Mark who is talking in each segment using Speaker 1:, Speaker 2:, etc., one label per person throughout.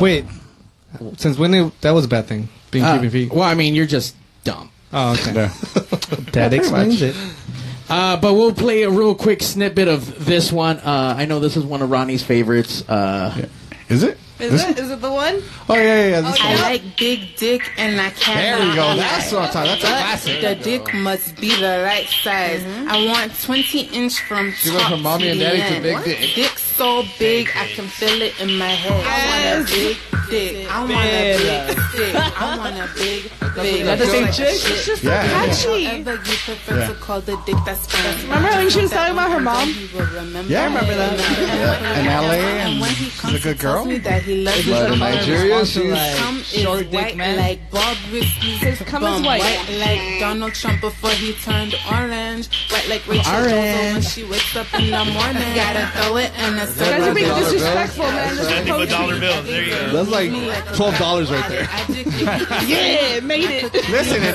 Speaker 1: Wait, since when it, that was a bad thing? Being
Speaker 2: Uh,
Speaker 1: keeping feet.
Speaker 2: well, I mean, you're just dumb.
Speaker 1: Oh, okay.
Speaker 3: Yeah.
Speaker 1: That explains it.
Speaker 2: Uh, but we'll play a real quick snippet of this one. Uh, I know this is one of Ronnie's favorites. Uh,
Speaker 3: Is it?
Speaker 4: Is
Speaker 3: This-
Speaker 4: it? Is it the one?
Speaker 3: Oh yeah, yeah. yeah. this
Speaker 5: I
Speaker 3: one.
Speaker 5: like big dick and I can't.
Speaker 3: There we go. That's what I'm talking. That's a classic.
Speaker 5: The dick must be the right size.
Speaker 4: Mm-hmm.
Speaker 5: I want 20 inch from
Speaker 3: She
Speaker 5: top
Speaker 3: went from mommy and daddy to
Speaker 5: the
Speaker 3: big
Speaker 5: end.
Speaker 3: dick.
Speaker 5: Dick so big I can feel it in my head. I want a big dick. I want a big dick. I want a big dick.
Speaker 4: The same chick? It's just
Speaker 3: Yeah.
Speaker 4: so catchy.
Speaker 5: Whatever you prefer
Speaker 3: Yeah.
Speaker 5: to call the dick that's fine.
Speaker 4: Remember when she was talking about her mom?
Speaker 5: You will remember.
Speaker 3: Yeah, I remember
Speaker 5: that.
Speaker 3: In LA, uh, and
Speaker 5: when he
Speaker 3: she's a good
Speaker 5: comes and tells
Speaker 3: girl.
Speaker 5: me that he loves
Speaker 3: But
Speaker 5: me,
Speaker 3: in Nigeria, she's
Speaker 5: Come is
Speaker 6: short dick
Speaker 5: white
Speaker 6: man.
Speaker 5: like Bob Risky.
Speaker 4: Says cum is white.
Speaker 5: like Donald Trump before he turned orange. White like Rachel Dolezal when she wakes up in the morning. Gotta throw it in a
Speaker 4: You guys are being
Speaker 3: Dollar bill.
Speaker 4: disrespectful, man. This is
Speaker 7: Send him a dollar
Speaker 4: poetry.
Speaker 7: bill. There you go.
Speaker 1: That's like twelve dollars right there.
Speaker 4: Yeah, made it.
Speaker 3: listen. In, Af-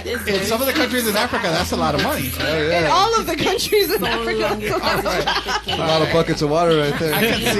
Speaker 5: That is
Speaker 3: in some of the countries in Africa, that's a lot of money. Oh,
Speaker 4: In all of the countries in Africa.
Speaker 1: A lot of buckets of water right there.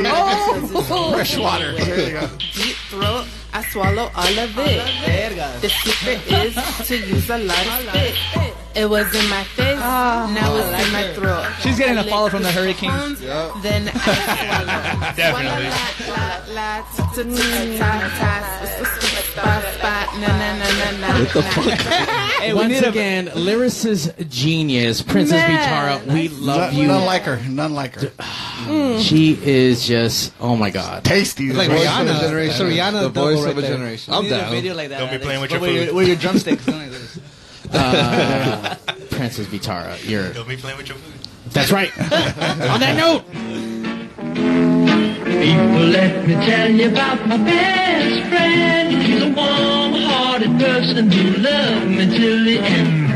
Speaker 5: Oh,
Speaker 3: Fresh water. There you go.
Speaker 5: deep throat. I swallow all of it. The secret is to use a lot of spit. It was in my face,
Speaker 4: Ah.
Speaker 5: now it's in my throat.
Speaker 6: She's getting a
Speaker 5: I
Speaker 6: follow
Speaker 5: lick
Speaker 6: from the Hurricanes.
Speaker 5: spoons, Then I swallow.
Speaker 7: Definitely.
Speaker 5: Swallow, la, la, la, ta,
Speaker 4: Mm.
Speaker 5: ta, ta, ta, ta, spot, spot, na, na, na, na, na, na.
Speaker 6: Hey, we
Speaker 2: once
Speaker 6: need a-
Speaker 2: again, lyricist genius, Princess
Speaker 4: Man.
Speaker 2: Bitara. We love
Speaker 3: None,
Speaker 2: you.
Speaker 3: none like her. None like her.
Speaker 2: She is just oh my god.
Speaker 3: Tasty.
Speaker 1: Like
Speaker 3: Voice of
Speaker 1: Rihanna.
Speaker 3: the generation.
Speaker 1: The Rihanna double
Speaker 3: voice
Speaker 1: right
Speaker 3: of a
Speaker 1: there.
Speaker 3: generation.
Speaker 1: I'm
Speaker 6: we need a
Speaker 1: down.
Speaker 6: video like that,
Speaker 7: Don't be
Speaker 6: Alex.
Speaker 7: playing with
Speaker 6: What
Speaker 7: your
Speaker 6: were
Speaker 7: food.
Speaker 6: Were your drumsticks? Something like this.
Speaker 2: Uh, Princess Bitara, you're
Speaker 7: Don't be playing with your food.
Speaker 2: that's right. On that note,
Speaker 8: People, let me tell you about my best friend. He's a warm-hearted person who loved me till the end.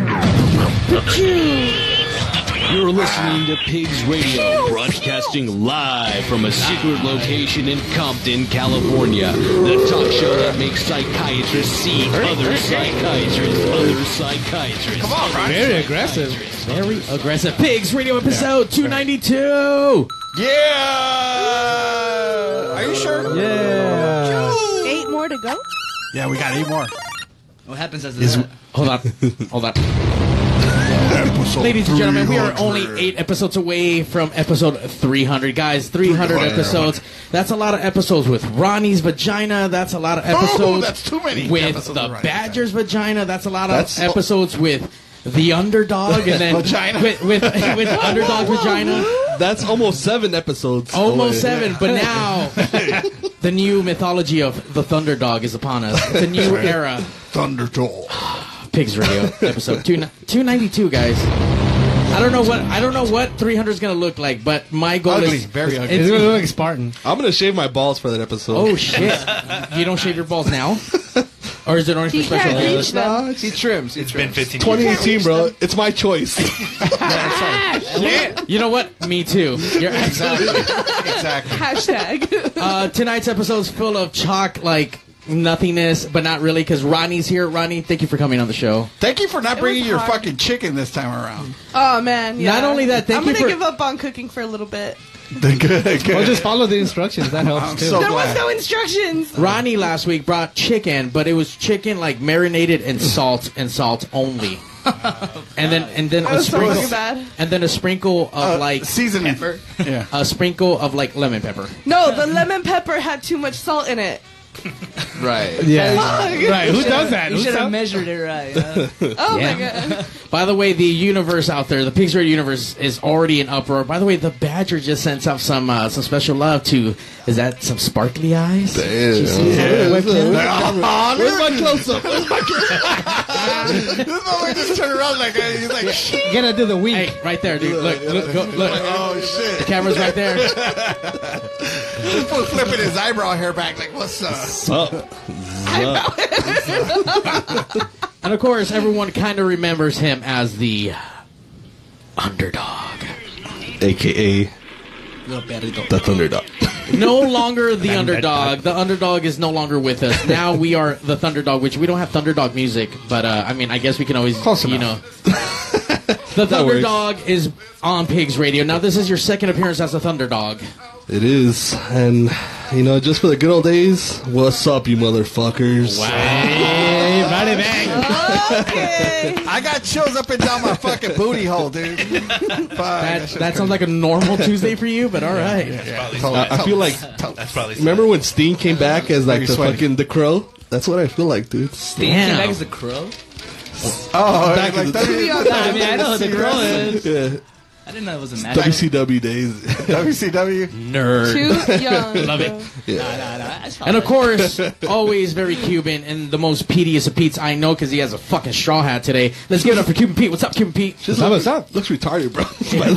Speaker 9: You're listening to Pigs Radio, broadcasting live from a secret location in Compton, California. The talk show that makes psychiatrists see other psychiatrists, other psychiatrists. Come on,
Speaker 1: Very aggressive.
Speaker 2: very aggressive pigs radio episode two ninety two.
Speaker 3: Yeah. Are you sure? Yeah.
Speaker 4: Eight more to go?
Speaker 3: Yeah, we got eight more.
Speaker 6: What happens as
Speaker 3: Is-
Speaker 6: this?
Speaker 2: Hold up, hold up. Ladies and gentlemen, we are only eight episodes away from episode 300. Guys, 300 episodes. That's a lot of episodes with Ronnie's vagina. That's a lot of episodes.
Speaker 3: Oh, that's too many
Speaker 2: With
Speaker 3: episodes of
Speaker 2: the
Speaker 3: Ronnie's
Speaker 2: Badger's vagina. That's a lot of
Speaker 3: That's-
Speaker 2: episodes with the underdog and then
Speaker 3: Vagina.
Speaker 2: with with, with underdog vagina.
Speaker 1: That's almost seven episodes.
Speaker 2: Almost seven, but now the new mythology of the Thunderdog is upon us. It's a new era.
Speaker 3: Thunder Joel.
Speaker 2: Pigs Radio episode two two ninety two, guys. I don't know what I don't know what three hundred is gonna look like, but my goal
Speaker 3: Ugly.
Speaker 2: is
Speaker 3: Very ugly.
Speaker 1: It's
Speaker 2: It's-
Speaker 1: gonna look like Spartan. I'm gonna shave my balls for that
Speaker 2: oh
Speaker 1: episode.
Speaker 2: shit! You don't shave your balls now, or is it only for
Speaker 4: He
Speaker 2: special?
Speaker 4: can't
Speaker 2: occasions?
Speaker 4: reach them.
Speaker 1: he trims.
Speaker 7: It's been 15 years.
Speaker 1: 2018, bro. It's my choice.
Speaker 2: You know what? Me too. You're
Speaker 3: Exactly. exactly.
Speaker 4: Hashtag.
Speaker 2: Uh, tonight's episode's full of chalk, like nothingness, but not really, because Ronnie's here. Ronnie, thank you for coming on the show.
Speaker 3: Thank you for not bringing
Speaker 4: was
Speaker 3: your
Speaker 4: hard.
Speaker 3: fucking chicken this time around.
Speaker 4: Oh, man. Yeah.
Speaker 2: Not only that, thank
Speaker 4: I'm
Speaker 2: you
Speaker 4: gonna
Speaker 2: for-
Speaker 4: give up on cooking for a little bit.
Speaker 3: good, good.
Speaker 1: Well, just follow the instructions. That helps
Speaker 3: I'm
Speaker 1: too.
Speaker 3: so-
Speaker 4: There was
Speaker 3: glad.
Speaker 4: no instructions.
Speaker 2: Ronnie last week brought chicken, but it was chicken like marinated in salt and salt only, and then and then
Speaker 4: I
Speaker 2: a
Speaker 4: was so
Speaker 2: sprinkle
Speaker 4: fucking bad.
Speaker 2: and then a sprinkle of
Speaker 3: Uh,
Speaker 2: like
Speaker 3: seasoning. Yeah.
Speaker 2: a sprinkle of like lemon pepper.
Speaker 4: No, the lemon pepper had too much salt in it.
Speaker 3: Right.
Speaker 1: yeah.
Speaker 4: Fuck.
Speaker 1: Right? Who does that?
Speaker 6: You
Speaker 1: Who
Speaker 6: should have
Speaker 1: does-
Speaker 6: measured it right. huh?
Speaker 4: Oh
Speaker 2: Yeah.
Speaker 4: my god.
Speaker 2: By the way, the universe out there, the Pigs Radio universe is already in uproar. By the way, the Badger just sent out some uh, some special love to is that some sparkly eyes? She sees it on the webcam?
Speaker 3: Aw,
Speaker 1: Where's
Speaker 3: look
Speaker 1: my close-up? Where's my
Speaker 3: at this motherfucker just turned around like uh, he's like, shit.
Speaker 1: Gonna do the week.
Speaker 2: Hey, right there, dude. Look, look, go, look.
Speaker 3: Oh shit!
Speaker 2: Camera's right there.
Speaker 3: This fool flipping his eyebrow hair back like, what's up?
Speaker 2: And of course, everyone kind of remembers him as the underdog.
Speaker 9: AKA the Thunderdog.
Speaker 2: No longer the underdog. The underdog is no longer with us. Now we are the Thunderdog, which we don't have Thunderdog music, but uh, I mean, I guess we can always,
Speaker 1: Close
Speaker 2: you
Speaker 1: enough.
Speaker 2: know. The
Speaker 9: That works.
Speaker 2: Thunderdog is on Pigs Radio. Now, this is your second appearance as a Thunderdog.
Speaker 9: It is, and
Speaker 1: You know, just for the good old days. What's up, you motherfuckers?
Speaker 2: Everybody back.
Speaker 3: I got chills up and down my fucking booty hole, dude. Fuck,
Speaker 2: That,
Speaker 3: shit's
Speaker 2: that sounds like a normal Tuesday for you, but all right.
Speaker 10: Probably
Speaker 1: I- I feel like
Speaker 10: that's probably
Speaker 1: remember when Steen came back as like the fucking the crow. That's what I feel like, dude.
Speaker 7: Came back
Speaker 2: Damn.
Speaker 7: as the crow.
Speaker 3: Oh,
Speaker 1: Back in
Speaker 3: like,
Speaker 1: the-
Speaker 3: WCW,
Speaker 7: I mean, I know who the crow is.
Speaker 1: Yeah,
Speaker 7: I didn't know it was a match.
Speaker 1: WCW days.
Speaker 3: WCW.
Speaker 2: Nerd.
Speaker 4: Too young.
Speaker 2: Love it.
Speaker 7: I saw
Speaker 2: And of
Speaker 7: it.
Speaker 2: course, always very Cuban and the most pettiest of Pete's I know because he has a fucking straw hat today. Let's give it up for Cuban Pete. What's up, Cuban Pete?
Speaker 1: Just
Speaker 11: What's up,
Speaker 1: looks,
Speaker 11: what's
Speaker 1: looks retarded, bro.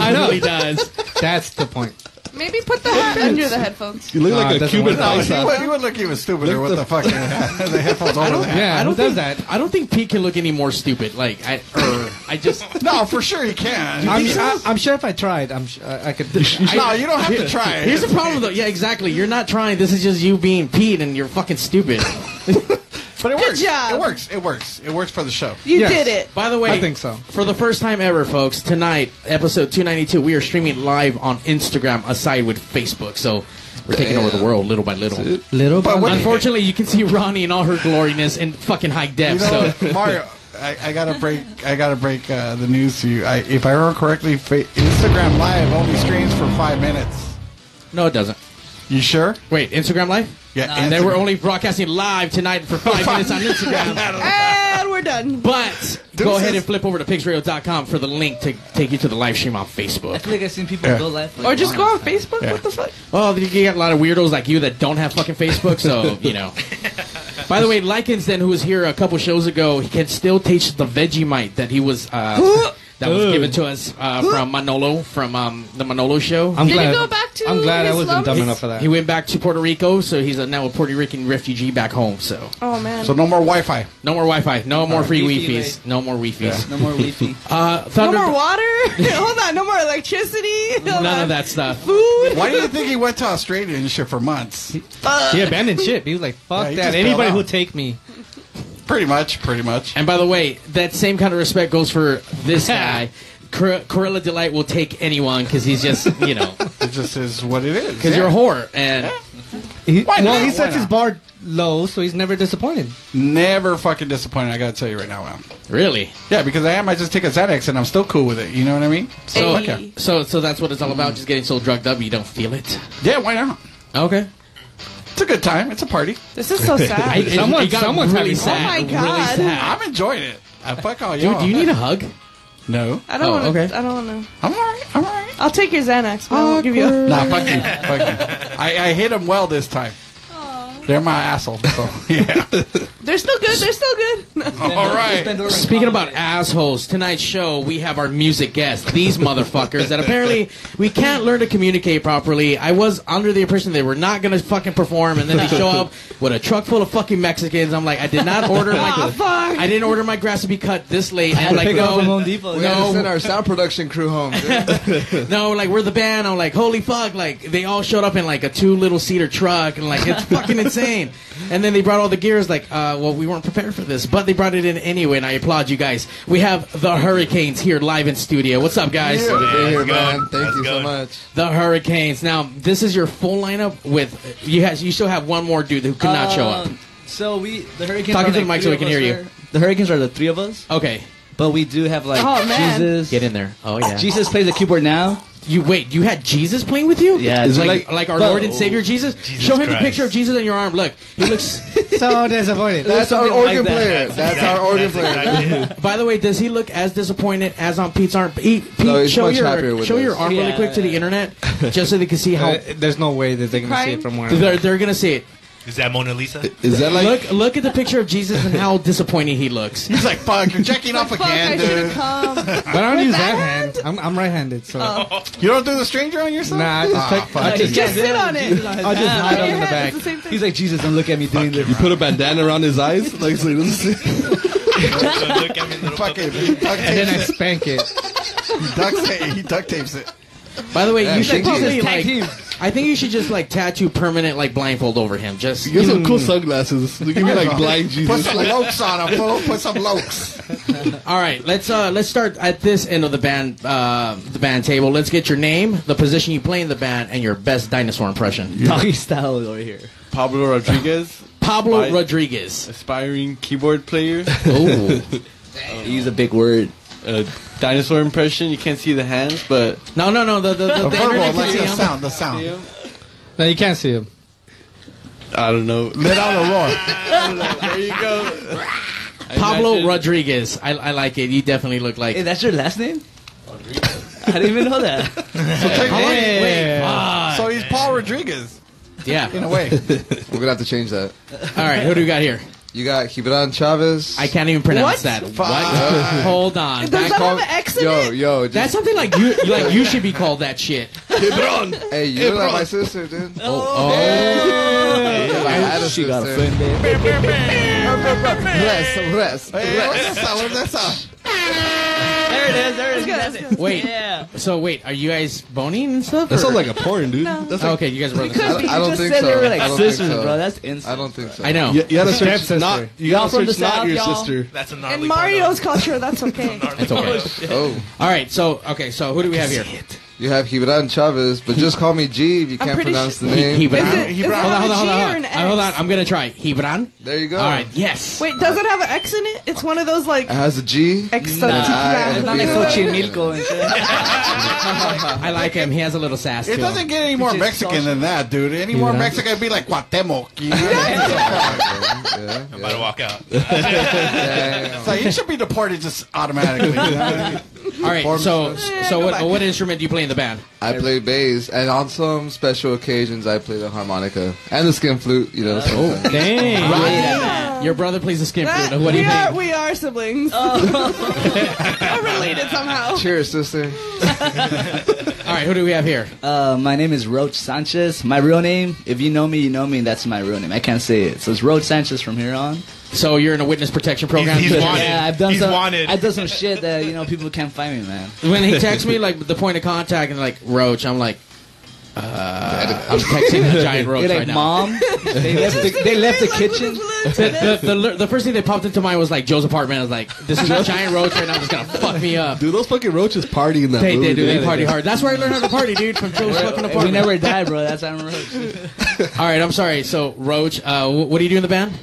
Speaker 2: I know he does.
Speaker 11: That's the point.
Speaker 4: Maybe put the hat under the headphones.
Speaker 1: you look
Speaker 2: Uh,
Speaker 11: Nah, it
Speaker 1: like a
Speaker 11: doesn't
Speaker 1: Cuban
Speaker 11: work. No,
Speaker 1: ice
Speaker 3: Oh, You
Speaker 1: out.
Speaker 3: would, you would look even stupider with the, fucking the headphones over the
Speaker 11: Yeah,
Speaker 2: I
Speaker 11: who
Speaker 2: don't
Speaker 11: does
Speaker 2: think
Speaker 11: that?
Speaker 2: I don't think Pete can look any more stupid. Like I, er, I just
Speaker 3: No, for sure you can.
Speaker 11: I'm, I, I'm sure if I tried, I'm sh- I, I could.
Speaker 3: no, you don't have to try it.
Speaker 2: here's the problem though. Yeah, exactly. You're not trying. This is just you being Pete and you're fucking stupid.
Speaker 3: but it works.
Speaker 4: job.
Speaker 3: It works. It works. It works for the show.
Speaker 4: You
Speaker 11: Yes.
Speaker 4: did it.
Speaker 2: By the way,
Speaker 11: I think so.
Speaker 2: For the first time ever, folks, tonight, episode 292, we are streaming live on Instagram aside with Facebook. So we're taking over the world little by little.
Speaker 11: Little
Speaker 3: But what-
Speaker 2: Unfortunately, you can see Ronnie in all her gloriness and fucking high
Speaker 3: You
Speaker 2: def.
Speaker 3: know,
Speaker 2: so
Speaker 3: Mario, I, I gotta break. I gotta break uh, the news to you. I, if I remember correctly, fa- Instagram Live only streams for five minutes.
Speaker 2: no, it doesn't.
Speaker 3: You sure?
Speaker 2: Wait, Instagram Live?
Speaker 3: Yeah.
Speaker 2: And they
Speaker 3: Instagram-
Speaker 2: were only broadcasting live tonight for five minutes on Instagram.
Speaker 4: And we're done.
Speaker 2: But go
Speaker 3: Deuces.
Speaker 2: ahead and flip over to pigsrail.com for the link to take you to the live stream on
Speaker 7: I
Speaker 2: Facebook.
Speaker 7: feel like I've seen people
Speaker 3: Yeah.
Speaker 7: go left.
Speaker 4: Or just go on Facebook. What the fuck?
Speaker 2: Oh, you got a lot of weirdos like you that don't have fucking Facebook, so you know. By the way, Likens, then who was here a couple shows ago, he can still taste the Vegemite that he was uh, that was given to us uh, from Manolo from um, the Manolo show.
Speaker 11: I'm
Speaker 4: Did
Speaker 11: glad.
Speaker 4: he go back to
Speaker 11: I'm glad I
Speaker 4: his
Speaker 11: wasn't
Speaker 4: slums?
Speaker 11: dumb enough for that.
Speaker 2: he went back to Puerto Rico, so he's a, now a Puerto Rican refugee back home. So
Speaker 4: Oh man.
Speaker 3: So no more Wi-Fi.
Speaker 2: no more Wi-Fi, no more free
Speaker 7: Wi-Fi,
Speaker 2: Wi-Fi's, no more Wi-Fi's.
Speaker 7: No more leafy.
Speaker 2: Uh,
Speaker 4: no
Speaker 2: Thunder,
Speaker 4: more water. Hold on. No more electricity.
Speaker 2: none of that stuff.
Speaker 4: Food.
Speaker 3: Why do you think he went to Australia and shit for months?
Speaker 11: He abandoned ship. He was like,
Speaker 3: Yeah,
Speaker 11: "Fuck
Speaker 3: he
Speaker 11: that!
Speaker 3: just
Speaker 11: Anybody
Speaker 3: bailed
Speaker 11: who
Speaker 3: out.
Speaker 11: take me."
Speaker 3: Pretty much. Pretty much.
Speaker 2: And by the way, that same kind of respect goes for this guy. Cor- Corilla Delight will take anyone because he's just, you know, because
Speaker 3: It just is what it is.
Speaker 2: you're a
Speaker 3: Yeah.
Speaker 2: whore. And
Speaker 11: He, well,
Speaker 3: not?
Speaker 11: he
Speaker 3: Why
Speaker 11: sets his
Speaker 3: not?
Speaker 11: bar low, Oh, so he's never disappointed.
Speaker 3: never fucking disappointed. I gotta tell you right now, man.
Speaker 2: really,
Speaker 3: Yeah, because I might just take a Xanax and I'm still cool with it. You know what I mean?
Speaker 2: so
Speaker 4: Hey.
Speaker 2: okay. so so that's what it's all about. Just getting so drugged up you don't feel it.
Speaker 3: Yeah, why not?
Speaker 2: Okay.
Speaker 3: It's a good time. It's a party.
Speaker 4: This is so
Speaker 2: I,
Speaker 4: sad.
Speaker 2: it-
Speaker 11: Someone-
Speaker 2: it got
Speaker 11: someone's having
Speaker 2: really sad.
Speaker 4: fun. Oh my
Speaker 2: Really
Speaker 4: God.
Speaker 2: sad.
Speaker 3: I'm enjoying it. I fuck all
Speaker 2: Dude,
Speaker 3: y'all.
Speaker 2: do you need a hug?
Speaker 3: no?
Speaker 4: I don't
Speaker 2: Oh,
Speaker 4: want to.
Speaker 2: okay.
Speaker 4: I don't want to.
Speaker 3: I'm alright. I'm alright.
Speaker 4: I'll take your Xanax. But I won't give you. A-
Speaker 3: Nah, fuck you. fuck you. I, I hit them well this time. They're my asshole. So, yeah.
Speaker 4: they're still good. They're still good.
Speaker 3: All right.
Speaker 2: Speaking about assholes, tonight's show we have our music guest, these motherfuckers that apparently we can't learn to communicate properly. I was under the impression they were not gonna fucking perform, and then they show up with a truck full of fucking Mexicans. I'm like, I did not order
Speaker 7: Oh,
Speaker 2: my,
Speaker 4: fuck.
Speaker 2: I didn't order my grass to be cut this late. And like,
Speaker 7: pick it up
Speaker 2: no,
Speaker 7: from Home Depot.
Speaker 2: no,
Speaker 7: We had to send
Speaker 12: our sound production crew home. Dude.
Speaker 2: no, like we're the band. I'm like, holy fuck! Like they all showed up in like a two little seater truck, and like it's fucking insane. And then they brought all the gears. Like, uh, well, we weren't prepared for this, but they brought it in anyway. And I applaud you guys. We have the Hurricanes here live in studio. What's up, guys?
Speaker 12: Good to be
Speaker 10: Yeah,
Speaker 12: here,
Speaker 10: let's go.
Speaker 12: man. Thank
Speaker 10: Let's
Speaker 12: you
Speaker 10: go.
Speaker 12: so much.
Speaker 2: The Hurricanes. Now this is your full lineup. With you has you still have one more dude who could not show up.
Speaker 7: Um, So we the Hurricanes.
Speaker 2: Talk
Speaker 7: are
Speaker 2: into the
Speaker 7: like
Speaker 2: mic so we
Speaker 7: three
Speaker 2: can
Speaker 7: of
Speaker 2: hear
Speaker 7: us
Speaker 2: you.
Speaker 7: are- The Hurricanes are the three of us,
Speaker 2: Okay,
Speaker 7: but we do have like
Speaker 4: Oh, man.
Speaker 7: Jesus.
Speaker 2: get in there. Oh yeah.
Speaker 7: Jesus plays the keyboard now.
Speaker 2: You wait. You had Jesus playing with you?
Speaker 7: Yeah,
Speaker 2: Is
Speaker 7: it's
Speaker 2: like, like
Speaker 7: like-
Speaker 2: our
Speaker 7: Well-
Speaker 2: Lord and Savior Jesus.
Speaker 10: Jesus
Speaker 2: Show him a
Speaker 10: Christ.
Speaker 2: picture of Jesus on your arm. Look, he looks.
Speaker 11: So disappointed.
Speaker 12: That's our
Speaker 7: something like
Speaker 12: organ
Speaker 7: that.
Speaker 12: player. That's our organ player.
Speaker 2: By the way, does he look as disappointed as on Pete's arm? Pete, Pete
Speaker 12: No, he's
Speaker 2: show
Speaker 12: much
Speaker 2: your
Speaker 12: happier with
Speaker 2: show
Speaker 12: this.
Speaker 2: your arm really
Speaker 7: Yeah.
Speaker 2: quick to the internet, just so they can see how
Speaker 11: Uh, there's no way that they're gonna see
Speaker 4: Crying?
Speaker 11: it from where. I'm at.
Speaker 2: they're, they're gonna see it.
Speaker 10: Is that Mona Lisa?
Speaker 12: Is that like
Speaker 2: Look look at the picture of Jesus and how disappointed he looks.
Speaker 3: He's like, fuck, you're jacking off
Speaker 4: fuck. I
Speaker 3: again,
Speaker 4: should have
Speaker 3: dude.
Speaker 4: come.
Speaker 11: But I don't use that,
Speaker 4: that
Speaker 11: hand. I'm, I'm right-handed, so
Speaker 4: Oh.
Speaker 3: You don't do the stranger on yourself?
Speaker 11: nah. I just
Speaker 3: Ah,
Speaker 11: check- I
Speaker 7: Like,
Speaker 11: just-
Speaker 4: Just sit on it.
Speaker 7: Jesus on his
Speaker 11: I'll just
Speaker 7: hand.
Speaker 11: hide on
Speaker 4: Your
Speaker 11: the
Speaker 4: head
Speaker 11: back.
Speaker 4: is the same thing.
Speaker 7: He's like Jesus, don't look at me doing this.
Speaker 1: Put a bandana around his eyes, like so he doesn't see.
Speaker 10: So look at me, little
Speaker 3: Fuck
Speaker 10: puppet.
Speaker 3: it. He duct
Speaker 11: And then I
Speaker 3: tapes it.
Speaker 11: spank it.
Speaker 3: He duct, ta- he duct tapes it.
Speaker 2: By the way,
Speaker 12: Yeah,
Speaker 2: you should
Speaker 12: thank you.
Speaker 2: probably
Speaker 12: Tag
Speaker 2: like. I think you should just like tattoo permanent like blindfold over him. Just Mm.
Speaker 12: You got some cool sunglasses. You give me like blind Jesus.
Speaker 2: Put some
Speaker 3: lokes on him, fool. Put some lokes.
Speaker 2: All right, let's uh, let's start at this end of the band uh, the band table. Let's get your name, the position you play in the band, and your best dinosaur impression.
Speaker 7: Doggy style over here.
Speaker 13: Pablo Rodriguez.
Speaker 2: Pablo Rodriguez.
Speaker 13: Aspiring keyboard player.
Speaker 2: Oh.
Speaker 13: Use a big word. Uh, dinosaur impression. You can't see the hands, but.
Speaker 2: No, no, no. The, the,
Speaker 3: A verbal, like the sound, the sound.
Speaker 1: No, you can't see him.
Speaker 13: I don't know.
Speaker 3: Let out a roar.
Speaker 13: there you go.
Speaker 2: Pablo Rodriguez. I, I like it. You definitely look like.
Speaker 7: Hey, that's your last name? I didn't even know that.
Speaker 3: So take Wait,
Speaker 2: Hey.
Speaker 3: wait.
Speaker 2: Ah.
Speaker 3: So he's Paul Rodriguez.
Speaker 2: Yeah.
Speaker 3: In a way.
Speaker 12: We're gonna have to change that.
Speaker 2: All right, who do you got here?
Speaker 12: You got Gibran Chavez.
Speaker 2: I can't even pronounce that. What? Hold on.
Speaker 4: Does that have an X in
Speaker 12: Yo,
Speaker 4: it?
Speaker 12: yo, just,
Speaker 2: That's something like you like you should be called that shit.
Speaker 12: Hey, you look like my sister, dude.
Speaker 2: Oh.
Speaker 12: I had a sister. Rest, rest, rest.
Speaker 7: There it is. There it is.
Speaker 4: That's good, that's good.
Speaker 2: Wait.
Speaker 7: Yeah.
Speaker 2: So wait, are you guys boning and stuff?
Speaker 12: That
Speaker 2: or- Oh,
Speaker 12: sounds like a porn, dude. That's like,
Speaker 2: okay, you guys are
Speaker 12: I,
Speaker 2: brothers.
Speaker 7: Because
Speaker 12: don't-
Speaker 7: you
Speaker 12: I don't
Speaker 7: just
Speaker 12: think
Speaker 7: said
Speaker 12: so.
Speaker 7: they were like
Speaker 12: I don't
Speaker 7: sisters,
Speaker 12: think so.
Speaker 7: bro. That's
Speaker 12: I
Speaker 7: instant.
Speaker 12: don't think so.
Speaker 2: I know.
Speaker 12: You, you gotta search
Speaker 1: Stepsister.
Speaker 12: not. You
Speaker 7: Y'all
Speaker 12: gotta
Speaker 7: from
Speaker 12: search
Speaker 7: the
Speaker 12: not
Speaker 7: South,
Speaker 12: your
Speaker 7: y'all?
Speaker 12: sister.
Speaker 9: That's a
Speaker 4: In Mario's culture, that's okay.
Speaker 2: It's okay.
Speaker 12: Oh,
Speaker 2: All right. So okay. So who do we have here?
Speaker 12: you have Gibran Chavez, but just call me G if you can't
Speaker 4: pretty
Speaker 12: pronounce
Speaker 4: sure-
Speaker 12: the name.
Speaker 2: Hebron.
Speaker 4: Is it- is it
Speaker 2: Hold on. Hold on. Hold
Speaker 4: a G
Speaker 2: on.
Speaker 4: or
Speaker 2: Hold on.
Speaker 4: an
Speaker 2: Uh, hold on.
Speaker 4: X?
Speaker 2: I'm gonna try Hebron.
Speaker 12: there you go.
Speaker 2: All right. Yes.
Speaker 4: Wait, does it have an X in it? It's one of those like
Speaker 12: It has a G.
Speaker 4: exotic.
Speaker 12: I-
Speaker 7: Not like Xochimilco and shit.
Speaker 2: I like him. He has a little sass.
Speaker 3: It
Speaker 2: to
Speaker 3: doesn't
Speaker 2: him.
Speaker 3: get any more Mexican than that, dude. Any more Mexican would be like Cuauhtemoc. You know?
Speaker 12: Yeah,
Speaker 9: I'm about to walk out.
Speaker 3: It's like he should be deported just automatically. you know?
Speaker 2: All right. So
Speaker 4: Yeah,
Speaker 2: so
Speaker 4: go
Speaker 2: what
Speaker 4: back.
Speaker 2: what instrument do you play in the band?
Speaker 12: I play bass, and on some special occasions, I play the harmonica and the skin flute. You know. sometimes.
Speaker 2: Oh, Dang. Your brother plays the skin
Speaker 4: That-
Speaker 2: flute. What do
Speaker 4: we
Speaker 2: you
Speaker 4: are
Speaker 2: think?
Speaker 4: we are siblings. We're related somehow.
Speaker 12: Cheers, sister.
Speaker 2: All right. Who do we have here?
Speaker 7: Uh, my name is Roach Sanchez. My real name, if you know me, you know me. That's my real name. I can't say it. So it's Roach Sanchez from here on.
Speaker 2: So you're in a witness protection program.
Speaker 9: He's- he's wanted.
Speaker 7: Yeah, I've done
Speaker 9: He's
Speaker 7: some.
Speaker 9: wanted.
Speaker 7: I've done some shit that you know people can't find me, man.
Speaker 2: when he texts me like the point of contact and like Roach, I'm like, uh, I'm texting the giant Roach
Speaker 7: You're like,
Speaker 2: right now.
Speaker 7: mom. They left the, they left the kitchen.
Speaker 2: The, the, the, the first thing that popped into mind was like Joe's apartment. I was like, this is a giant roach right now. It's gonna fuck me up.
Speaker 12: Dude, those fucking roaches party in that
Speaker 2: They,
Speaker 12: movie.
Speaker 2: they do. They
Speaker 12: dude.
Speaker 2: party hard. That's where I learned how to party, dude, from Joe's fucking
Speaker 7: We
Speaker 2: apartment.
Speaker 7: never died, bro. That's Aaron Roach.
Speaker 2: All right, I'm sorry. So Roach, uh, wh- what do you do in the band?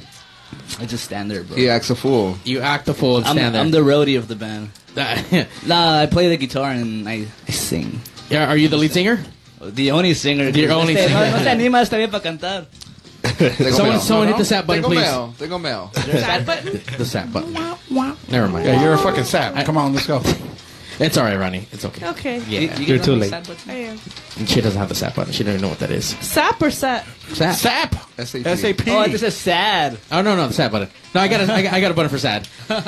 Speaker 7: I just stand there, bro.
Speaker 12: He acts a fool.
Speaker 2: You act the fool and
Speaker 7: I'm,
Speaker 2: stand
Speaker 7: I'm
Speaker 2: there.
Speaker 7: the roadie of the band. Nah, I play the guitar and I, I sing.
Speaker 2: yeah, are you the lead singer?
Speaker 7: The only singer.
Speaker 2: The only
Speaker 7: No te-
Speaker 2: singer.
Speaker 7: No, no te animas también para cantar.
Speaker 12: Tengo
Speaker 2: Someone,
Speaker 12: miedo.
Speaker 2: someone hit the sap button,
Speaker 12: Tengo
Speaker 2: please.
Speaker 12: miedo. Tengo miedo.
Speaker 4: Sad button.
Speaker 2: The sap button. Never mind.
Speaker 3: yeah, you're a fucking sap. Come on, let's go.
Speaker 2: It's all right, Ronnie. It's okay.
Speaker 4: Okay.
Speaker 2: Yeah.
Speaker 7: You- you
Speaker 1: You're
Speaker 7: get
Speaker 1: too
Speaker 7: on the
Speaker 1: late.
Speaker 7: side button?
Speaker 4: I am.
Speaker 2: She doesn't have the sap button. She doesn't even know what that is.
Speaker 4: Sap or set?
Speaker 2: Sap.
Speaker 3: Sap.
Speaker 12: SAP.
Speaker 3: SAP.
Speaker 7: Oh, this is sad.
Speaker 2: Oh no no the sad button. No I got a, I got, I got a button for sad. Uh,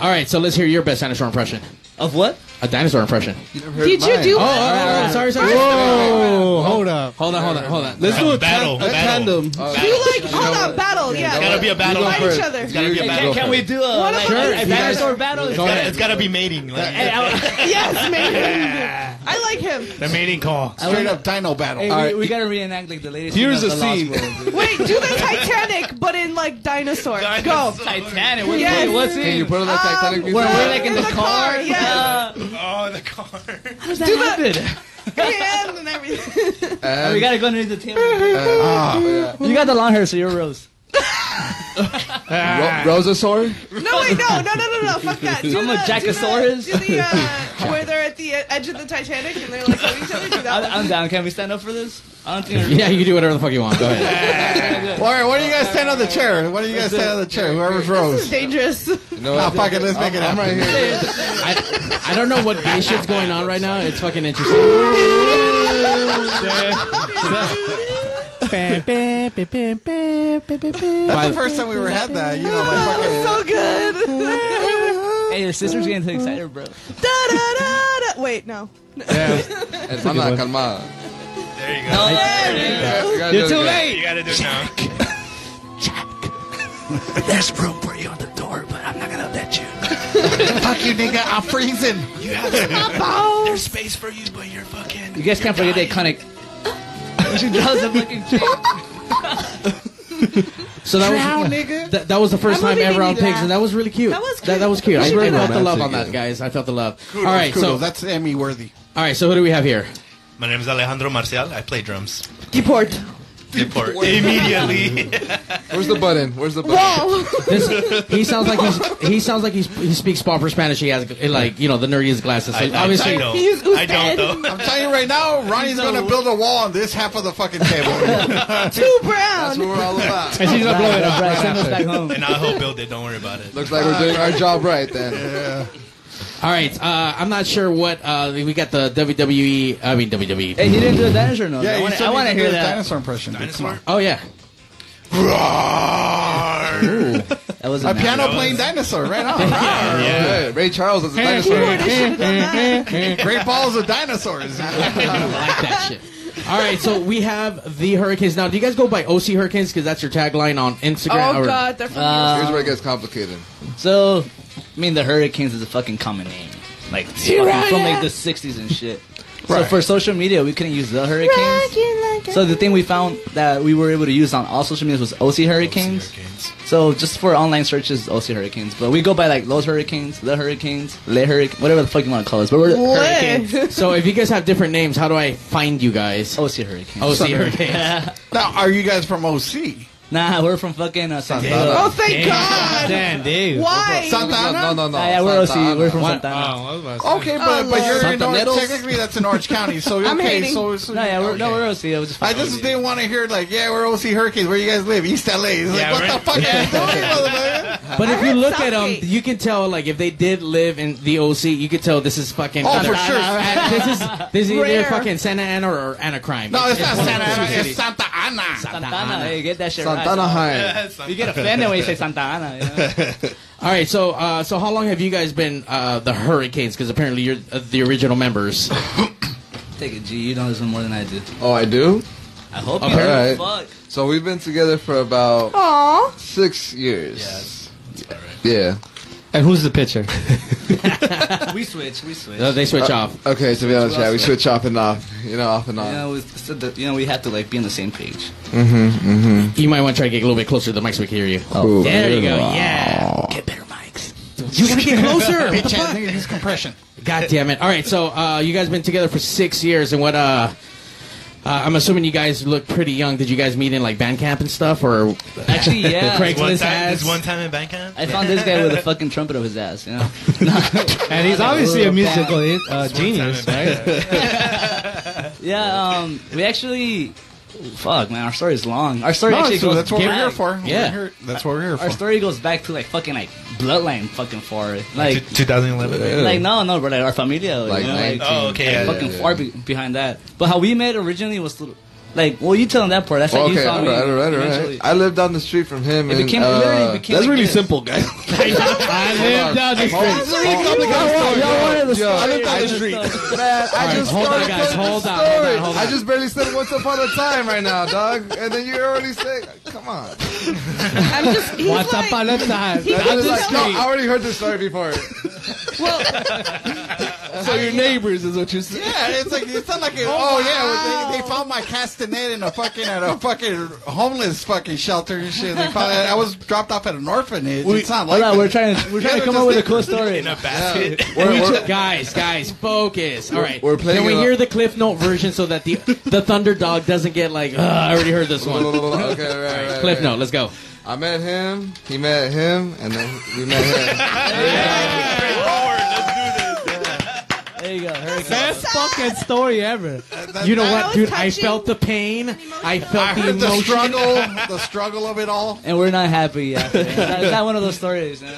Speaker 2: all right, so let's hear your best dinosaur impression.
Speaker 7: Of what?
Speaker 2: A dinosaur impression.
Speaker 12: You never heard
Speaker 4: Did you
Speaker 12: mine.
Speaker 4: do?
Speaker 2: Oh, oh, oh, oh, sorry sorry.
Speaker 1: Whoa! Hold up.
Speaker 2: Hold on hold on hold on.
Speaker 12: Let's
Speaker 9: do a battle.
Speaker 12: ta- a
Speaker 9: battle.
Speaker 12: tandem.
Speaker 9: Battle.
Speaker 4: You like hold on battle? Yeah.
Speaker 9: gotta be a battle.
Speaker 4: Fight
Speaker 9: first.
Speaker 4: each other.
Speaker 9: It's gotta be a battle.
Speaker 12: Go
Speaker 7: Can
Speaker 12: for
Speaker 7: we
Speaker 12: it.
Speaker 7: do a, like,
Speaker 4: about
Speaker 7: a dinosaur battle?
Speaker 2: Go ahead.
Speaker 9: It's gotta be mating. Like,
Speaker 7: Hey, I,
Speaker 4: Yes, man. I like him.
Speaker 9: the mating call.
Speaker 7: I
Speaker 3: Straight
Speaker 7: wanna-
Speaker 3: up dino battle.
Speaker 7: hey, we,
Speaker 3: All right.
Speaker 7: we gotta reenact like the latest.
Speaker 12: Here's
Speaker 7: scene of
Speaker 12: a
Speaker 7: the Lost
Speaker 12: scene.
Speaker 7: World, dude.
Speaker 4: Wait, do the Titanic, but in like dinosaur. Go.
Speaker 9: Dinosaur.
Speaker 7: Titanic. What,
Speaker 4: Yes. Um,
Speaker 7: what, what's
Speaker 12: Can you
Speaker 7: it?
Speaker 12: put on the Titanic music?
Speaker 7: When we're like in, the, car. Uh,
Speaker 4: yeah.
Speaker 9: Oh, the car.
Speaker 7: How's that happen?
Speaker 4: Hands and everything.
Speaker 12: And-
Speaker 7: We gotta go underneath the table.
Speaker 3: Ah,
Speaker 7: You got the long hair, so you're Rose.
Speaker 12: Ro- Rosasaur?
Speaker 4: No, wait, Oh, no, no, no, no, no. Fuck that. Do
Speaker 7: I'm
Speaker 4: the,
Speaker 7: a Jackosaurus.
Speaker 4: Do the, do the uh, where they're at the e- edge of the Titanic and they're like holding each other. Do that.
Speaker 7: I'm,
Speaker 4: one.
Speaker 7: I'm down. Can we stand up for this? I don't think.
Speaker 2: Yeah, you can do whatever the fuck you want. Go ahead.
Speaker 3: All right, what do you guys stand on the chair? What do you guys stand on the chair? Whoever's
Speaker 12: Oh,
Speaker 4: This
Speaker 3: rose.
Speaker 4: is dangerous.
Speaker 12: You know
Speaker 3: Ah,
Speaker 12: what?
Speaker 3: fuck it, let's make it
Speaker 12: I'm
Speaker 3: happen.
Speaker 12: right here.
Speaker 2: I, I don't know what gay shit's going on right now. It's fucking interesting.
Speaker 3: That's the first time we ever had that. You know, like fucking.
Speaker 4: so good.
Speaker 7: Hey, your sister's getting too excited, bro.
Speaker 4: da, da, da, da. Wait, no.
Speaker 12: Hermana, calmada.
Speaker 9: There you go.
Speaker 12: You gotta do it again.
Speaker 9: You gotta do it now.
Speaker 7: There's room for you on the door, but I'm not gonna let you.
Speaker 3: Fuck you, nigga. I'm freezing.
Speaker 4: You have some, there's space for you, but you're fucking.
Speaker 2: You guys can't forget the iconic.
Speaker 7: She does a fucking
Speaker 2: So that
Speaker 7: Drown,
Speaker 2: was
Speaker 7: nigga.
Speaker 2: That, that was the first
Speaker 7: That
Speaker 2: time
Speaker 7: movie
Speaker 2: ever
Speaker 7: made
Speaker 2: on
Speaker 7: me
Speaker 2: Pigs,
Speaker 7: laugh.
Speaker 2: and that was really cute.
Speaker 7: That was
Speaker 2: That,
Speaker 7: cute.
Speaker 2: was cute. I
Speaker 3: It was
Speaker 2: really
Speaker 3: very
Speaker 2: felt the love on
Speaker 3: romantic,
Speaker 2: that, guys. I felt the love.
Speaker 3: Kudos,
Speaker 2: All right, so
Speaker 3: kudos. that's Emmy worthy.
Speaker 2: all right, so who do we have here?
Speaker 4: My name is Alejandro Marcial. I play drums.
Speaker 2: Deport.
Speaker 4: Deport immediately.
Speaker 12: Where's the button? Where's the button?
Speaker 2: This, he sounds like he's, he sounds like he's, he speaks proper Spanish. He has like you know the nerdiest glasses. So
Speaker 4: I- I-
Speaker 2: obviously,
Speaker 4: I don't. He's I don't, Uzbek. though.
Speaker 3: I'm telling you right now, Ronnie's going to build a wall on this half of the fucking table.
Speaker 14: Too brown.
Speaker 12: That's what we're all about.
Speaker 3: And she's gonna blow it up right after.
Speaker 4: And I will build it. Don't worry about it.
Speaker 12: Looks like we're doing our job right then.
Speaker 2: all right. Uh, I'm not sure what uh, we got. The WWE. I mean E. WWE.
Speaker 7: Hey, he didn't do a dinosaur note.
Speaker 2: Yeah,
Speaker 7: I
Speaker 2: you
Speaker 7: wanna-
Speaker 2: still
Speaker 7: I
Speaker 2: need
Speaker 7: want to
Speaker 2: to do
Speaker 7: hear
Speaker 2: a
Speaker 7: that.
Speaker 2: dinosaur
Speaker 3: impression.
Speaker 2: Dinosaur. Oh yeah.
Speaker 7: That was
Speaker 3: a piano playing dinosaur right on.
Speaker 12: Yeah.
Speaker 3: Yeah.
Speaker 12: Ray Charles is a
Speaker 3: Hey,
Speaker 12: dinosaur.
Speaker 3: Lord, I should've done that. Great balls of dinosaurs.
Speaker 2: All right, so we have the Hurricanes now. Do you guys go by OC Hurricanes because that's your tagline on Instagram? or-
Speaker 12: Here's where it gets complicated.
Speaker 7: So, I mean, the Hurricanes is a fucking common name, like it's
Speaker 12: Here
Speaker 7: fucking
Speaker 12: I
Speaker 7: from
Speaker 12: am.
Speaker 7: like the '60s and shit. So
Speaker 12: Right.
Speaker 7: for social media, we couldn't use the Hurricanes. So the thing we found that we were able to use on all social medias was OC Hurricanes. So just for online searches, OC Hurricanes. But we go by like Los Hurricanes, the Hurricanes, Le Hurricane, whatever the fuck you want to call us. But we're
Speaker 2: Le.
Speaker 7: Hurricanes.
Speaker 2: So if you guys have different names, how do I find you guys?
Speaker 7: OC Hurricanes.
Speaker 2: OC Hurricanes.
Speaker 3: now, are you guys from OC?
Speaker 7: Nah, we're from fucking uh, San Diego.
Speaker 3: Oh, thank Damn. God.
Speaker 2: Damn,
Speaker 7: dude. Oh,
Speaker 3: Why? Santa Ana? No,
Speaker 4: Oh,
Speaker 3: no, no.
Speaker 7: yeah, we're
Speaker 3: Santa
Speaker 7: OC. We're
Speaker 3: Ana.
Speaker 7: from
Speaker 3: What?
Speaker 7: Santa Ana.
Speaker 3: Okay, but, but you're in Orange, technically that's in Orange County, so okay,
Speaker 7: I'm hating.
Speaker 3: so, so
Speaker 7: No, yeah, we're- no,
Speaker 3: okay.
Speaker 7: we're OC. I was just
Speaker 3: I just didn't want to hear like, yeah, we're OC Hurricanes. Where you guys live? East LA. It's like,
Speaker 2: Yeah,
Speaker 3: what
Speaker 2: right.
Speaker 3: the fuck are you doing, motherfucker?
Speaker 2: But if you look at them, you can tell like if they did live in the OC, you could tell this is fucking.
Speaker 3: Oh, for sure.
Speaker 2: And this is this is either
Speaker 3: Rare.
Speaker 2: fucking Santa Ana or Ana crime.
Speaker 3: No, it's not
Speaker 2: one of
Speaker 3: Santa
Speaker 2: the two
Speaker 3: Ana. It's
Speaker 2: cities.
Speaker 3: Santa Ana.
Speaker 7: Santa
Speaker 2: Ana.
Speaker 7: Ana. Hey, get that shit
Speaker 2: Santa
Speaker 7: right.
Speaker 2: Ana
Speaker 7: Santa
Speaker 2: High.
Speaker 7: Ana. You get offended when you say Santa Ana. you know?
Speaker 2: All right, so uh, so how long have you guys been uh, the Hurricanes? Because apparently you're uh, the original members.
Speaker 7: Take it, G. You know this one more than I do.
Speaker 12: Oh, I do?
Speaker 7: I hope
Speaker 12: All
Speaker 7: you do.
Speaker 12: right.
Speaker 7: Fuck.
Speaker 12: So we've been together for about
Speaker 14: Aw.
Speaker 12: six years. Yes. Yeah.
Speaker 15: And who's the pitcher?
Speaker 7: we switch. We switch.
Speaker 2: No, they switch
Speaker 12: Uh,
Speaker 2: off.
Speaker 12: Okay, to be honest,
Speaker 7: That's what
Speaker 12: yeah,
Speaker 7: I
Speaker 12: we
Speaker 7: said.
Speaker 12: switch off and off. You know, off and
Speaker 7: You
Speaker 12: on.
Speaker 7: know, we, so the- you know, we have to like be on the same page.
Speaker 12: Mm-hmm. Mm-hmm.
Speaker 2: You might want to try to get a little bit closer to the mic so we can hear you.
Speaker 12: Cool.
Speaker 2: There you go. Yeah. Get better mics. You gotta get closer. What the
Speaker 3: Bitch, I
Speaker 2: fuck?
Speaker 3: think it's compression.
Speaker 2: God damn it. All right, so uh, you guys been together for six years, and what? Uh, uh, I'm assuming you guys look pretty young. Did you guys meet in like band camp and stuff, or
Speaker 7: Actually, yeah.
Speaker 2: Craigslist
Speaker 4: One time,
Speaker 2: ads?
Speaker 4: this one time in Bangkok.
Speaker 7: I found this guy with a fucking trumpet up his ass. You know.
Speaker 15: And he's obviously a musical
Speaker 4: eh,
Speaker 15: uh, genius, right?
Speaker 7: Yeah. Um. We actually. Fuck, man. Our story's long. Our story
Speaker 3: No,
Speaker 7: actually
Speaker 3: so
Speaker 7: goes.
Speaker 3: that's what we're
Speaker 7: back-
Speaker 3: here for. We're
Speaker 7: Yeah.
Speaker 3: here- that's what we're here
Speaker 7: Our
Speaker 3: for.
Speaker 7: story goes back to like fucking like bloodline fucking far. Like
Speaker 4: 2011.
Speaker 7: Like no, no, but like our familia.
Speaker 4: Like
Speaker 7: you know,
Speaker 4: 19. Oh, okay,
Speaker 7: like,
Speaker 4: yeah,
Speaker 7: fucking
Speaker 4: yeah, yeah.
Speaker 7: far be- behind that. But how we met originally was little- like, well, you telling that part. That's like you
Speaker 12: okay,
Speaker 7: saw
Speaker 12: all
Speaker 7: me.
Speaker 12: right, all right, all
Speaker 7: eventually.
Speaker 12: right. I lived down the street from him.
Speaker 7: It
Speaker 12: and,
Speaker 7: became- it
Speaker 12: uh,
Speaker 7: literally became
Speaker 12: That's
Speaker 7: like
Speaker 12: really
Speaker 7: this.
Speaker 12: simple, guys.
Speaker 2: I
Speaker 12: live down the street. Man, I just
Speaker 2: hold on,
Speaker 12: started
Speaker 2: guys,
Speaker 12: telling
Speaker 2: hold
Speaker 12: the
Speaker 2: on, hold on,
Speaker 12: story.
Speaker 2: hold
Speaker 12: I
Speaker 2: on.
Speaker 12: just barely said once upon a time right now, dog. And then you're already saying, come on.
Speaker 14: I'm just. He's
Speaker 15: Once
Speaker 14: like,
Speaker 15: upon a time.
Speaker 14: He-
Speaker 12: That's
Speaker 14: I'm
Speaker 12: just
Speaker 14: just
Speaker 12: like, no,
Speaker 14: saying-
Speaker 12: I already heard this story before.
Speaker 15: so your neighbors is what you're saying.
Speaker 3: Yeah, it's like it's not like a, oh, yeah, they, they found my castanet in a fucking at a fucking homeless fucking shelter and shit. They found I was dropped off at an orphanage.
Speaker 7: We-
Speaker 3: it's not
Speaker 7: hold
Speaker 3: like
Speaker 7: on,
Speaker 3: that.
Speaker 7: we're trying to- we're trying to come up with a cool story.
Speaker 3: In
Speaker 7: a
Speaker 4: basket.
Speaker 2: We took- guys, guys, focus. All right.
Speaker 7: We're playing
Speaker 2: Can we
Speaker 7: a-
Speaker 2: hear the Cliff Note version so that the the Thunderdog doesn't get like, "Ugh, I already heard this one.
Speaker 12: okay, right, right, right.
Speaker 2: Cliff Note, let's go.
Speaker 12: I met him, he met him, and then we met him.
Speaker 7: There you go.
Speaker 15: Best fucking story ever.
Speaker 2: You know what, dude? I felt the pain. I
Speaker 3: I
Speaker 2: felt the
Speaker 3: heard the
Speaker 2: emotion.
Speaker 3: struggle, the struggle of it all.
Speaker 7: And we're not happy. Yet. That's not one of those stories. Man.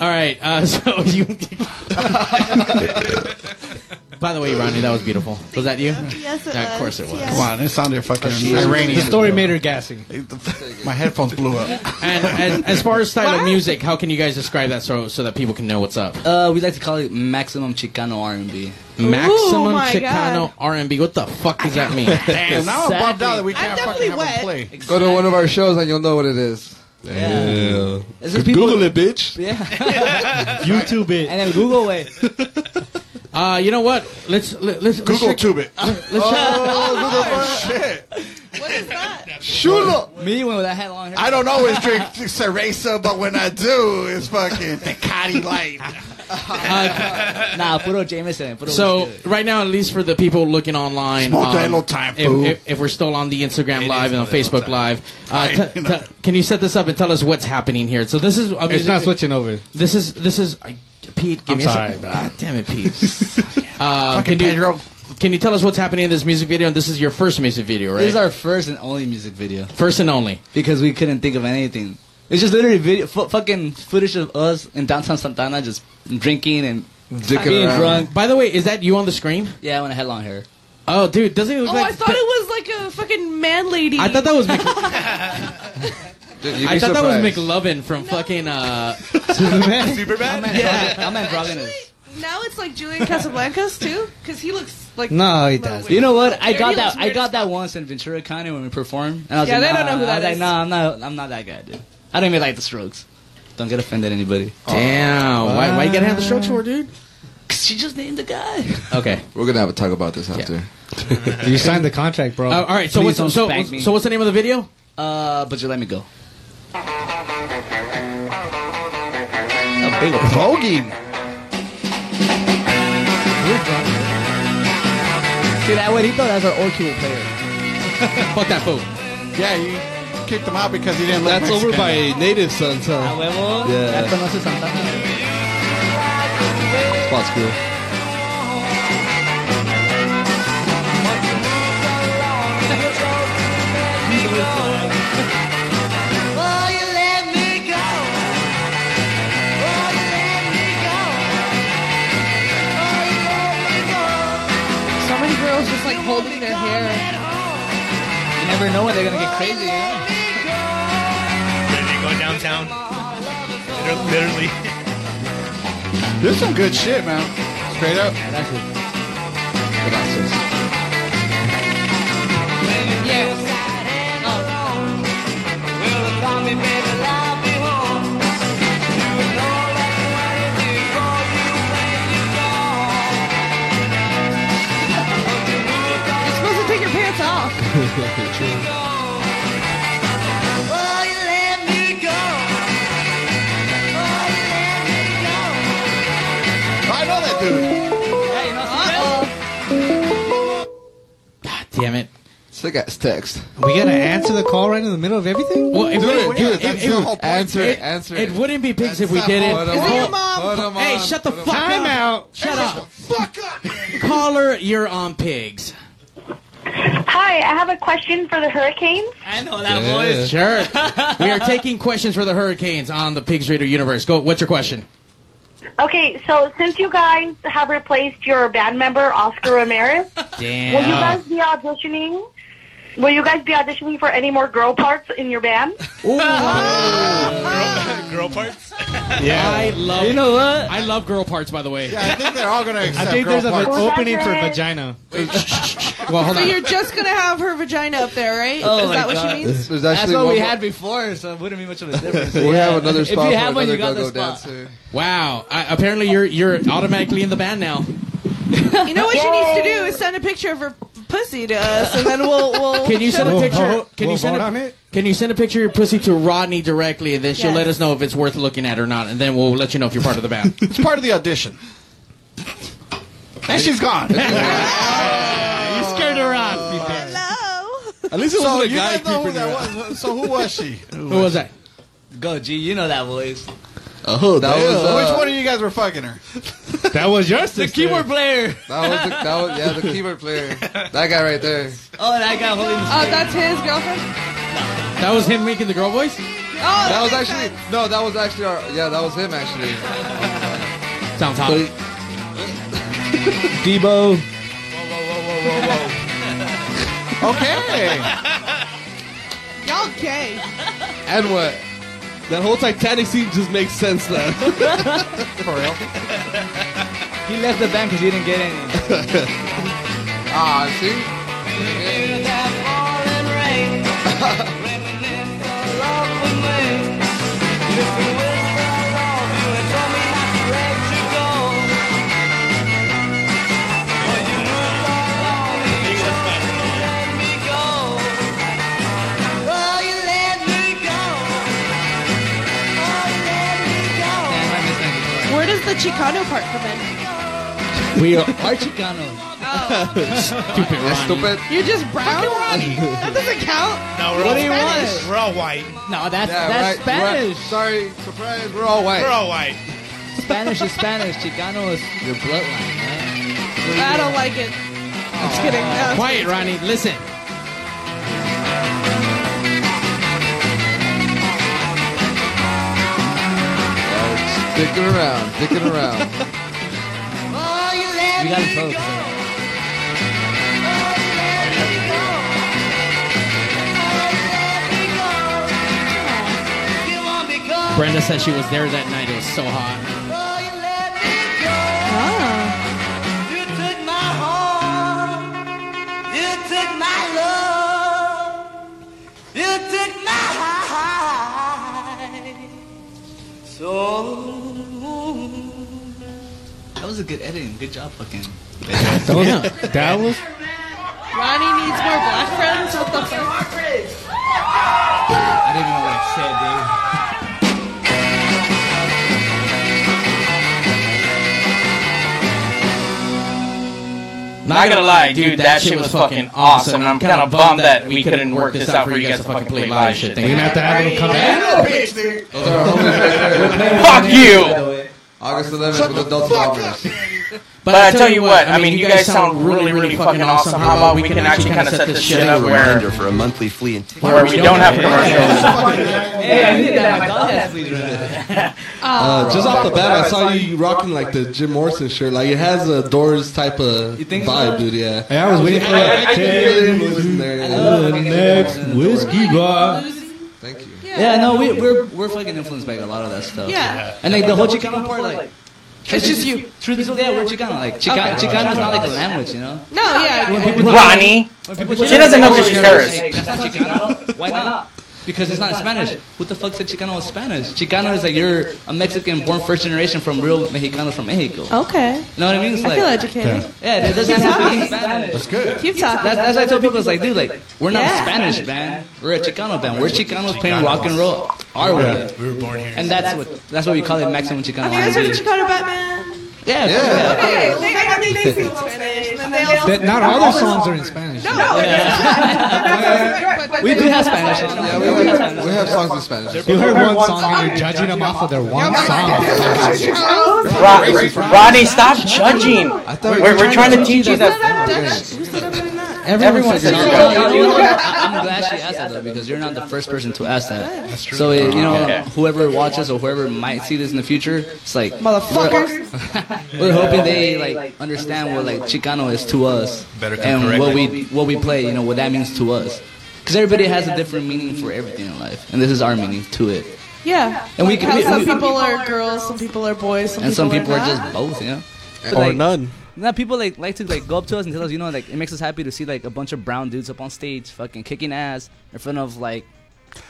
Speaker 2: All right. Uh, so you. By the way, Ronnie, that was beautiful. Was that you?
Speaker 14: Yes, it
Speaker 2: Yeah, of course it was.
Speaker 3: Come on, it sounded fucking
Speaker 15: The
Speaker 3: Iranian.
Speaker 15: story made her gassy.
Speaker 3: My headphones blew up.
Speaker 2: And, and as far as style of music, how can you guys describe that so so that people can know what's up?
Speaker 7: Uh, we like to call it maximum Chicano R and B.
Speaker 2: Maximum
Speaker 14: my
Speaker 2: Chicano R and B. What the fuck does that mean?
Speaker 3: Damn, now I'm bummed out that we
Speaker 14: I'm
Speaker 3: can't
Speaker 14: definitely
Speaker 3: fucking have
Speaker 14: wet.
Speaker 3: them play.
Speaker 12: Go to one of our shows and you'll know what it is.
Speaker 7: Yeah.
Speaker 1: It's
Speaker 2: just
Speaker 1: Google
Speaker 2: people-
Speaker 1: it, bitch.
Speaker 2: Yeah. YouTube it. And then Google it. Uh, you know what? Let's let, let's
Speaker 1: Google
Speaker 2: let's
Speaker 1: tube it.
Speaker 2: Let's
Speaker 1: Oh, Google shit. Shula.
Speaker 7: Me when I had long hair.
Speaker 3: I don't always drink cerveza, but when I do, it's fucking Tecate Light.
Speaker 7: Uh, nah, puro Jameson. Puro
Speaker 2: So right now, at least for the people looking online, um,
Speaker 7: Smoke that little time,
Speaker 2: if,
Speaker 7: fool.
Speaker 2: if, if we're still on the Instagram Live and on Facebook Live, uh,
Speaker 16: Right.
Speaker 2: t- t- can you set this up and tell us what's happening here? So this is I mean,
Speaker 16: it's not switching over.
Speaker 2: This is this is I, Pete. Give
Speaker 16: I'm
Speaker 2: me
Speaker 16: sorry,
Speaker 2: a second.
Speaker 16: bro.
Speaker 2: God damn it, Pete. uh, can you can you tell us what's happening in this music video? And this is your first music video, right?
Speaker 7: This is our first and only music video.
Speaker 2: First and only.
Speaker 7: Because we couldn't think of anything. It's just literally video, f- fucking footage of us in downtown Santana just drinking and being drunk.
Speaker 2: By the way, is that you on the screen?
Speaker 7: Yeah, when I had long hair.
Speaker 2: Oh, dude, doesn't he look
Speaker 4: Oh,
Speaker 2: like?
Speaker 4: I thought it was like a fucking man lady.
Speaker 2: I thought that was Mc-
Speaker 7: you'd
Speaker 2: I
Speaker 7: be
Speaker 2: thought that was
Speaker 7: surprised.
Speaker 2: McLovin from fucking uh, Superman.
Speaker 7: Superman?
Speaker 2: Yeah,
Speaker 7: I'm at Robin.
Speaker 4: now it's like Julian Casablancas too, because he looks like
Speaker 7: You know what? I
Speaker 4: Yeah,
Speaker 7: got
Speaker 4: he
Speaker 7: that.
Speaker 4: looks
Speaker 7: I
Speaker 4: weird
Speaker 7: got that once in Ventura County when we performed. And I was
Speaker 4: Yeah,
Speaker 7: like,
Speaker 4: they
Speaker 7: nah.
Speaker 4: don't know who
Speaker 7: I
Speaker 4: that
Speaker 7: was like,
Speaker 4: is.
Speaker 7: nah, I'm not. I'm not that guy, dude. I don't even like the Strokes. Don't get offended, anybody.
Speaker 16: Oh.
Speaker 2: Damn. Why, why you gotta have the
Speaker 7: Strokes?
Speaker 2: strokes for, dude?
Speaker 7: Cause she just named the guy.
Speaker 2: Okay.
Speaker 12: We're gonna have a talk about this after.
Speaker 16: You signed the contract, bro.
Speaker 2: Uh, all right. So what's so, so what's the name of the video?
Speaker 7: Uh, but you let me go.
Speaker 3: Voguing.
Speaker 7: Dude, Abuelito, that's our Orchid player.
Speaker 2: Fuck that fool.
Speaker 3: Yeah, you kicked him out because he didn't look
Speaker 1: That's over
Speaker 3: Mexican.
Speaker 1: by Native Sons, huh?
Speaker 7: Yeah. conoce Santana.
Speaker 1: Spot's cool.
Speaker 17: Oh, you let me go. Oh, you let me go. Oh, you let me go.
Speaker 4: So many girls just like holding their hair.
Speaker 7: You never know when they're gonna get crazy.
Speaker 14: They go downtown. They're literally.
Speaker 3: There's some good shit, man. Straight up.
Speaker 4: You're supposed to take your pants off.
Speaker 17: Oh, you let me go. Oh, you let me go.
Speaker 3: I know that dude.
Speaker 2: Damn it.
Speaker 12: Still got his text.
Speaker 16: We gotta answer the call right in the middle of everything.
Speaker 2: Well, it
Speaker 16: Do
Speaker 2: wouldn't-
Speaker 16: it, do it,
Speaker 2: it-
Speaker 16: that's
Speaker 2: it-
Speaker 16: the whole point.
Speaker 2: it-
Speaker 16: Answer it,
Speaker 2: it-
Speaker 16: answer
Speaker 2: It
Speaker 16: it.
Speaker 2: wouldn't be pigs if we
Speaker 16: the
Speaker 2: did it.
Speaker 16: whole Is it point. your mom?
Speaker 2: Hold
Speaker 16: Hold 'em
Speaker 2: Hey,
Speaker 16: on,
Speaker 2: shut the
Speaker 16: hold 'em
Speaker 2: fuck
Speaker 16: on.
Speaker 2: up.
Speaker 16: Time out.
Speaker 2: Shut up. Caller, you're on pigs.
Speaker 18: Hi, I have a question for the hurricanes.
Speaker 7: I know
Speaker 2: Sure. we are taking questions for the Hurricanes on the Pigs Radio Universe. Go. What's your question?
Speaker 18: Okay, so since you guys have replaced your band member Oscar Ramirez,
Speaker 2: Damn.
Speaker 18: will you guys be auditioning? Will you guys be auditioning for any more girl parts in your band?
Speaker 14: Girl parts?
Speaker 2: Yeah. I love. You know what? I love girl parts. By the way.
Speaker 3: Yeah, I think they're all gonna
Speaker 16: I
Speaker 3: accept
Speaker 16: think
Speaker 3: girl
Speaker 16: there's an
Speaker 3: parts.
Speaker 16: opening for vagina.
Speaker 2: well, hold
Speaker 4: so
Speaker 2: on.
Speaker 4: you're just gonna have her vagina up there, right?
Speaker 2: Oh
Speaker 4: Is that what she means?
Speaker 12: There's
Speaker 7: That's
Speaker 12: actually
Speaker 7: what
Speaker 12: one
Speaker 7: we
Speaker 12: more-
Speaker 7: had before, so it wouldn't be much of a difference.
Speaker 12: We have another
Speaker 7: If you
Speaker 12: spot
Speaker 7: have
Speaker 12: for
Speaker 7: one, you
Speaker 12: another
Speaker 7: got
Speaker 12: go-go
Speaker 7: the spot.
Speaker 12: dancer.
Speaker 2: Wow. I, apparently, you're you're automatically in the band now.
Speaker 4: You know what she needs to do is send a picture of her pussy to us, and then we'll
Speaker 7: Oh,
Speaker 4: we'll.
Speaker 2: Can you
Speaker 4: show
Speaker 2: send a
Speaker 4: them.
Speaker 2: picture? Can you send a, Can you send a picture of your pussy to Rodney directly, and then she'll
Speaker 4: Yes.
Speaker 2: let us know if it's worth looking at or not, and then we'll let you know if you're part of the band.
Speaker 3: It's part of the audition. And she's gone.
Speaker 2: you scared her off.
Speaker 1: At least it
Speaker 3: so
Speaker 1: wasn't a
Speaker 3: you
Speaker 1: guy
Speaker 3: guys know who
Speaker 1: creeping
Speaker 3: that
Speaker 1: around.
Speaker 3: was. So who was she?
Speaker 2: Who was that?
Speaker 7: Go, G. You know that voice.
Speaker 12: Oh, that was uh,
Speaker 3: Which one of you guys were fucking her?
Speaker 16: That was your
Speaker 7: The keyboard player.
Speaker 12: That was the, that was yeah the keyboard player. That guy right there.
Speaker 7: Oh, that guy holding.
Speaker 4: Oh, that's his girlfriend.
Speaker 2: That was him making the girl voice.
Speaker 4: Oh,
Speaker 12: That,
Speaker 4: that
Speaker 12: was
Speaker 4: makes
Speaker 12: actually
Speaker 4: sense.
Speaker 12: no. That was actually our yeah. That was him actually.
Speaker 2: Sounds hot.
Speaker 7: Debo.
Speaker 3: Okay.
Speaker 4: Y'all gay.
Speaker 12: And what?
Speaker 1: That whole Titanic scene just makes sense now.
Speaker 3: For real.
Speaker 7: He left the band because he didn't get any.
Speaker 12: Ah, see.
Speaker 17: Hear that falling rain. Reminisce the love we made.
Speaker 4: Chicano part come in?
Speaker 14: We are Chicano. Stupid Ronnie.
Speaker 12: Stupid.
Speaker 4: You're just brown? that doesn't count.
Speaker 11: No, we're
Speaker 4: What
Speaker 11: all
Speaker 4: do you want?
Speaker 11: Spanish. We're all white.
Speaker 14: No, that's
Speaker 12: Yeah,
Speaker 14: that's
Speaker 12: right, right.
Speaker 14: Spanish.
Speaker 12: Sorry, surprise. We're all white.
Speaker 11: We're all white.
Speaker 14: Spanish is Spanish. Chicano is your bloodline. Man.
Speaker 4: I don't like it. I'm just kidding. No, it's
Speaker 14: Quiet,
Speaker 4: kidding.
Speaker 14: Ronnie. Listen.
Speaker 12: Sticking around, sticking around.
Speaker 9: Oh, you let
Speaker 12: You gotta
Speaker 9: me
Speaker 12: focus
Speaker 9: go.
Speaker 12: on
Speaker 9: Oh, you let me go. Oh, you let me go. You want me gone.
Speaker 14: Brenda said she was there that night. It was so hot.
Speaker 9: Oh, you let me go.
Speaker 4: Ah.
Speaker 9: You took my heart. You took my love. You took my heart. So.
Speaker 7: That was a good editing. Good job, fucking.
Speaker 14: That was, that was
Speaker 4: Ronnie needs more black friends. What the fuck?
Speaker 19: I didn't know what I
Speaker 2: Not gonna lie, dude, that shit was fucking awesome. I'm kind of bummed that we couldn't work this out for you guys to fucking play live shit.
Speaker 14: We're gonna have to have them come
Speaker 2: Fuck you!
Speaker 12: August 11th with adults and toddlers.
Speaker 2: But I tell you what, I mean, you guys sound really, really fucking awesome. How about we can actually kind of set this shit up where
Speaker 20: for a monthly flea and
Speaker 2: where we don't have commercials?
Speaker 9: Hey, I did that. I thought that.
Speaker 2: Ah.
Speaker 1: Uh, just off the bat, I saw you rocking like the Jim Morrison shirt. Like it has a Doors type of vibe, dude. Yeah.
Speaker 21: Yeah, I was waiting for that.
Speaker 1: Next whiskey bar.
Speaker 7: Yeah, no, we, we're we're fucking influenced by a lot of that stuff.
Speaker 4: Yeah.
Speaker 7: And like the whole Chicano part, like.
Speaker 4: It's just you.
Speaker 7: Truth is, yeah, we're Chicano. Like Chica-
Speaker 4: Okay.
Speaker 7: Chicano is not like a language, you know.
Speaker 4: No, yeah.
Speaker 2: Ronnie, she doesn't know who she's
Speaker 7: Like,
Speaker 2: cursed.
Speaker 7: that's not Chicano. Why not? Because it's not Spanish. What the fuck said Chicano is Spanish? Chicano is like you're a Mexican born first generation from real Mexicanos from Mexico.
Speaker 4: Oh, Okay.
Speaker 7: You know what I mean? It's
Speaker 4: I
Speaker 7: like,
Speaker 4: feel educated.
Speaker 7: Yeah, it doesn't
Speaker 4: Keep
Speaker 7: have to
Speaker 4: talking.
Speaker 7: be Spanish.
Speaker 4: That's good. Keep talking.
Speaker 7: That's, that's why I tell people, it's like, dude, like, we're not
Speaker 4: Yeah.
Speaker 7: Spanish band. We're a Chicano band. We're Chicanos playing rock and roll our way.
Speaker 11: We were born here.
Speaker 7: And that's what that's what we call it, Mexican Chicano.
Speaker 4: You guys heard of
Speaker 7: language.
Speaker 4: Chicano Batman?
Speaker 7: Yeah,
Speaker 4: Okay,
Speaker 7: yeah.
Speaker 4: they, I mean, they sing Spanish. And then they also
Speaker 21: That- not all their songs are in Spanish.
Speaker 4: No, no, yeah.
Speaker 21: We do have
Speaker 7: Spanish.
Speaker 12: Yeah, we, we, have, we have songs in Spanish.
Speaker 21: You heard one song and you're judging them off of their one song.
Speaker 2: Ron- Ronnie, stop judging.
Speaker 21: we
Speaker 2: We're, we're trying to teach you that. Everyone says
Speaker 7: I'm glad she asked that though, because you're not the first person to ask that. That's true. So it, you know,
Speaker 2: Okay.
Speaker 7: whoever watches or whoever might see this in the future, it's like motherfuckers. We're hoping they like understand what like Chicano is to us,
Speaker 20: Better come
Speaker 7: and
Speaker 20: correct
Speaker 7: what
Speaker 20: me.
Speaker 7: we what we play. You know what that means to us, because everybody has a different meaning for everything in life, and this is our meaning to it.
Speaker 4: Yeah.
Speaker 7: And we
Speaker 4: Like
Speaker 7: can-
Speaker 4: how
Speaker 7: we-
Speaker 4: some
Speaker 7: we-
Speaker 4: people are girls, some people are boys, some
Speaker 7: and some people are
Speaker 4: not.
Speaker 7: just both, you know.
Speaker 19: Or none.
Speaker 7: Now people like like to like go up to us and tell us, you know, like it makes us happy to see like a bunch of brown dudes up on stage, fucking kicking ass in front of like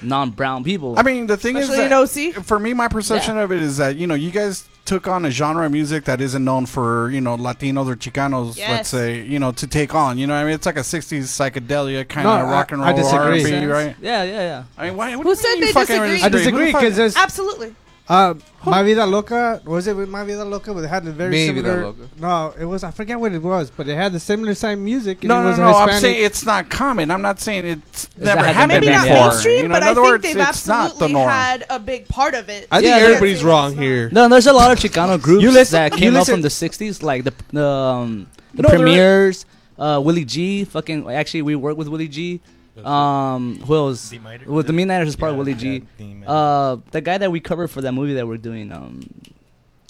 Speaker 7: non-brown people.
Speaker 3: I mean, the thing
Speaker 4: Especially
Speaker 3: is,
Speaker 4: in
Speaker 3: that for me, my perception of it is that you know, you guys took on a genre of music that isn't known for you know Latinos or Chicanos, let's
Speaker 4: Yes.
Speaker 3: say, you know, to take on. You know, what I mean, it's like a '60s psychedelia kind
Speaker 21: No,
Speaker 3: of
Speaker 21: I-
Speaker 3: rock and
Speaker 21: I
Speaker 3: roll
Speaker 21: disagree.
Speaker 3: R&B, right?
Speaker 7: Yeah, yeah, yeah.
Speaker 3: I mean, why? What
Speaker 4: Who
Speaker 3: do
Speaker 4: said
Speaker 3: you mean
Speaker 4: they
Speaker 3: you fucking
Speaker 4: disagree?
Speaker 21: I disagree because there's
Speaker 4: Absolutely.
Speaker 21: Uh, My Vida Loca was it with My Vida Loca? But it had a very
Speaker 3: Mi Vida
Speaker 21: similar.
Speaker 3: Loca.
Speaker 21: No, it was I forget what it was, but it had the similar same music. And
Speaker 3: No,
Speaker 21: it
Speaker 3: no,
Speaker 21: was
Speaker 3: no. I'm
Speaker 21: Hispanic-
Speaker 3: saying it's not common. I'm not saying it's
Speaker 21: that
Speaker 3: never
Speaker 21: hasn't
Speaker 3: happened
Speaker 21: been
Speaker 3: before.
Speaker 21: done.
Speaker 4: Mainstream,
Speaker 3: you know, in
Speaker 4: but I
Speaker 3: other
Speaker 4: think
Speaker 3: words,
Speaker 4: they've
Speaker 3: it's not the
Speaker 4: absolutely
Speaker 3: norm.
Speaker 4: had a big part of it.
Speaker 7: I think Yeah, everybody's
Speaker 1: wrong here.
Speaker 7: No, there's a lot of Chicano groups
Speaker 21: You listen-
Speaker 7: that
Speaker 21: you
Speaker 7: came out
Speaker 21: listen-
Speaker 7: from the '60s, like the the, um, the
Speaker 21: No, there are-
Speaker 7: premiers, uh, Willie G. Fucking actually, we work with Willie G. Um, who else? With the Midnighters is part of Willie G. Uh, the guy that we covered for that movie that we're doing, um,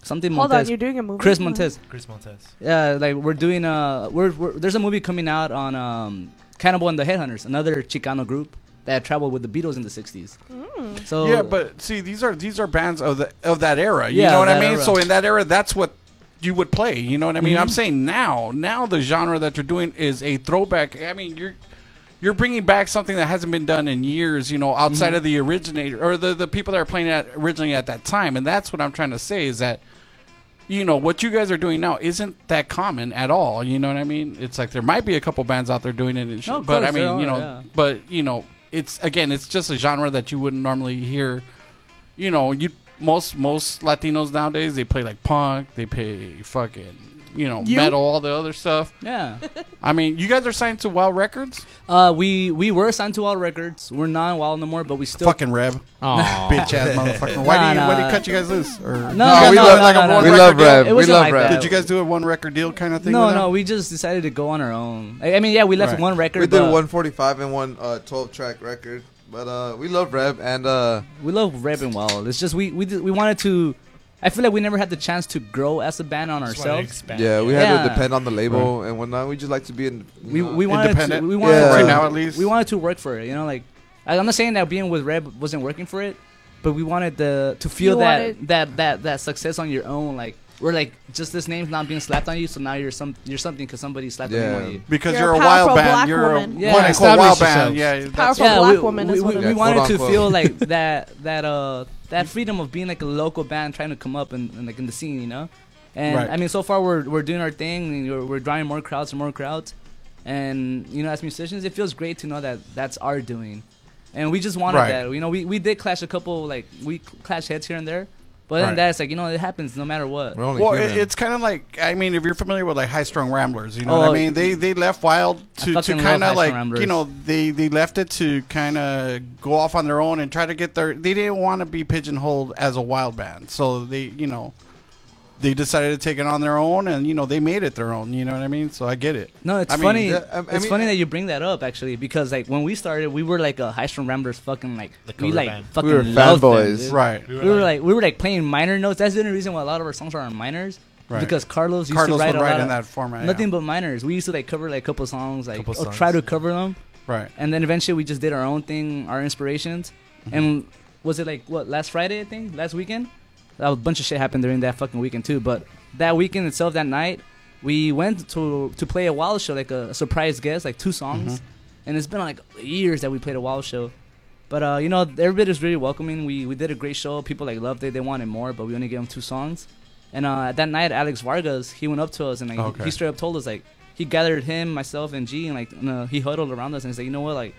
Speaker 7: something.
Speaker 4: Hold on,
Speaker 7: Montez.
Speaker 4: you're doing a movie?
Speaker 7: Chris
Speaker 4: Hold on.
Speaker 7: Montez.
Speaker 11: Chris Montez.
Speaker 7: Yeah, like we're doing uh we're, we're there's a movie coming out on um Cannibal and the Headhunters, another Chicano group that traveled with the Beatles in the 60s.
Speaker 4: Mm-hmm.
Speaker 7: So
Speaker 3: yeah, but see, these are these are bands of the of that era. You
Speaker 7: Yeah,
Speaker 3: know what I
Speaker 7: that
Speaker 3: mean?
Speaker 7: era.
Speaker 3: So in that era, that's what you would play. You know what I mean? I'm
Speaker 7: Mhm.
Speaker 3: saying now, now the genre that you're doing is a throwback. I mean, you're you're bringing back something that hasn't been done in years. You know, outside
Speaker 7: Mhm.
Speaker 3: of the originator or the the people that are playing that originally at that time. And that's what I'm trying to say is that. You know what you guys are doing now isn't that common at all. You know what I mean? It's like there might be a couple bands out there doing it, and shit,
Speaker 7: No, of
Speaker 3: but I
Speaker 7: course there
Speaker 3: mean, you know,
Speaker 7: are, yeah.
Speaker 3: but you know, it's again, it's just a genre that you wouldn't normally hear. You know, you
Speaker 22: most most Latinos nowadays they play like punk, they play fucking you know
Speaker 7: You?
Speaker 22: metal, all the other stuff.
Speaker 7: Yeah.
Speaker 22: I mean, you guys are signed to Wild Records.
Speaker 7: Uh, we we were signed to Wild Records. We're not Wild no more, but we still
Speaker 3: Fucking Rev. Aw. Bitch ass motherfucker. Why do you- why do you cut you guys loose? Or-
Speaker 7: no,
Speaker 3: No,
Speaker 7: no,
Speaker 3: we
Speaker 7: no,
Speaker 3: love-
Speaker 7: no,
Speaker 3: like a
Speaker 7: no,
Speaker 3: one
Speaker 7: no.
Speaker 3: We love record Rev.
Speaker 7: It wasn't
Speaker 3: We love
Speaker 7: like
Speaker 3: Rev.
Speaker 7: that.
Speaker 3: Did you guys do a one record deal kind of thing
Speaker 7: No,
Speaker 3: with
Speaker 7: no,
Speaker 3: them?
Speaker 7: we just decided to go on our own. I I mean, yeah, we left
Speaker 3: Right.
Speaker 7: one record.
Speaker 12: We did
Speaker 7: but-
Speaker 12: 145 and one uh, 12 track record, but uh, we love Rev and uh,
Speaker 7: we love Rev and Wild. It's just we we did- we wanted to. I feel like we never had the chance to grow as a band on
Speaker 12: Just wanted to
Speaker 7: ourselves.
Speaker 12: expand. Yeah, we had to depend on the label and whatnot. We just like to be in.
Speaker 7: We, we wanted to, we wanted to, We wanted to work for it. You know, like I, I'm not saying that being with Rev wasn't working for it, but we wanted the to feel
Speaker 23: You
Speaker 7: that
Speaker 23: wanted-
Speaker 7: that that that success on your own. Like we're like just this name's not being slapped on you, so now you're some you're something because somebody slapped a name
Speaker 3: Yeah.
Speaker 7: on you.
Speaker 3: Because You're you're a a wild powerful band, black you're a woman. Yeah. quote-unquote wild band, yeah, that's- Powerful black
Speaker 7: we,
Speaker 3: woman
Speaker 7: We,
Speaker 3: is
Speaker 7: we,
Speaker 3: what it
Speaker 7: we
Speaker 3: is.
Speaker 7: wanted to
Speaker 3: Quote-unquote.
Speaker 7: feel like that that uh that freedom of being like a local band trying to come up and, and like in the scene, you know. And
Speaker 3: Right.
Speaker 7: I mean, so far we're we're doing our thing. And we're, we're drawing more crowds and more crowds. And you know, as musicians, it feels great to know that that's our doing. And we just wanted
Speaker 3: Right.
Speaker 7: that. You know, we, we did clash a couple like we clash heads here and there. But other
Speaker 3: Right.
Speaker 7: than that, it's like you know, it happens no matter what.
Speaker 3: well, it, it's kind of like I mean, if you're familiar with like High Strung Ramblers, you know what I
Speaker 7: Oh,
Speaker 3: mean. They they left Wild
Speaker 7: I
Speaker 3: to, to
Speaker 7: fucking love
Speaker 3: kind
Speaker 7: High
Speaker 3: of
Speaker 7: Strung
Speaker 3: like you
Speaker 7: Ramblers.
Speaker 3: know they they left it to kind of go off on their own and try to get their. They didn't want to be pigeonholed as a Wild band, so they you know they decided to take it on their own, and you know they made it their own. You know what I mean? So I get it.
Speaker 7: No, it's
Speaker 3: I mean,
Speaker 7: funny.
Speaker 3: yeah, I- I
Speaker 7: it's
Speaker 3: mean-
Speaker 7: funny that you bring that up actually, because like when we started, we were like a high string ramblers, fucking like we
Speaker 3: cover
Speaker 7: like
Speaker 3: band.
Speaker 7: fucking
Speaker 12: We were
Speaker 7: loved them,
Speaker 12: fanboys.
Speaker 7: dude.
Speaker 3: Right.
Speaker 7: We were, like, we were like playing minor notes. That's the only reason why a lot of our songs are on minors.
Speaker 3: Right.
Speaker 7: Because Carlos used
Speaker 3: Carlos
Speaker 7: to write,
Speaker 3: would
Speaker 7: a
Speaker 3: write
Speaker 7: lot
Speaker 3: in
Speaker 7: of-
Speaker 3: that format, yeah.
Speaker 7: Nothing but minors. We used to like cover like a couple songs, like
Speaker 3: Couple
Speaker 7: or try to
Speaker 3: songs.
Speaker 7: cover them.
Speaker 3: Right.
Speaker 7: And then eventually we just did our own thing, our inspirations.
Speaker 3: Mm-hmm.
Speaker 7: And was it like what last Friday? I think last weekend. A bunch of shit happened during that fucking weekend too. But that weekend itself, that night, we went to to play a wild show, like a surprise guest, like two songs.
Speaker 3: Mhm.
Speaker 7: And it's been like years that we played a wild show. But uh, you know, everybody was really welcoming. We we did a great show. People like loved it. They wanted more, but we only gave them two songs. And uh, that night, Alex Vargas he went up to us and like
Speaker 3: Okay.
Speaker 7: he straight up told us like he gathered him, myself, and G, and like you know, he huddled around us and he's like, you know what, like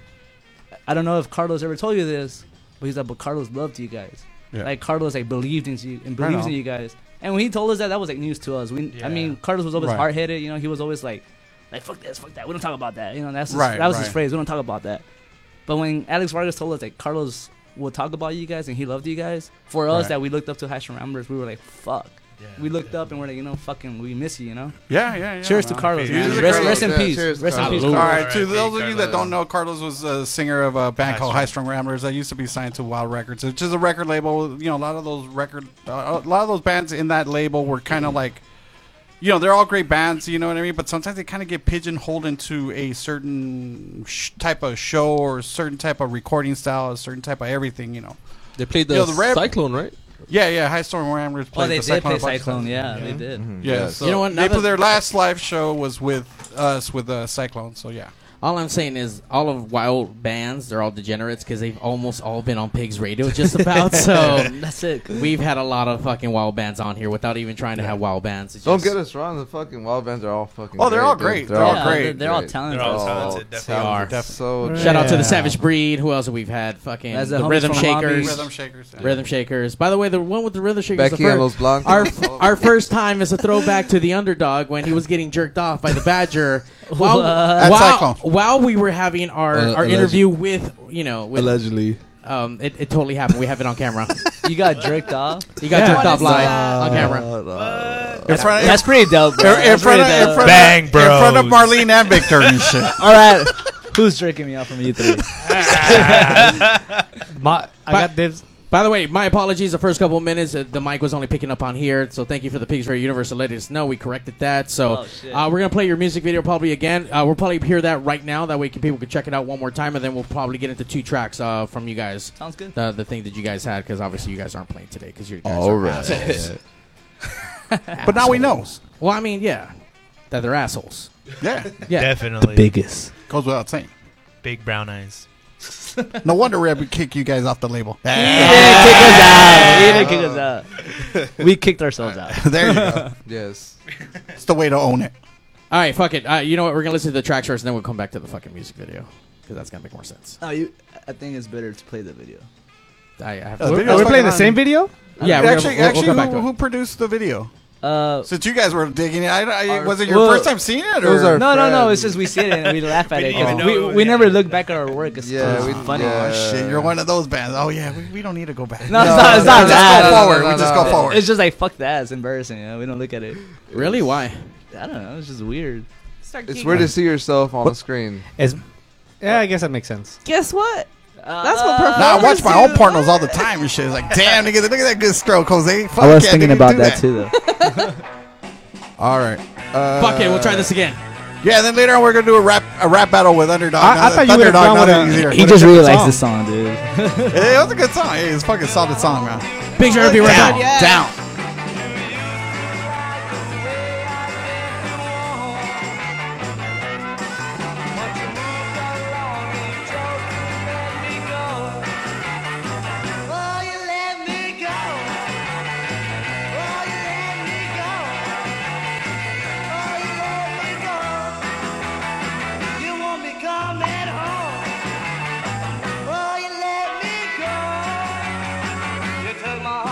Speaker 7: I don't know if Carlos ever told you this, but he's like, but Carlos loved you guys.
Speaker 3: Yeah.
Speaker 7: Like Carlos like believed in you and
Speaker 3: I
Speaker 7: believes
Speaker 3: know.
Speaker 7: in you guys. And when he told us that, that was like news to us. We, I mean, Carlos was always
Speaker 3: Right.
Speaker 7: hard headed. You know, he was always like, like fuck this, fuck that. We don't talk about that. You know, that's his,
Speaker 3: Right,
Speaker 7: that was his
Speaker 3: right.
Speaker 7: phrase. We don't talk about that. But when Alex Vargas told us that Carlos will talk about you guys and he loved you guys, for us
Speaker 3: Right.
Speaker 7: that we looked up to Hash and Ramblers, we were like, fuck. we looked up and we're like, you know, fucking, we miss you, you know.
Speaker 3: Yeah, yeah, yeah.
Speaker 7: Cheers to
Speaker 3: man.
Speaker 7: Carlos. man.
Speaker 3: Cheers to
Speaker 7: Rest,
Speaker 3: Carlos.
Speaker 7: rest in
Speaker 3: Yeah,
Speaker 7: peace.
Speaker 3: cheers to
Speaker 7: rest in
Speaker 3: Carlos.
Speaker 7: peace.
Speaker 3: All
Speaker 7: Carlos.
Speaker 3: right, to those of you that don't know, Carlos was a singer of a band called High Strung Ramblers that used to be signed to Wild Records, which is a record label. You know, a lot of those record, uh, a lot of those bands in that label were kind of like, you know, they're all great bands. You know what I mean? But sometimes they kind of get pigeonholed into a certain sh- type of show or a certain type of recording style, a certain type of everything. You know,
Speaker 1: They played the,
Speaker 3: You know, the rap-
Speaker 1: Cyclone, right?
Speaker 3: yeah, yeah. High Storm Ramblers played
Speaker 7: Oh, they
Speaker 3: the
Speaker 7: did
Speaker 3: Cyclone
Speaker 7: play
Speaker 3: a bunch of
Speaker 7: Cyclone,
Speaker 3: times.
Speaker 7: yeah, they did. Mhm.
Speaker 3: Yeah, so
Speaker 7: Yes.
Speaker 2: Mm-hmm. You know what, now
Speaker 3: they put-
Speaker 2: that-
Speaker 3: their last live show was with us with uh, Cyclone. So yeah,
Speaker 2: All I'm saying is, all of Wild bands, they're all degenerates because they've almost all been on Pigs Radio, just about. So
Speaker 7: That's it.
Speaker 2: We've had a lot of fucking Wild bands on here without even trying to have Wild bands. It's
Speaker 12: Don't
Speaker 2: just-
Speaker 12: get us wrong. The fucking wild bands are all fucking.
Speaker 2: Oh, they're all
Speaker 12: dude.
Speaker 2: great. They're all great.
Speaker 7: They're all talented.
Speaker 12: They're all
Speaker 2: talented,
Speaker 12: talented.
Speaker 2: They are.
Speaker 12: So
Speaker 2: Shout out to
Speaker 12: Yeah.
Speaker 2: the Savage Breed. Who else have we had? Fucking
Speaker 7: That's the
Speaker 2: the
Speaker 7: homies
Speaker 2: Rhythm
Speaker 7: from
Speaker 2: Shakers.
Speaker 7: Hobbies. Rhythm Shakers, yeah.
Speaker 2: Rhythm Shakers. By the way, the one with the Rhythm Shakers.
Speaker 12: Becky
Speaker 2: the
Speaker 12: and Los Blancos.
Speaker 2: Our, our first time is a throwback to the underdog when he was getting jerked off by the Badger while,
Speaker 7: What? At
Speaker 2: while,
Speaker 7: Cyclone.
Speaker 2: while we were having our,
Speaker 1: Uh,
Speaker 2: our
Speaker 1: alleged-
Speaker 2: interview with, you know, with.
Speaker 1: Allegedly.
Speaker 2: Um, it, it totally happened. We have it on camera.
Speaker 7: You got jerked off.
Speaker 2: You got jerked off live on camera.
Speaker 3: In front of-
Speaker 7: That's pretty dope. Bro.
Speaker 3: In- in
Speaker 7: That's
Speaker 3: front of-
Speaker 7: pretty
Speaker 3: in
Speaker 7: dope.
Speaker 3: front of- Bang, in front of bros. Marlene and Victor and shit.
Speaker 7: All right, who's jerking me off from you three?
Speaker 2: My, I by, got this. By the way, my apologies. The first couple of minutes, uh, the mic was only picking up on here, so thank you for the Pigs Radio Universe for letting us know. We corrected that.
Speaker 7: Oh,
Speaker 2: So uh, we're gonna play your music video probably again. Uh, we'll probably hear that right now. That way, can, people can check it out one more time, and then we'll probably get into two tracks uh, from you guys.
Speaker 7: Sounds good.
Speaker 2: The, the thing that you guys had, because obviously you guys aren't playing today because you're guys
Speaker 12: All
Speaker 2: are
Speaker 12: right.
Speaker 2: assholes.
Speaker 3: But now we
Speaker 2: Assholes. Well, I mean, yeah, that they're assholes.
Speaker 3: Yeah,
Speaker 2: yeah,
Speaker 4: Definitely.
Speaker 7: biggest.
Speaker 3: goes without saying.
Speaker 4: Big brown eyes.
Speaker 3: No wonder Red would kick you guys off the label.
Speaker 7: Yeah, kick us out. He didn't kick us out. We kicked ourselves out.
Speaker 3: there you go.
Speaker 12: Yes.
Speaker 3: It's the way to own it.
Speaker 2: All right, fuck it. Uh, you know what? We're gonna listen to the tracks first, and then we'll come back to the fucking music video because that's gonna make more sense.
Speaker 7: No, you, I think it's better to play the video.
Speaker 2: I, I have
Speaker 3: Uh,
Speaker 2: to-
Speaker 3: the video's fucking on.
Speaker 2: Yeah, we're
Speaker 3: actually,
Speaker 2: gonna, we'll,
Speaker 3: actually,
Speaker 2: we'll go back
Speaker 3: who,
Speaker 2: to it.
Speaker 3: who produced the video?
Speaker 7: Uh,
Speaker 3: Since you guys were digging it, I, I, was it your
Speaker 7: Well,
Speaker 3: first time seeing it? Or?
Speaker 7: no, no, no. It's just we see it and we laugh at it.
Speaker 3: didn't even know
Speaker 7: We, we never look back at our work. It's, yeah,
Speaker 3: we-
Speaker 7: funny.
Speaker 3: Oh, shit, you're one of those bands. Oh yeah, we, we don't need to go back.
Speaker 7: No, it's not. It's not
Speaker 3: just
Speaker 7: that.
Speaker 3: go forward.
Speaker 7: No, no,
Speaker 3: we just
Speaker 7: no.
Speaker 3: go forward.
Speaker 7: It's just like fuck that. It's embarrassing. You know? We don't look at it.
Speaker 2: Really? Why?
Speaker 7: I don't know. It's just weird.
Speaker 24: It's weird to see yourself on the screen.
Speaker 25: Is, yeah, I guess that makes sense.
Speaker 26: Guess what? That's
Speaker 7: Uh,
Speaker 26: what
Speaker 4: Uh,
Speaker 26: performers
Speaker 3: Nah, I watch my
Speaker 26: do.
Speaker 3: own pornos all the time and shit. It's like, damn, nigga, look at that good stroke, Jose. Fuck
Speaker 7: I was
Speaker 3: yeah,
Speaker 7: thinking
Speaker 3: nigga,
Speaker 7: about
Speaker 3: do
Speaker 7: that, too, though.
Speaker 3: All right. Uh,
Speaker 2: Fuck it, we'll try this again.
Speaker 3: Yeah, then later on we're gonna do a rap a rap battle with Underdog.
Speaker 2: I-
Speaker 3: Now
Speaker 2: I
Speaker 3: that
Speaker 2: thought you would've
Speaker 3: Thunderdog,
Speaker 2: gone
Speaker 3: now
Speaker 2: with
Speaker 3: that
Speaker 2: a-
Speaker 3: he's here.
Speaker 7: He
Speaker 3: But
Speaker 7: just
Speaker 3: it's a good
Speaker 7: really likes
Speaker 3: song.
Speaker 7: this song, dude.
Speaker 3: Hey, it was a good song. Hey, it's a fucking solid song, man.
Speaker 2: Big Jerry, be right
Speaker 3: down,
Speaker 2: back. Yeah.
Speaker 3: down.
Speaker 4: Oh, Oh, Oh, Oh, Oh, Oh, Oh, Oh, Oh, Oh,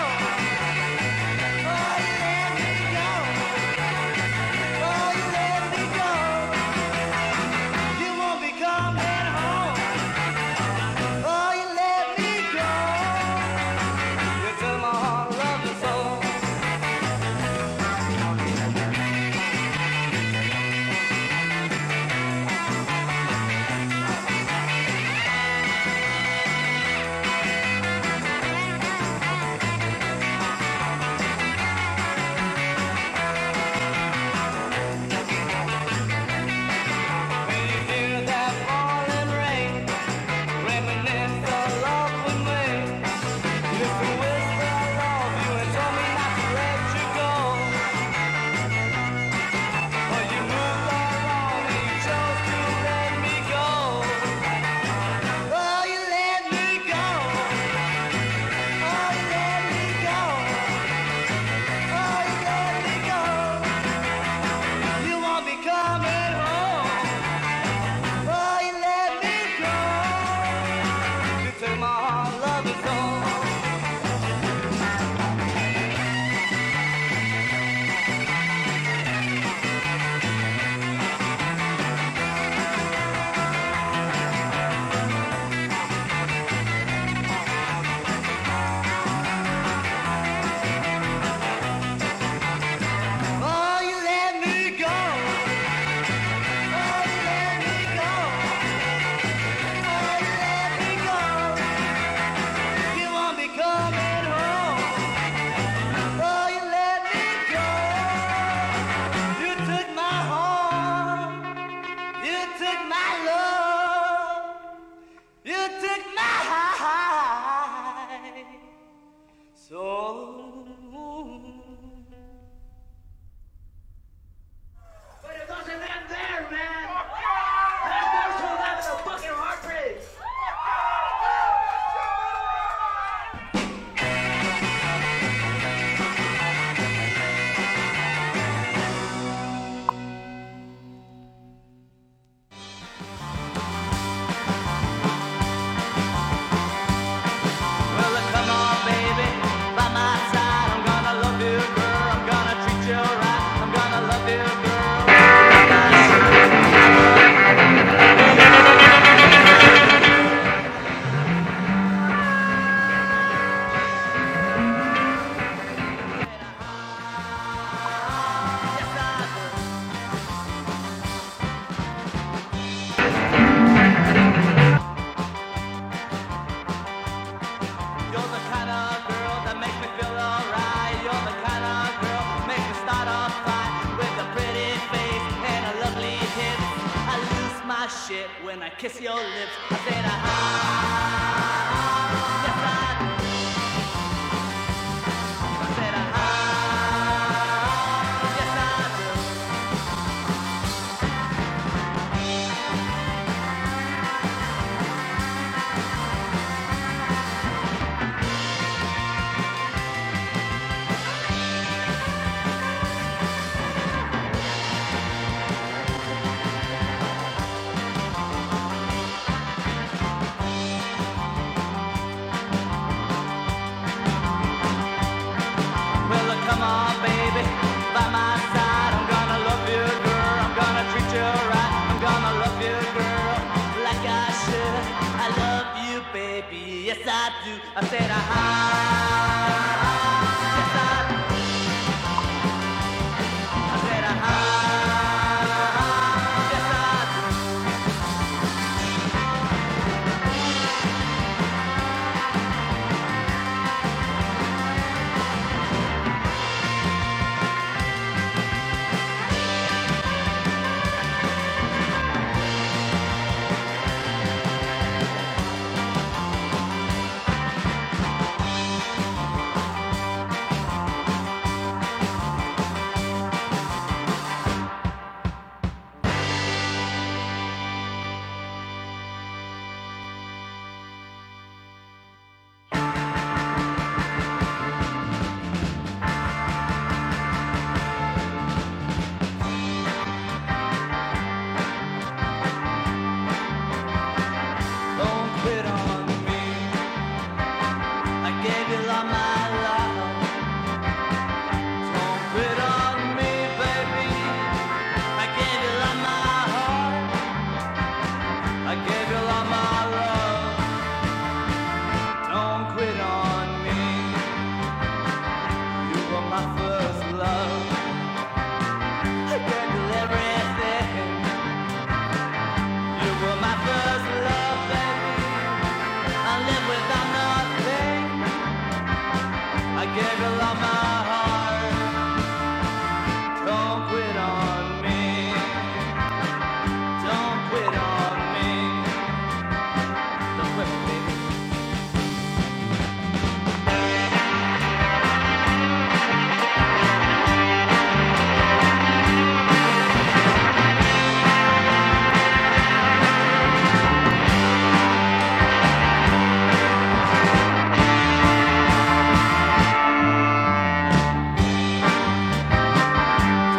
Speaker 4: Oh, When I kiss your lips, I said, ah, yes, I do. baby, yes I do. I said ah, yes I do. I said ah, yes I do. Don't quit on me. I gave you all my love. Don't quit on me, baby. I gave you all my heart. I gave you all my love. Don't quit on me. You were my first love. I gave you everything. You were my first love, baby. I live without nothing. I gave you all my heart. Don't quit on me. Don't quit on me. Don't quit, baby.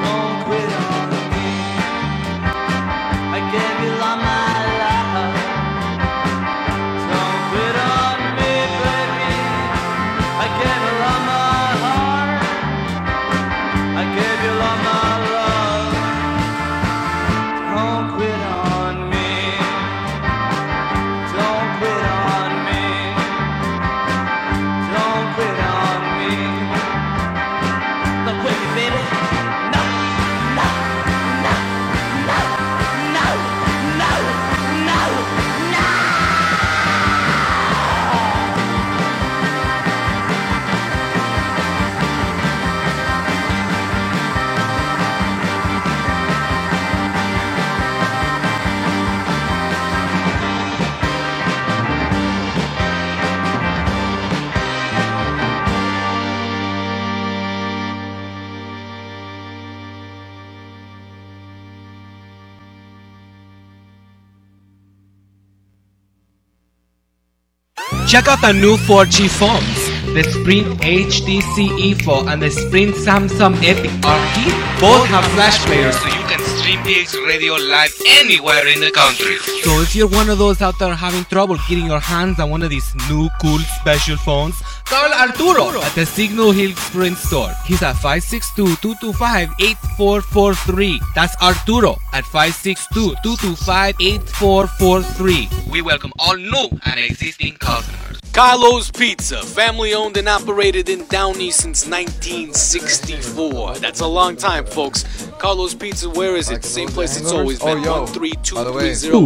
Speaker 4: Don't quit on me. I gave you all my love. Don't quit on me, baby. I gave you all my heart. I gave you all my love. Don't quit on me. Don't quit on me. Don't quit on me. Don't quit me, baby. No, no, no, no, no, no, no, no.
Speaker 11: Check out the new 4G phones. The Sprint HTC E4 E and the Sprint Samsung Epic RT both have flash players so you can stream DX Radio live anywhere in the country. So if you're one of those out there having trouble getting your hands on one of these new cool special phones, call Arturo at the Signal Hill Sprint store. He's at 562-225-8443. That's Arturo at 562-225-8443. We welcome all new and existing customers.
Speaker 9: Carlos Pizza, family owned and operated in Downey since 1964. That's a long time, folks. Carlos Pizza, where is it? Same place it's always
Speaker 27: Oh,
Speaker 9: been.
Speaker 27: yo. By the
Speaker 9: 13230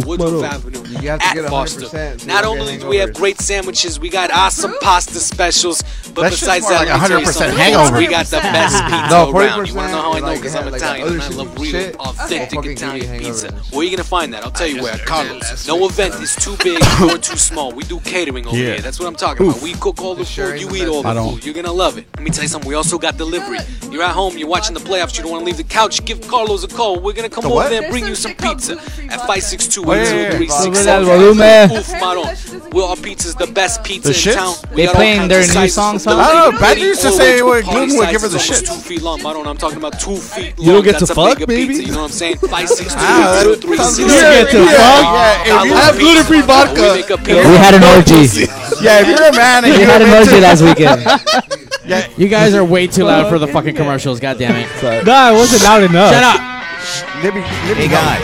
Speaker 27: way.
Speaker 9: Woodruff
Speaker 27: Ooh,
Speaker 9: Avenue
Speaker 27: You have to
Speaker 9: at
Speaker 27: get 100% so you
Speaker 9: Foster.
Speaker 27: don't
Speaker 9: Not
Speaker 27: get
Speaker 9: only do we have great sandwiches, we got awesome pasta specials. But
Speaker 27: That shit's
Speaker 9: besides
Speaker 27: more
Speaker 9: that,
Speaker 27: like
Speaker 9: let me tell you
Speaker 27: 100%
Speaker 9: something.
Speaker 27: hangover.
Speaker 9: we got the best pizza
Speaker 27: No,
Speaker 9: around. You
Speaker 27: 40%
Speaker 9: want to know how I know?
Speaker 27: like,
Speaker 9: Because
Speaker 27: had
Speaker 9: I'm
Speaker 27: like
Speaker 9: Italian
Speaker 27: other
Speaker 9: and I
Speaker 27: shit
Speaker 9: love
Speaker 27: and
Speaker 9: real,
Speaker 27: shit.
Speaker 9: authentic Italian pizza.
Speaker 27: hangovers.
Speaker 9: Where are you going to find that? I'll tell you where. Carlos, no event is too big or too small. We do catering over
Speaker 27: Yeah.
Speaker 9: here. That's what I'm talking about.
Speaker 27: Oof.
Speaker 9: We cook all the food, you eat all
Speaker 27: I
Speaker 9: the
Speaker 27: don't-
Speaker 9: food. You're gonna love it. Let me tell you something. We also got delivery. You're at home. You're watching the playoffs. You don't want to leave the couch. Give Carlos a call. We're gonna come
Speaker 3: The
Speaker 9: over
Speaker 3: what?
Speaker 9: there and bring you some pizza at five six two
Speaker 3: Oh,
Speaker 9: eight
Speaker 3: yeah,
Speaker 9: zero
Speaker 3: yeah,
Speaker 9: three
Speaker 3: yeah.
Speaker 9: six
Speaker 3: Sube el
Speaker 9: seven.
Speaker 3: volumen.
Speaker 9: Oof, Maron. Well, our pizza's the best pizza
Speaker 3: The
Speaker 9: in
Speaker 3: shits?
Speaker 9: town.
Speaker 3: They
Speaker 9: got all
Speaker 3: playing
Speaker 9: kinds
Speaker 3: their
Speaker 9: of
Speaker 3: new
Speaker 9: sizes,
Speaker 3: song,
Speaker 9: from
Speaker 3: son? I don't know,
Speaker 9: little
Speaker 3: Pat
Speaker 9: bitty
Speaker 3: used to
Speaker 9: all the
Speaker 3: say
Speaker 9: way
Speaker 3: what
Speaker 9: party
Speaker 3: Gluten would give her the
Speaker 9: sizes,
Speaker 3: shits.
Speaker 9: almost Two feet long, Maron. I'm talking about two feet long.
Speaker 3: You don't get
Speaker 9: That's
Speaker 3: to
Speaker 9: a bigger
Speaker 3: fuck,
Speaker 9: pizza,
Speaker 3: baby?
Speaker 9: You know what I'm saying? Five six two
Speaker 3: Ah,
Speaker 9: eight zero three
Speaker 3: sounds
Speaker 9: six.
Speaker 3: good. You don't get to fuck. Yeah, if you- I have gluten-free vodka.
Speaker 9: We
Speaker 3: had an orgy.
Speaker 2: Yeah, if you're a man
Speaker 3: and We you're had an into- orgy last
Speaker 2: weekend. yeah, you guys are way too loud for the fucking commercials. God damn it!
Speaker 3: No, it wasn't loud enough.
Speaker 2: Shut up!
Speaker 3: Libby,
Speaker 14: Hey
Speaker 3: Libby
Speaker 14: guys,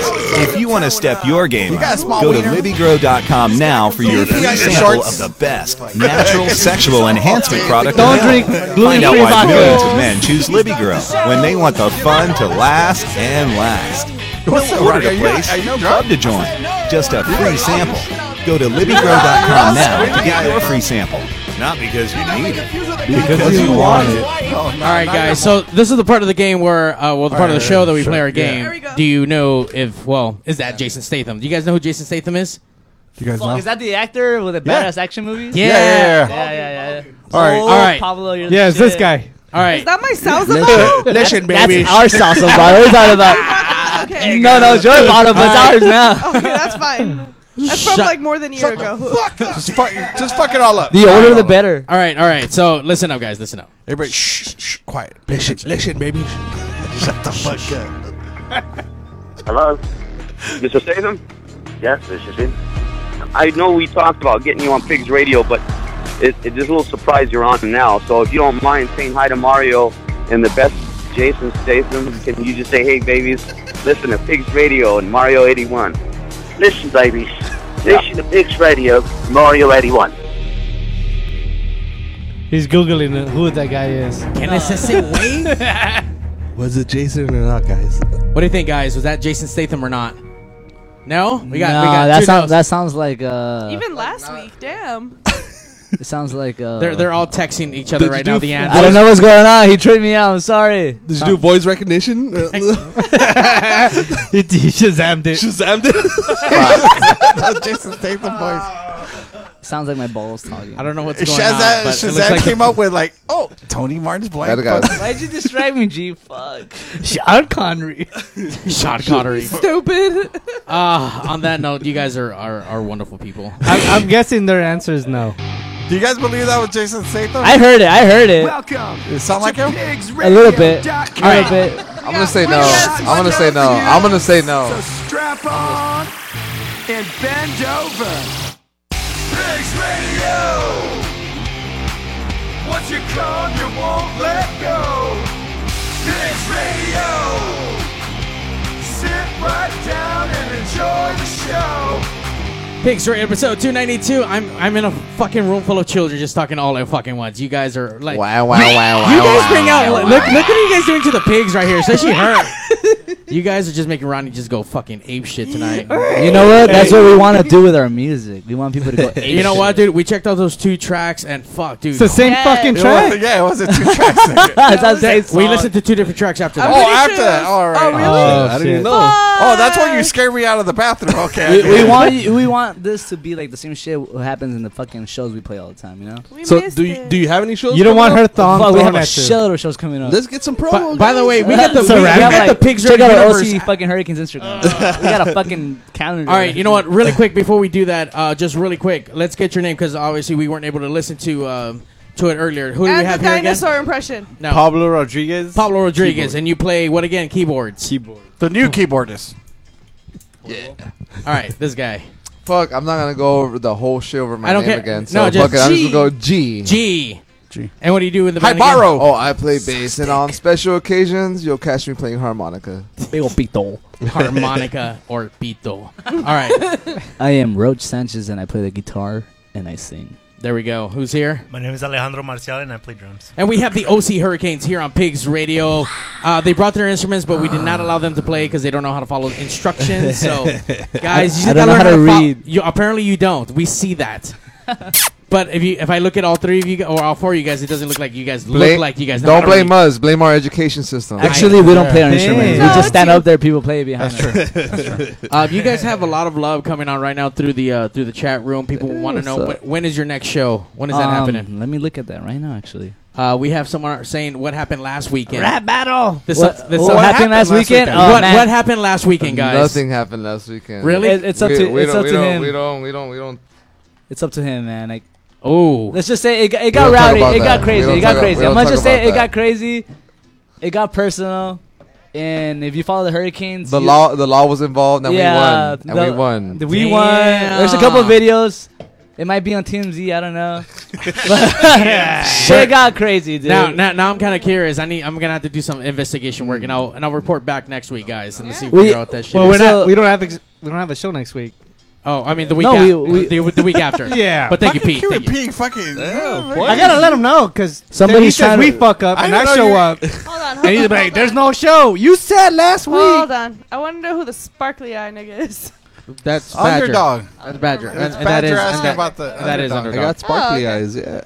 Speaker 14: if you want to step your game
Speaker 3: You got a
Speaker 14: up,
Speaker 3: small
Speaker 14: go to
Speaker 3: wiener?
Speaker 14: LibbyGrow.com now for your
Speaker 3: You
Speaker 14: free
Speaker 3: got your
Speaker 14: sample
Speaker 3: shorts?
Speaker 14: of the best natural sexual enhancement product
Speaker 3: Don't
Speaker 14: available.
Speaker 3: drink
Speaker 14: Find out
Speaker 3: gluten-free
Speaker 14: why
Speaker 3: vodka.
Speaker 14: millions of men choose Libby Grow when they want the fun to last and last.
Speaker 3: What's
Speaker 14: No
Speaker 3: up,
Speaker 14: order
Speaker 3: Rocky? Are
Speaker 14: to
Speaker 3: you-
Speaker 14: place,
Speaker 3: are you
Speaker 14: no club to join, just a free sample. Go to LibbyGrow.com now to get your free sample. Not because you need it, because you want it.
Speaker 2: All right, guys. So this is the part of the game where, uh, well, the part of the show that we play our game. Do you know if, well, is that Jason Statham? Do you guys know who Jason Statham is?
Speaker 3: You guys
Speaker 7: Is that the actor with the
Speaker 2: Yeah.
Speaker 7: badass action movies?
Speaker 2: Yeah, yeah, yeah.
Speaker 7: yeah, yeah, yeah.
Speaker 2: All right,
Speaker 7: Oh,
Speaker 2: all right.
Speaker 7: Pablo, you're
Speaker 2: Yeah,
Speaker 7: the
Speaker 2: it's this
Speaker 7: shit.
Speaker 2: guy. All right.
Speaker 4: Is that my salsa
Speaker 7: Listen-
Speaker 4: bowl?
Speaker 7: listen, That's- baby. that's our salsa bar. What are you talking about?
Speaker 4: okay.
Speaker 7: No, no, it's your bottom, but it's
Speaker 4: All
Speaker 7: ours now.
Speaker 4: Okay, that's fine. That's from
Speaker 2: Shut-
Speaker 4: like more than a year ago.
Speaker 3: Just fuck, just fuck it all up.
Speaker 2: the better. All right, all right. So listen up, guys. Listen up.
Speaker 3: Everybody, shh, shh, shh, quiet. Listen, listen, baby. Shut the fuck up.
Speaker 17: Hello? Mr. Statham? Yes, this is him. I know we talked about getting you on Pigs Radio, but it, it is a little surprise you're on now. So if you don't mind saying hi to Mario and the best Jason Statham, can you just say, hey, babies, listen to Pigs Radio and Mario 81? Listen, babies, listen to Pigs Radio, Mario 81.
Speaker 7: He's googling who that guy is.
Speaker 2: Can I say
Speaker 1: Was it Jason or not, guys?
Speaker 2: What do you think, guys? Was that Jason Statham or not? No, we got. we
Speaker 7: No,
Speaker 2: got
Speaker 7: that
Speaker 2: two
Speaker 7: sounds
Speaker 2: no's.
Speaker 7: that sounds like uh.
Speaker 4: Even last week, damn.
Speaker 7: it sounds like uh.
Speaker 2: They're they're all texting each other right now. The answer.
Speaker 7: I don't know what's going on. He tricked me out. I'm sorry.
Speaker 1: Did you do voice recognition?
Speaker 7: he shazammed it.
Speaker 1: Shazammed it.
Speaker 3: Jason Statham voice.
Speaker 7: Sounds like my balls talking.
Speaker 2: I don't know what's
Speaker 3: Shazam, Shazam came up with like, oh, Tony Martin's blank.
Speaker 7: That guy.
Speaker 3: Why'd you describe me, G? Fuck.
Speaker 7: Sean Connery.
Speaker 2: Sean Connery.
Speaker 4: Stupid.
Speaker 2: Ah, on that note, you guys are are, are wonderful people.
Speaker 7: I'm, I'm guessing their answer is no.
Speaker 3: Do you guys believe that was Jason Statham?
Speaker 7: I heard it. I heard it.
Speaker 3: It sound like him?
Speaker 7: A little bit. A little bit.
Speaker 12: I'm gonna say no. I'm gonna say no. I'm gonna say no.
Speaker 28: Strap on and bend over. Pigs Radio. What you call, you won't let go. Pigs Radio. Sit right down and enjoy the show.
Speaker 2: Pigs Story episode 292. I'm I'm in a fucking room full of children just talking all at fucking once. You guys are like
Speaker 12: Wow, wow, wow,
Speaker 2: You
Speaker 12: wow,
Speaker 2: guys bring
Speaker 12: wow,
Speaker 2: out
Speaker 12: wow.
Speaker 2: look look what are you guys doing to the pigs right here, especially her. you guys are just making Ronnie just go fucking ape shit tonight.
Speaker 7: You know what? That's what we want to do with our music. We want people to go.
Speaker 2: You know what, dude? We checked out those two tracks and fuck, dude.
Speaker 7: It's the same Yeah. fucking It track. was-
Speaker 3: yeah, it was a
Speaker 2: two tracks. we listened to two different tracks after that.
Speaker 3: oh, after that. All right.
Speaker 2: Oh, really? Oh,
Speaker 3: I didn't
Speaker 2: shit.
Speaker 3: know. Oh, that's why you scared me out of the bathroom. Okay.
Speaker 7: we, we want you- we want this to be like the same shit what happens in the fucking shows we play all the time. You know.
Speaker 1: so do you, do you have any shows?
Speaker 7: You don't
Speaker 1: coming
Speaker 7: want her
Speaker 1: up?
Speaker 7: thong Fuck, we thrown have a at you. shitload of shows coming up.
Speaker 1: Let's get some promo.
Speaker 2: By- by the
Speaker 1: guys.
Speaker 2: way, we got the- So we- we rad. got the Pigs
Speaker 7: Check
Speaker 2: Are
Speaker 7: out our
Speaker 2: Universe
Speaker 7: OC fucking Hurricanes Instagram. we got a fucking calendar.
Speaker 2: All right, you know what? Really quick before we do that, uh, just really quick, let's get your name because obviously we weren't able to listen to um, to it earlier. Who do we
Speaker 4: and
Speaker 2: have
Speaker 4: the
Speaker 2: here again?
Speaker 4: dinosaur impression.
Speaker 2: No. Pablo Rodriguez. Pablo Rodriguez, and you play what again? Keyboards. Keyboard.
Speaker 3: The new keyboardist.
Speaker 2: All right, this guy.
Speaker 12: Fuck, I'm not gonna go over the whole shit over my
Speaker 2: I don't
Speaker 12: name
Speaker 2: care.
Speaker 12: again. So
Speaker 2: No, just
Speaker 12: fuck it, I'm just gonna go G.
Speaker 2: G. G. G. And what do you do in the band? Again?
Speaker 12: Oh, I play bass, and on special occasions, you'll catch me playing harmonica.
Speaker 2: Big old pito. Harmonica or pito. All right,
Speaker 7: I am Roach Sanchez and I play the guitar and I sing.
Speaker 2: there we go. Who's here?
Speaker 29: My name is Alejandro Marcial and I play drums.
Speaker 2: And we have the OC Hurricanes here on Pigs Radio. Uh, they brought their instruments, but we did not allow them to play because they don't know how to follow instructions. So, guys, you
Speaker 7: I
Speaker 2: just
Speaker 7: don't
Speaker 2: gotta
Speaker 7: know
Speaker 2: learn
Speaker 7: how to
Speaker 2: fol-
Speaker 7: read.
Speaker 2: you, apparently, you don't. We see that. but if you if I look at all three of you gu- or all four of you guys, it doesn't look like you guys look like you guys. know how
Speaker 12: Don't
Speaker 2: to
Speaker 12: blame
Speaker 2: read.
Speaker 12: us. Blame our education system.
Speaker 7: Actually, we don't play our instruments. We just stand up there. People play behind.
Speaker 12: That's
Speaker 7: us.
Speaker 12: true. That's true.
Speaker 2: Uh, you guys have a lot of love coming on right now through the uh, through the chat room. People want to
Speaker 7: what's
Speaker 2: know
Speaker 7: up?
Speaker 2: wh- when is your next show? When is
Speaker 7: uh,
Speaker 2: that
Speaker 7: Um,
Speaker 2: happening?
Speaker 7: Let me look at that right now. Actually.
Speaker 2: Uh, we have someone saying what happened last weekend.
Speaker 7: Rap battle.
Speaker 2: This,
Speaker 7: What-
Speaker 2: this-
Speaker 7: what happened last weekend? Oh,
Speaker 2: what,
Speaker 7: man.
Speaker 2: what happened last weekend, guys?
Speaker 12: Nothing happened last weekend.
Speaker 2: Really?
Speaker 7: It- it's up
Speaker 12: We-
Speaker 7: to
Speaker 12: we
Speaker 7: it's
Speaker 12: don't-
Speaker 7: up
Speaker 12: we
Speaker 7: to
Speaker 12: don't-
Speaker 7: him.
Speaker 12: We don't. We don't. We don't.
Speaker 7: It's up to him, man. Like,
Speaker 2: oh,
Speaker 7: let's just say it, got- it
Speaker 12: don't talk
Speaker 7: got rowdy.
Speaker 12: about
Speaker 7: It
Speaker 12: that.
Speaker 7: got
Speaker 12: We
Speaker 7: crazy.
Speaker 12: don't
Speaker 7: It got
Speaker 12: talk- we
Speaker 7: crazy.
Speaker 12: don't
Speaker 7: I'm gonna
Speaker 12: talk
Speaker 7: just say
Speaker 12: about
Speaker 7: it
Speaker 12: that.
Speaker 7: got crazy. It got personal. And if you follow the Hurricanes,
Speaker 12: The
Speaker 7: you-
Speaker 12: law. The law was involved, and
Speaker 7: Yeah,
Speaker 12: we won. And
Speaker 7: the-
Speaker 12: we won.
Speaker 7: we won. There's a couple of videos. It might be on TMZ. I don't know.
Speaker 2: But-
Speaker 7: Shit got crazy, dude.
Speaker 2: Now, now, now I'm kind of curious. I need. I'm gonna have to do some investigation work, and I'll and I'll report back next week, guys, and see if we figure out that shit.
Speaker 30: Well, we're
Speaker 2: is.
Speaker 30: not, we don't have ex- we don't have a show next week.
Speaker 2: Oh, I mean the week.
Speaker 30: No,
Speaker 2: after,
Speaker 30: we-
Speaker 2: the, the week after.
Speaker 30: Yeah.
Speaker 2: But thank you,
Speaker 30: Fucking
Speaker 2: Pete. Thank you.
Speaker 3: fucking.
Speaker 30: I gotta let him know because
Speaker 7: Somebody's
Speaker 30: somebody says
Speaker 7: trying
Speaker 30: we
Speaker 7: to-
Speaker 30: fuck up
Speaker 7: I
Speaker 30: and
Speaker 7: don't
Speaker 30: I,
Speaker 7: know,
Speaker 30: show
Speaker 7: you're-
Speaker 30: up. and he's like, "There's no show. You said last week."
Speaker 4: Hold on. I want to know who the sparkly eye nigga is.
Speaker 2: That's Badger.
Speaker 3: Underdog.
Speaker 2: That's Badger.
Speaker 3: It's
Speaker 2: and, and that
Speaker 3: Badger
Speaker 2: is,
Speaker 3: asking
Speaker 2: and that,
Speaker 3: about the
Speaker 2: and that is
Speaker 12: underdog.
Speaker 2: underdog.
Speaker 12: I got sparkly
Speaker 4: Oh, okay.
Speaker 12: eyes. Yeah.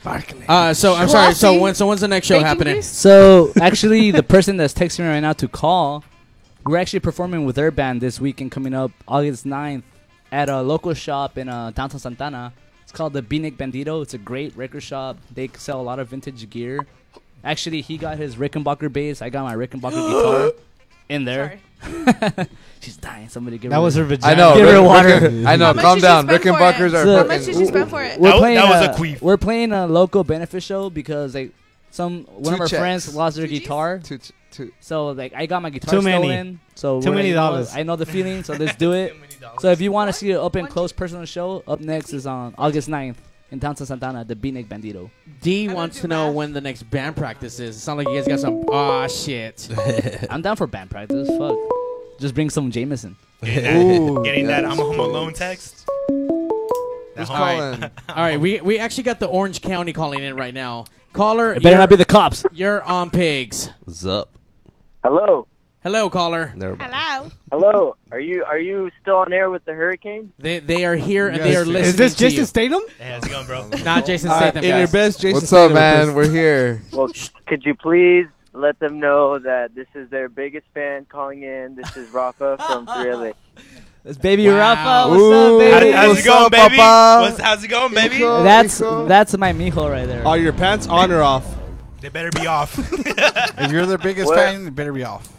Speaker 2: Sparkly. Uh, so I'm sorry. So when so when's the next show happening?
Speaker 7: So actually, the person that's texting me right now to call, we're actually performing with their band this weekend coming up August 9th at a local shop in uh, downtown Santana. It's called the Beanick Bandito. It's a great record shop. They sell a lot of vintage gear. Actually, he got his Rickenbacker bass. I got my Rickenbacker guitar in there. She's dying. Somebody give
Speaker 30: That
Speaker 7: her
Speaker 30: was her
Speaker 7: give
Speaker 30: vagina. I know,
Speaker 7: her
Speaker 30: Rick-
Speaker 7: water.
Speaker 30: Rick- I know, How much calm did she down. spend for Rickenbackers it? are How much did she spend for it?
Speaker 7: We're
Speaker 30: That was-
Speaker 7: playing
Speaker 30: that was a
Speaker 7: a-
Speaker 30: queef.
Speaker 7: we're playing a local benefit show because like some one
Speaker 30: Two
Speaker 7: of our
Speaker 30: checks.
Speaker 7: friends lost their guitar. So like I got my guitar
Speaker 30: Too many.
Speaker 7: stolen. So
Speaker 30: Too
Speaker 7: we're
Speaker 30: many
Speaker 7: like, you know what?
Speaker 30: dollars.
Speaker 7: I know the feeling, so let's do it. so if you want to see an up and close personal show, up next is on August 9th in downtown Santana, the Beanick Bandito.
Speaker 2: D wants to know when the next band practice is. It sounds like you guys got some. Aw, shit.
Speaker 7: I'm down for band practice. Fuck. Just bring some Jameson.
Speaker 29: Getting that, getting that I'm a home alone text.
Speaker 2: All right. All right, we we actually got the Orange County calling in right now. Caller,
Speaker 7: It better not be
Speaker 2: you're-
Speaker 7: the cops.
Speaker 2: You're on pigs.
Speaker 31: What's up?
Speaker 32: Hello.
Speaker 2: Hello, caller.
Speaker 32: Hello. Hello. Are you are you still on air with the hurricane?
Speaker 2: They they are here and
Speaker 30: Yes.
Speaker 2: they are
Speaker 30: Is
Speaker 2: listening.
Speaker 30: this
Speaker 2: to you.
Speaker 30: Jason Statham?
Speaker 29: Hey, how's it going, bro?
Speaker 2: Not Jason
Speaker 12: All right,
Speaker 2: Statham.
Speaker 12: in your
Speaker 2: guys.
Speaker 12: best Jason What's up, Statham man? impression. We're here.
Speaker 32: Well, could you please let them know that this is their biggest fan calling in. This is Rafa from 3LA.
Speaker 7: It's baby
Speaker 32: Wow.
Speaker 7: Rafa. What's up,
Speaker 32: Ooh.
Speaker 7: baby?
Speaker 32: How- how's it going,
Speaker 29: baby? What's- how's it going, baby? Mijo,
Speaker 7: That's
Speaker 29: mijo.
Speaker 7: that's my mijo right there.
Speaker 1: Are your pants on or off?
Speaker 29: They better be off.
Speaker 3: if you're their biggest
Speaker 32: Well-
Speaker 3: fan, you better be off.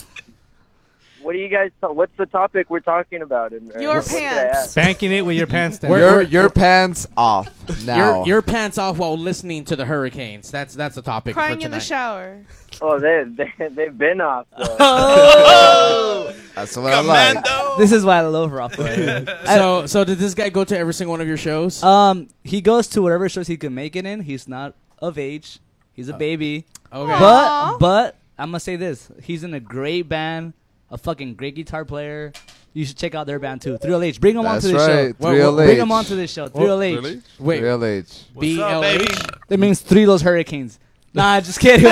Speaker 32: What do you guys? What's the topic we're talking about? uh, And,
Speaker 4: Your
Speaker 32: pants.
Speaker 30: Spanking it with your pants down.
Speaker 2: We're-
Speaker 12: Your
Speaker 2: we're-
Speaker 12: your pants off now.
Speaker 2: Your, your pants off while listening to the hurricanes. That's that's a topic for
Speaker 32: Crying
Speaker 2: tonight.
Speaker 32: in the
Speaker 4: shower.
Speaker 32: Oh, they, they they've been off. Though.
Speaker 2: Oh!
Speaker 12: That's what I like.
Speaker 7: This is why I love Rafa.
Speaker 2: so so did this guy go to every single one of your shows?
Speaker 7: Um, he goes to whatever shows he can make it in. He's not of age. He's a baby.
Speaker 2: Uh, Okay.
Speaker 7: But but I'm gonna say this. He's in a great band, a fucking great guitar player. You should check out their band too. 3LH. Bring them
Speaker 12: That's
Speaker 7: onto this
Speaker 12: right.
Speaker 7: show. Bring them
Speaker 12: 3LH.
Speaker 7: onto this show.
Speaker 12: Oh,
Speaker 7: 3LH.
Speaker 2: Wait.
Speaker 12: Real age.
Speaker 7: That means three of those hurricanes. Nah, just kidding.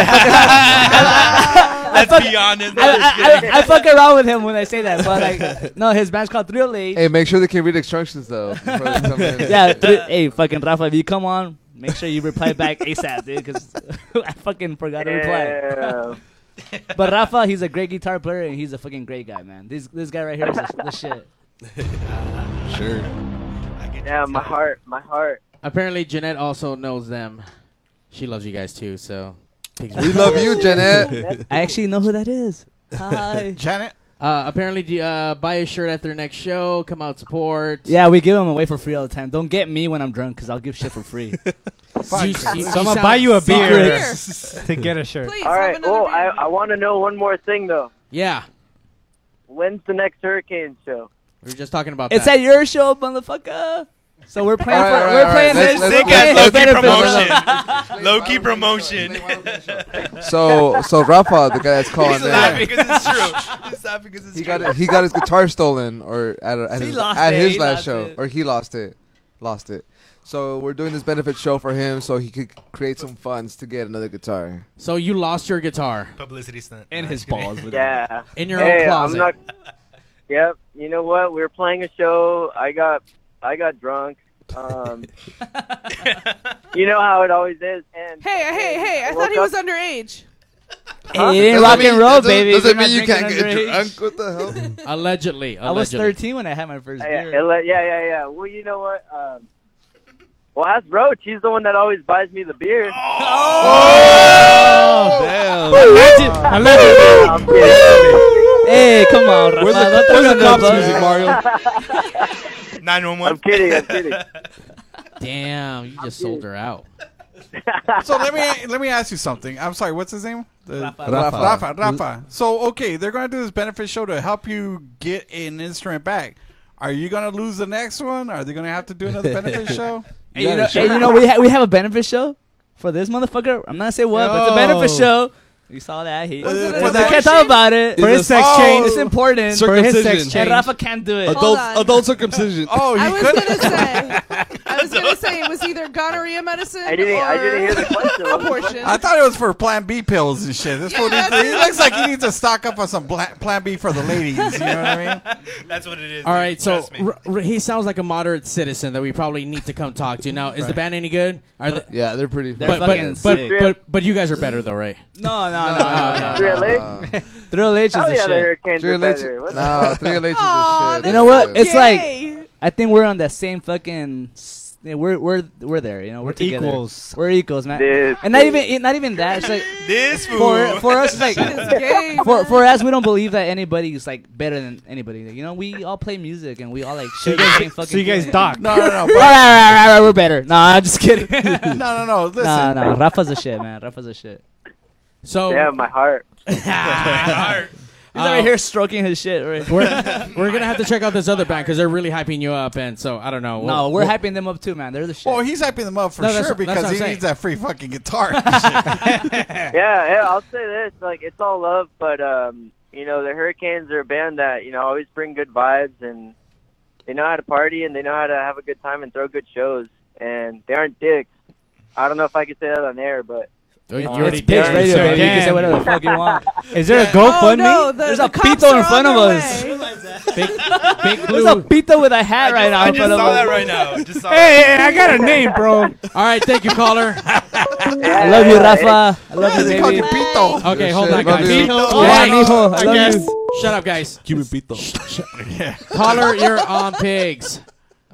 Speaker 7: Let's
Speaker 29: be honest.
Speaker 7: I, I, I, I fuck around with him when I say that, but like, no, his band's called 3LH.
Speaker 12: Hey, make sure they can read instructions though. before they come in.
Speaker 7: yeah, th- hey, fucking Rafa, if you come on, make sure you reply back ASAP, dude, because I fucking forgot to reply. but Rafa, he's a great guitar player and he's a fucking great guy, man. This this guy right here is the, the shit.
Speaker 1: Sure.
Speaker 32: yeah, my heart, my heart.
Speaker 2: Apparently, Jeanette also knows them. She loves you guys too. So
Speaker 12: We love you, Janet.
Speaker 7: I actually know who that is.
Speaker 2: Hi,
Speaker 3: Janet.
Speaker 2: Uh, apparently, uh, buy a shirt at their next show. Come out support.
Speaker 7: Yeah, we give him away for free all the time. Don't get me when I'm drunk, cause I'll give shit for free.
Speaker 2: Fuck. You- you-
Speaker 30: So I'm gonna buy you a beer
Speaker 7: Secrets.
Speaker 30: to get a shirt.
Speaker 32: All right. Oh, I I want to know one more thing though.
Speaker 2: Yeah,
Speaker 32: When's the next hurricane show?
Speaker 2: we were just talking about
Speaker 7: It's
Speaker 2: that.
Speaker 7: at your show, motherfucker. So we're playing.
Speaker 32: All
Speaker 7: for,
Speaker 32: right, all right,
Speaker 7: we're
Speaker 32: all
Speaker 7: playing
Speaker 32: right.
Speaker 7: this.
Speaker 32: Let's- let's-
Speaker 7: we're
Speaker 29: Sick
Speaker 7: playing
Speaker 29: ass low key
Speaker 7: benefit.
Speaker 29: promotion. low key promotion.
Speaker 12: So so Rafa, the guy that's calling
Speaker 29: He's laughing
Speaker 12: in,
Speaker 29: because it's true. He's laughing because it's
Speaker 12: he
Speaker 29: true.
Speaker 12: got it, he got his guitar stolen or at a, at
Speaker 29: He
Speaker 12: his,
Speaker 29: lost
Speaker 12: at
Speaker 29: it,
Speaker 12: his
Speaker 29: he
Speaker 12: last
Speaker 29: lost
Speaker 12: show
Speaker 29: it.
Speaker 12: or he lost it, lost it. So we're doing this benefit show for him so he could create some funds to get another guitar.
Speaker 2: So you lost your guitar.
Speaker 29: Publicity stunt.
Speaker 7: And his balls.
Speaker 32: Yeah.
Speaker 2: In your
Speaker 32: Hey, I'm
Speaker 2: own closet.
Speaker 32: not- Yep. You know what? We were playing a show. I got I got drunk. Um, you know how it always is. And
Speaker 4: Hey, hey, hey! I
Speaker 32: woke
Speaker 4: thought he was
Speaker 32: up-
Speaker 4: underage.
Speaker 7: Hey, it ain't rock and roll, baby. if you're not drinking underage.
Speaker 12: What the hell?
Speaker 2: allegedly, allegedly.
Speaker 7: I was 13 when I had my first
Speaker 32: Yeah,
Speaker 7: beer.
Speaker 32: yeah, yeah, yeah, yeah. Well, you know what? Um, well, ask Roach. He's the one that always buys me the beer.
Speaker 7: Oh, damn. Imagine, Hey, come on, Rafa.
Speaker 29: Where's the- where's
Speaker 7: don't throw
Speaker 29: the
Speaker 7: no
Speaker 29: cops
Speaker 7: blood.
Speaker 29: music, Mario?
Speaker 32: Nine one one. I'm kidding. I'm kidding.
Speaker 2: Damn, you just sold her out.
Speaker 3: so let me let me ask you something. I'm sorry. What's his name? The-
Speaker 2: Rafa.
Speaker 3: Rafa.
Speaker 2: Rafa.
Speaker 3: Rafa. Rafa. So okay, they're gonna do this benefit show to help you get an instrument back. Are you gonna lose the next one? Are they gonna have to do another benefit show?
Speaker 7: And you know, and you know we, ha- we have a benefit show for this motherfucker. I'm not gonna say what, but it's a benefit
Speaker 6: Yo.
Speaker 7: show. You saw that he.
Speaker 6: it
Speaker 7: we
Speaker 6: a sex
Speaker 7: can't talk
Speaker 6: change?
Speaker 7: about it
Speaker 6: For his sex
Speaker 7: Oh,
Speaker 6: change.
Speaker 7: It's important
Speaker 6: For his sex Circumcision.
Speaker 7: And
Speaker 6: change.
Speaker 7: Rafa can't do it.
Speaker 4: Adult- Hold on.
Speaker 1: adult circumcision.
Speaker 3: Oh,
Speaker 4: I was gonna say, I was gonna say it was either gonorrhea medicine
Speaker 3: I didn't-
Speaker 4: or
Speaker 3: I didn't hear the
Speaker 4: abortion.
Speaker 3: I thought it was for Plan B pills and shit. This fool needs to- he looks like he needs to stock up on some bla- Plan B for the ladies. You know what I mean?
Speaker 29: That's what it is.
Speaker 2: All right, so r- r- he sounds like a moderate citizen that we probably need to come talk to. Now, is the band any good? Are they-
Speaker 12: yeah, they're pretty.
Speaker 2: But, but, but, but but you guys are better though, right?
Speaker 7: No, no, no, no, no.
Speaker 2: Drill
Speaker 7: H? Drill H is
Speaker 2: Hell
Speaker 7: the
Speaker 2: yeah, the
Speaker 7: shit.
Speaker 2: Hurricanes are Drill H- better. What the-
Speaker 12: Nah, Drill H is the
Speaker 7: Aw,
Speaker 12: shit.
Speaker 7: You know what?
Speaker 12: That's
Speaker 7: It's
Speaker 12: gay.
Speaker 7: like I think we're on that same fucking. s- yeah, We're we're we're there. You know, we're, together.
Speaker 29: equals.
Speaker 7: We're equals, man.
Speaker 29: This
Speaker 7: and not even it- not even that. It's like
Speaker 29: This fool.
Speaker 7: for for us, it's
Speaker 29: This gay,
Speaker 7: like for for us, we don't believe that anybody is like better than anybody. You know, we all play music and we all like.
Speaker 29: So you
Speaker 7: share the
Speaker 29: guys-
Speaker 7: same fucking
Speaker 29: so you guys
Speaker 7: thing.
Speaker 29: dock. No, no, no,
Speaker 7: all right,
Speaker 29: bro.
Speaker 7: all right, all right, all right, we're better. Nah, I'm just kidding.
Speaker 29: No,
Speaker 3: no, no, listen.
Speaker 7: Nah, nah, Rafa's a shit, man. Rafa's a shit.
Speaker 2: So
Speaker 7: Yeah,
Speaker 32: my heart.
Speaker 7: He's over here stroking his shit. Right?
Speaker 2: We're, we're gonna have to check out this other band because they're really hyping you up, and so I don't know.
Speaker 7: no,
Speaker 2: We'll-
Speaker 7: we're
Speaker 2: we'll-
Speaker 7: hyping them up too, man. They're the shit.
Speaker 3: Well, he's hyping them up for
Speaker 2: No, that's-
Speaker 3: sure
Speaker 2: that's what
Speaker 3: because
Speaker 2: I'm
Speaker 3: he
Speaker 2: saying.
Speaker 3: needs that free fucking guitar.
Speaker 32: yeah, yeah, I'll say this. Like, it's all love, but, um, you know, the Hurricanes are a band that, you know, always bring good vibes and they know how to party and they know how to have a good time and throw good shows. And they aren't dicks. I don't know if I could say that on air, but.
Speaker 2: You
Speaker 32: Um, they
Speaker 2: already did.
Speaker 32: aren't
Speaker 2: You
Speaker 7: radio,
Speaker 2: sure
Speaker 7: baby. You can Oh, say
Speaker 2: can.
Speaker 7: whatever the fuck you want.
Speaker 2: Is there a
Speaker 7: GoFundMe?
Speaker 2: no, the-
Speaker 7: There's
Speaker 2: the
Speaker 7: a
Speaker 2: cops
Speaker 7: pito
Speaker 2: are
Speaker 7: in front
Speaker 2: on
Speaker 7: of
Speaker 2: their
Speaker 7: us.
Speaker 2: Big, big
Speaker 7: There's a pito with a hat right now. in front of us.
Speaker 2: hey, hey, I got a name, bro. All right, thank you, caller.
Speaker 7: I love you, Rafa. I love you,
Speaker 2: they
Speaker 7: baby.
Speaker 2: called you Pito. Okay, hold on, guys.
Speaker 7: Pito.
Speaker 2: Yeah,
Speaker 7: Yeah, mijo. I
Speaker 2: I
Speaker 7: love
Speaker 2: guess.
Speaker 7: you.
Speaker 2: Shut up, guys.
Speaker 1: Cuban Pito.
Speaker 2: Yeah. Caller, you're on pigs.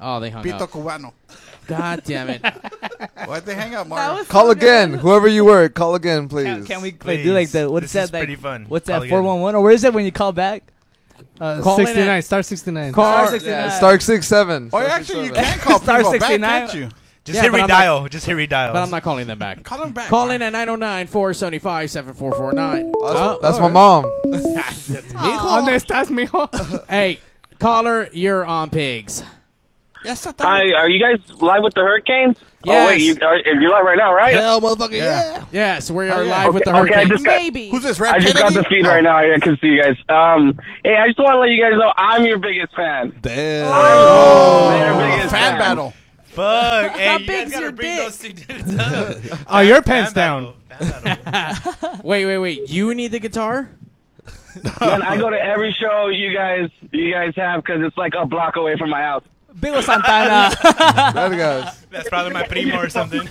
Speaker 2: Oh, they hung
Speaker 3: Pito
Speaker 2: up.
Speaker 3: Cubano.
Speaker 2: God damn it.
Speaker 3: Why'd they hang up, Mario?
Speaker 12: Call again, whoever you were. Call again, please. Can,
Speaker 7: we Like, do like the what's
Speaker 3: This is
Speaker 7: that? Like,
Speaker 3: pretty fun.
Speaker 7: What's
Speaker 12: Call
Speaker 7: that?
Speaker 12: again.
Speaker 7: Four one one or where is it when you call back?
Speaker 30: Uh,
Speaker 7: Call in at-
Speaker 30: 69, star 69.
Speaker 7: Star
Speaker 30: Star-
Speaker 7: 69.
Speaker 30: yeah,
Speaker 12: Stark six seven.
Speaker 3: Oh, actually, you can call
Speaker 7: Star
Speaker 3: people back,
Speaker 7: 69.
Speaker 3: can't you?
Speaker 29: Just hit
Speaker 2: but I'm
Speaker 29: redial. Just hit redial.
Speaker 2: But I'm not calling them back. Call
Speaker 3: them back.
Speaker 2: Call in at 909 475 7449.
Speaker 4: Oh,
Speaker 12: That's, that's my mom.
Speaker 2: ¿Dónde estás, mijo? hey, caller, you're on pigs.
Speaker 3: Yes,
Speaker 32: Hi, are you guys live with the Hurricanes? Oh, wait,
Speaker 2: Yes.
Speaker 32: you, are, you're live right now, right?
Speaker 2: Hell, motherfucker, yeah. Yes, we are live
Speaker 32: okay,
Speaker 2: with the
Speaker 32: okay, I
Speaker 2: Hurricanes.
Speaker 32: just got,
Speaker 3: Who's this?
Speaker 32: I just got the feed right now. I can see you guys. Um, hey, I just want to let you guys know I'm your biggest fan.
Speaker 1: Damn.
Speaker 4: Oh,
Speaker 32: fan,
Speaker 3: battle.
Speaker 29: Fuck. Hey, you guys
Speaker 4: big's
Speaker 29: gotta
Speaker 4: your
Speaker 29: bring those two dudes up.
Speaker 2: Oh, your pants down. wait, wait, wait. You need the guitar?
Speaker 32: Man, I go to every show you guys you guys have because it's like a block away from my house.
Speaker 7: Bigo Santana.
Speaker 29: That's probably my primo or something.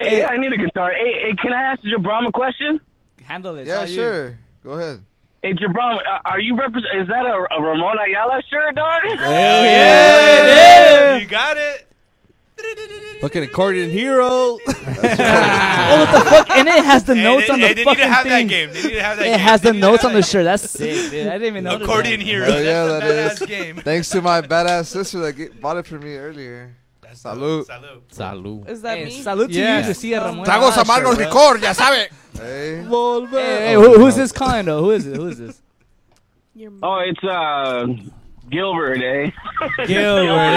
Speaker 32: Hey, I need a guitar. Hey, hey can I ask Jabram a question?
Speaker 7: Handle it.
Speaker 32: Yeah, sure.
Speaker 12: Go ahead.
Speaker 32: Hey, Jabram, uh, are you represent? Is that a, a Ramon Ayala shirt, dog? Hell
Speaker 1: yeah, yeah.
Speaker 29: You got it.
Speaker 1: Fucking accordion hero.
Speaker 7: Oh, what the fuck? And it has the
Speaker 29: Hey,
Speaker 7: notes
Speaker 29: they-
Speaker 7: on the
Speaker 29: hey, they need to
Speaker 7: fucking
Speaker 29: have that
Speaker 7: thing.
Speaker 29: game. They need to have that
Speaker 7: it
Speaker 29: game.
Speaker 7: has the
Speaker 29: They need to
Speaker 7: notes
Speaker 29: have
Speaker 7: on the shirt. That's sick, dude. I didn't even know.
Speaker 29: Accordion hero.
Speaker 12: Hell yeah,
Speaker 29: That's a
Speaker 12: that
Speaker 29: badass
Speaker 12: is.
Speaker 29: game.
Speaker 12: Thanks to my badass sister that get, bought it for me earlier. Salud.
Speaker 29: Salud.
Speaker 2: Salud.
Speaker 4: Is that
Speaker 7: Hey,
Speaker 4: me?
Speaker 7: Eh, salud to
Speaker 12: Yes.
Speaker 7: you, Lucia Ramon.
Speaker 3: Tragos
Speaker 7: Ah,
Speaker 3: amargos
Speaker 7: sure,
Speaker 3: licor, ya sabe.
Speaker 12: Hey.
Speaker 7: Hey,
Speaker 30: oh,
Speaker 7: hey, Eh, who, who's this calling though? Who is it? Who is this?
Speaker 32: Oh, it's uh Gilbert, eh?
Speaker 7: Gilbert. Gilbert.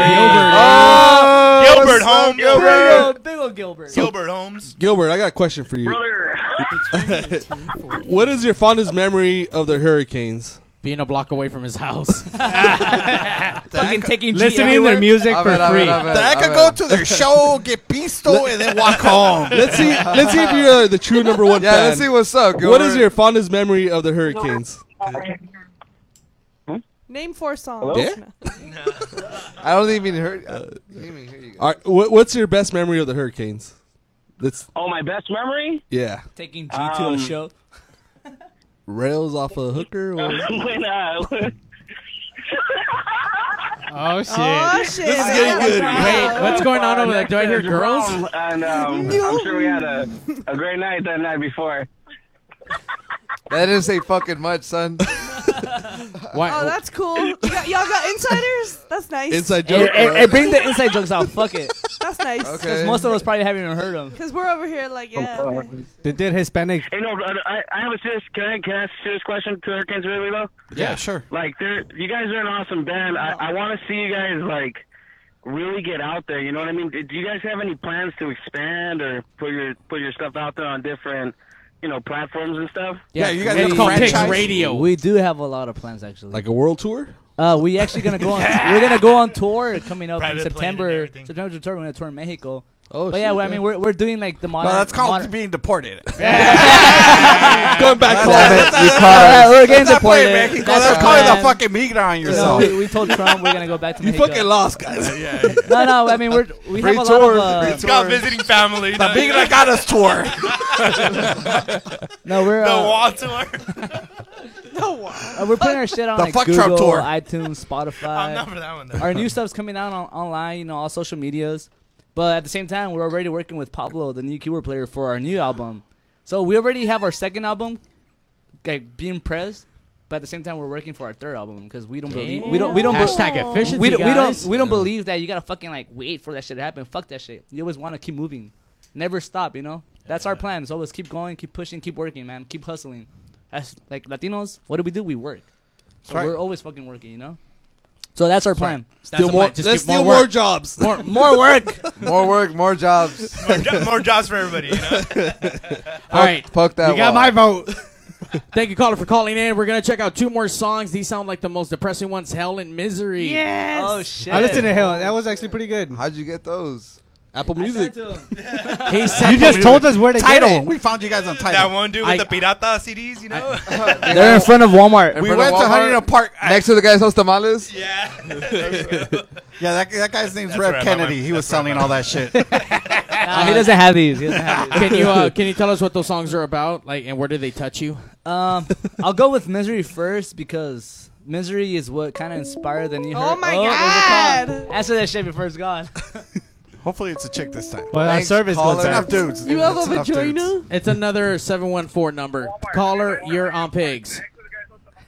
Speaker 29: Oh, Gilbert Holmes.
Speaker 7: Gilbert. Big ol' Gilbert.
Speaker 29: Gilbert Holmes.
Speaker 1: Gilbert, I got a question for you.
Speaker 32: Brother.
Speaker 1: what is your fondest memory of the Hurricanes?
Speaker 2: Being a block away from his house.
Speaker 7: Fucking taking
Speaker 1: Listening
Speaker 7: G
Speaker 1: to
Speaker 7: everywhere.
Speaker 1: their music A for ver, a free. ver, a ver,
Speaker 3: That I
Speaker 1: a
Speaker 3: could
Speaker 1: ver.
Speaker 3: go to their show, get pisto, and then walk home.
Speaker 1: Let's see. Let's see if uh, you're the true number one
Speaker 12: Yeah,
Speaker 1: fan.
Speaker 12: let's see what's up,
Speaker 1: What is
Speaker 12: Gilbert.
Speaker 1: your fondest memory of the Hurricanes?
Speaker 4: Name four songs.
Speaker 1: Hello? Yeah?
Speaker 12: I don't even hear. I didn't even hear you.
Speaker 1: Uh, All right, what, what's your best memory of the Hurricanes? That's
Speaker 32: Oh, my best memory?
Speaker 1: yeah.
Speaker 7: Taking G to a
Speaker 32: Um,
Speaker 7: show.
Speaker 1: Rails off a hooker. Or
Speaker 32: when, uh,
Speaker 2: Oh, shit.
Speaker 32: Oh, shit. This is getting good.
Speaker 2: Wait, what's going on over there? Do I hear girls?
Speaker 32: And um, I'm sure we had a, a great night that night before.
Speaker 12: That didn't say fucking much, son.
Speaker 4: Oh, that's cool. You got, y'all got insiders? That's nice.
Speaker 7: Hey, hey, hey, bring the inside jokes out. Fuck it.
Speaker 4: That's nice.
Speaker 7: Because most of us probably haven't even heard them.
Speaker 4: Because we're over here like, yeah. okay.
Speaker 30: They did Hispanic.
Speaker 32: Hey, no, but uh, I, I have a serious. Can I, can I ask a serious question to Hurricanes really though?
Speaker 3: Yeah, sure.
Speaker 32: Like, they're, you guys are an awesome band. I, I want to see you guys like
Speaker 33: really get out there. You know what I mean? Do you guys have any plans to expand or put your put your stuff out there on different, you know, platforms and stuff?
Speaker 7: We- We do have a lot of plans actually.
Speaker 31: Like a world tour?
Speaker 7: Uh, we actually gonna go on. We're gonna go on tour coming up in September. September to tour. We're gonna tour in Mexico. Oh, but yeah,
Speaker 31: shit,
Speaker 7: well, I
Speaker 31: yeah.
Speaker 7: mean, we're, we're doing like the modern.
Speaker 3: that's called
Speaker 7: modern-
Speaker 3: being deported.
Speaker 7: Going
Speaker 3: back
Speaker 7: home.
Speaker 3: That's-
Speaker 7: we're getting
Speaker 3: that's not playing
Speaker 7: deported.
Speaker 3: Mexico. That's calling the fucking migra on
Speaker 7: You know,
Speaker 3: yourself.
Speaker 7: we, we told Trump we're gonna go back to
Speaker 3: You
Speaker 7: Mexico.
Speaker 3: fucking lost, guys. Yeah, yeah.
Speaker 7: No, no. I mean, we're we
Speaker 3: Free
Speaker 7: have a
Speaker 3: tour,
Speaker 7: lot of. Uh,
Speaker 3: free Let's go tour. visiting family. The big like us tour.
Speaker 7: no, we're
Speaker 3: The
Speaker 7: uh,
Speaker 3: wall tour.
Speaker 7: No wall. Uh, we're putting our shit on
Speaker 3: The
Speaker 7: like
Speaker 3: fuck
Speaker 7: Google,
Speaker 3: Trump tour.
Speaker 7: iTunes, Spotify.
Speaker 3: I'm not for that one, though.
Speaker 7: Our new stuff's coming out on, online, you know, all social medias. But at the same time, we're already working with Pablo, the new keyboard player, for our new album. So we already have our second album, like being pressed. But at the same time, we're working for our third album because we don't believe we don't we don't be-
Speaker 2: Hashtag efficiency,
Speaker 7: We don't, we
Speaker 2: guys.
Speaker 7: don't we don't believe that you gotta fucking like wait for that shit to happen. Fuck that shit. You always want to keep moving, never stop. You know that's our plan. It's always keep going, keep pushing, keep working, man. Keep hustling. As like Latinos, what do we do? We work. So
Speaker 2: right.
Speaker 7: we're always fucking working. You know. So that's our plan.
Speaker 12: Steal more- let's steal more jobs.
Speaker 7: More, more work.
Speaker 12: more work, more jobs.
Speaker 29: More, jo- more jobs for everybody. You know?
Speaker 2: All right,
Speaker 12: poke that
Speaker 2: You
Speaker 12: wall.
Speaker 2: got my vote. Thank you, caller, for calling in. We're gonna check out two more songs. These sound like the most depressing ones: "Hell and Misery."
Speaker 30: Yes.
Speaker 2: Oh shit!
Speaker 30: I listened to Hell. That was actually pretty good.
Speaker 12: How'd you get those?
Speaker 30: Apple
Speaker 2: Music.
Speaker 30: He said You just told us where to get
Speaker 3: title.
Speaker 30: it.
Speaker 3: We found you guys on title.
Speaker 29: That one dude with
Speaker 3: I-
Speaker 29: the pirata CDs, you know?
Speaker 7: They're in front of Walmart.
Speaker 3: We went to Huntington Park.
Speaker 12: next to the guy who sells tamales.
Speaker 29: Yeah.
Speaker 3: yeah, that, that guy's name's
Speaker 29: That's where
Speaker 3: Rev
Speaker 29: I bought my-
Speaker 3: Kennedy. He was selling all that shit.
Speaker 7: he doesn't have these. He doesn't have these.
Speaker 2: Can you uh, can you tell us what those songs are about? Like, and where did they touch you?
Speaker 7: Um, I'll go with misery first because misery is what kind of inspired the new.
Speaker 4: Oh
Speaker 7: Hur-
Speaker 4: my
Speaker 7: there's a call. Answer that shit before it's gone.
Speaker 3: Hopefully, it's a chick this time.
Speaker 2: Well, our
Speaker 3: Thanks,
Speaker 2: service
Speaker 3: caller.
Speaker 2: goes out.
Speaker 3: enough dudes.
Speaker 2: You have a
Speaker 3: That's enough
Speaker 2: vagina?
Speaker 3: dudes.
Speaker 2: It's another seven one four number. Caller, you're on pigs.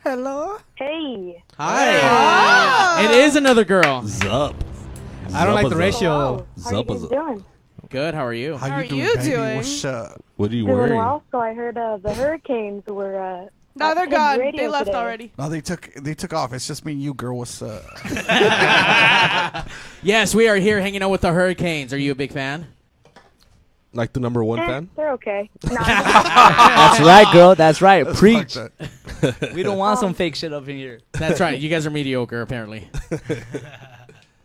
Speaker 34: Hello. Hey.
Speaker 3: Ah.
Speaker 2: Hi. It is another girl.
Speaker 31: Zup.
Speaker 30: I don't like
Speaker 2: Zup
Speaker 30: the
Speaker 2: a zup.
Speaker 30: ratio.
Speaker 34: How are you guys doing?
Speaker 2: Good. How are you? How,
Speaker 34: are you doing?
Speaker 3: What's up?
Speaker 31: What are you
Speaker 34: Doing
Speaker 31: wearing?
Speaker 34: well. So I heard uh, the hurricanes were. Uh,
Speaker 4: No,
Speaker 34: on
Speaker 4: they're
Speaker 34: Pig
Speaker 4: gone.
Speaker 34: Radio
Speaker 4: They left
Speaker 34: today.
Speaker 4: already.
Speaker 3: No, they took they took off. It's just me and you, girl. What's up?
Speaker 2: Yes, we are here hanging out with the Hurricanes. Are you a big fan?
Speaker 1: Like the number one
Speaker 34: Eh,
Speaker 1: fan?
Speaker 34: They're okay.
Speaker 7: That's right, girl. That's right.
Speaker 1: That's
Speaker 7: Preach.
Speaker 1: fucked
Speaker 7: we don't want some fake shit up in here.
Speaker 2: That's right. You guys are mediocre, apparently.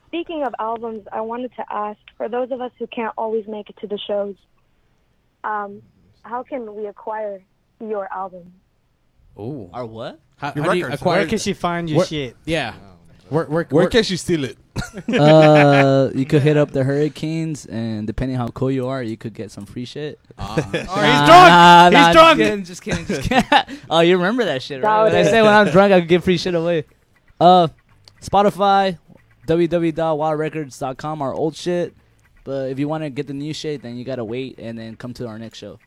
Speaker 34: Speaking of albums, I wanted to ask for those of us who can't always make it to the shows, um, how can we acquire your album?
Speaker 2: Ooh.
Speaker 7: Our what?
Speaker 2: How,
Speaker 30: Your
Speaker 2: how do you
Speaker 30: records.
Speaker 2: acquire?
Speaker 30: Where can she find your shit?
Speaker 2: Yeah. Where, where,
Speaker 30: Where
Speaker 2: where-
Speaker 30: can she steal it?
Speaker 7: uh, you could hit up the Hurricanes, and depending how cool you are, you could get some free shit.
Speaker 2: Ah.
Speaker 7: oh, he's drunk.
Speaker 8: He's drunk.
Speaker 7: Just kidding. Just kidding. Just kidding. oh, you remember that shit, right?
Speaker 8: Doubt
Speaker 7: When I
Speaker 8: it.
Speaker 7: said when I'm drunk, I could give free shit away. Uh, Spotify, www.wildrecords.com, our old shit. But if you want to get the new shit, then you gotta wait and then come to our next show.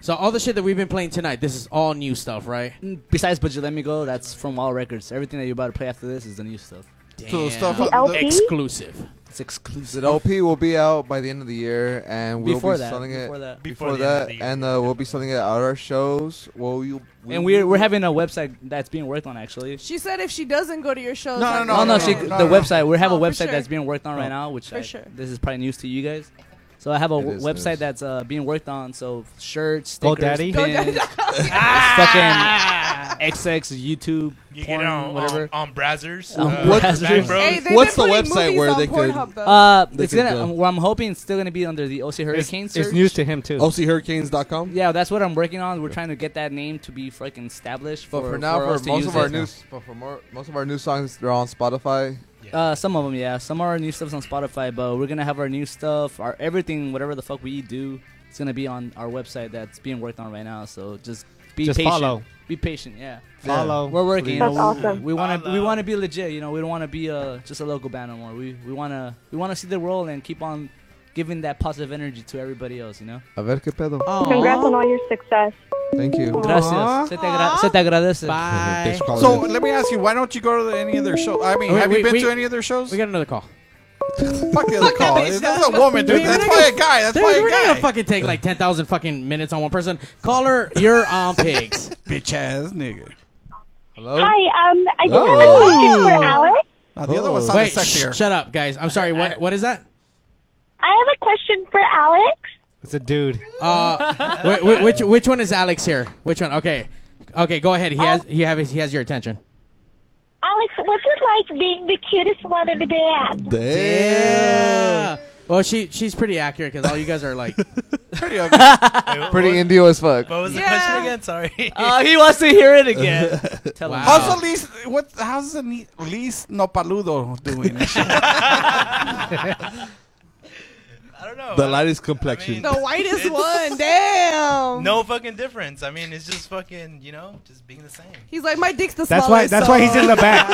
Speaker 2: So all the shit that we've been playing tonight, this is all new stuff, right?
Speaker 7: Mm, Besides, but you let me go. That's from Wild Records. Everything that you're about to play after this is the new stuff.
Speaker 2: So the stuff
Speaker 7: Damn.
Speaker 2: The on the- LP? exclusive.
Speaker 7: It's exclusive.
Speaker 12: The LP will be out by the end of the year, and we'll
Speaker 7: Before
Speaker 12: be
Speaker 7: that,
Speaker 12: selling it
Speaker 7: before that.
Speaker 12: before,
Speaker 7: Before the end of
Speaker 12: that, and uh, we'll be selling it at our shows. Well, you
Speaker 7: And we're we're having a website that's being worked on actually.
Speaker 4: She said if she doesn't go to your shows,
Speaker 7: no,
Speaker 4: I'm
Speaker 7: no, no,
Speaker 4: gonna-
Speaker 7: she,
Speaker 4: no,
Speaker 7: the
Speaker 4: no.
Speaker 7: website. We have
Speaker 4: Oh,
Speaker 7: a
Speaker 4: for
Speaker 7: website
Speaker 4: sure.
Speaker 7: that's being worked on right now, which
Speaker 4: For
Speaker 7: I-
Speaker 4: sure.
Speaker 7: this is probably news to you guys. So I have a w-
Speaker 2: is
Speaker 7: website
Speaker 2: news.
Speaker 7: that's uh, being worked on. So shirts, stickers,
Speaker 2: GoDaddy?
Speaker 7: pins, fucking XX, YouTube,
Speaker 29: You get
Speaker 7: porn,
Speaker 29: it on,
Speaker 7: whatever.
Speaker 29: on, on browsers.
Speaker 7: Um,
Speaker 29: uh,
Speaker 7: what-
Speaker 29: Back Bros.
Speaker 1: What's the website where they could?
Speaker 7: Uh,
Speaker 1: they
Speaker 7: it's
Speaker 1: could
Speaker 7: gonna.
Speaker 1: go?
Speaker 7: um, well, I'm hoping it's still gonna be under the OC Hurricanes.
Speaker 1: it's
Speaker 7: search.
Speaker 1: news to him, too. OCHurricanes.com?
Speaker 7: Yeah, that's what I'm working on. We're trying to get that name to be freaking established.
Speaker 12: But
Speaker 7: For,
Speaker 12: for, now, for,
Speaker 7: us to
Speaker 12: most
Speaker 7: use
Speaker 12: of our
Speaker 7: it.
Speaker 12: new, but for more, most of our new songs, they're on Spotify.
Speaker 7: Uh, some of them, yeah. Some of our new stuff's on Spotify, but we're gonna have our new stuff, our everything, whatever the fuck we do, it's gonna be on our website that's being worked on right now. So just be
Speaker 30: Just
Speaker 7: patient.
Speaker 30: follow.
Speaker 7: Be patient, yeah.
Speaker 30: Follow,
Speaker 7: We're working.
Speaker 30: That's
Speaker 7: you know, we-
Speaker 30: awesome.
Speaker 7: We want to. We want to be legit. You know, we don't want to be uh, just a local band no more. We we want to. We want to see the world and keep on giving that positive energy to everybody else. You know.
Speaker 12: A ver qué pedo.
Speaker 34: Congrats on all your success.
Speaker 12: Thank you.
Speaker 7: Oh. Gracias. Se te, agra- se te agradece. Bye.
Speaker 3: So let me ask you, why don't you go to any of their shows? I mean,
Speaker 2: Wait,
Speaker 3: have
Speaker 2: wait,
Speaker 3: you been
Speaker 2: wait.
Speaker 3: to any of their shows?
Speaker 2: We got another call.
Speaker 3: Fuck the other call. This is a woman, dude.
Speaker 2: We're not
Speaker 3: That's
Speaker 2: gonna-
Speaker 3: probably a guy. That's
Speaker 2: dude,
Speaker 3: probably
Speaker 2: We're
Speaker 3: a
Speaker 2: not
Speaker 3: guy.
Speaker 2: gonna fucking take like ten thousand fucking minutes on one person. Caller, you're on um, pigs.
Speaker 3: Bitch ass nigga.
Speaker 12: Hello.
Speaker 34: Hi. Um, I just
Speaker 2: Oh.
Speaker 34: have a question for Alex.
Speaker 3: Uh, the other one sounded
Speaker 2: Wait,
Speaker 3: sexier.
Speaker 2: Shh, shut up, guys. I'm sorry. What what is that?
Speaker 18: I have a question for Alex.
Speaker 2: It's a dude. Uh, wait, wait, which which one is Alex here? Which one? Okay, okay. Go ahead. He has he has he has your attention.
Speaker 18: Alex, what's it like being the cutest one in the band?
Speaker 2: Damn. Well, she she's pretty accurate because all you guys are like pretty
Speaker 12: Pretty indio as fuck.
Speaker 4: What was the question again? Sorry.
Speaker 2: Uh, he wants to hear it again.
Speaker 4: Tell him.
Speaker 3: How's the least? What? How's the ne- least nopaludo doing?
Speaker 1: The lightest complexion.
Speaker 11: The whitest one. Damn.
Speaker 4: No fucking difference. I mean, it's just fucking, you know, just being the same.
Speaker 11: He's like my dick's the
Speaker 35: That's why.
Speaker 11: smallest.
Speaker 35: That's why he's in the back.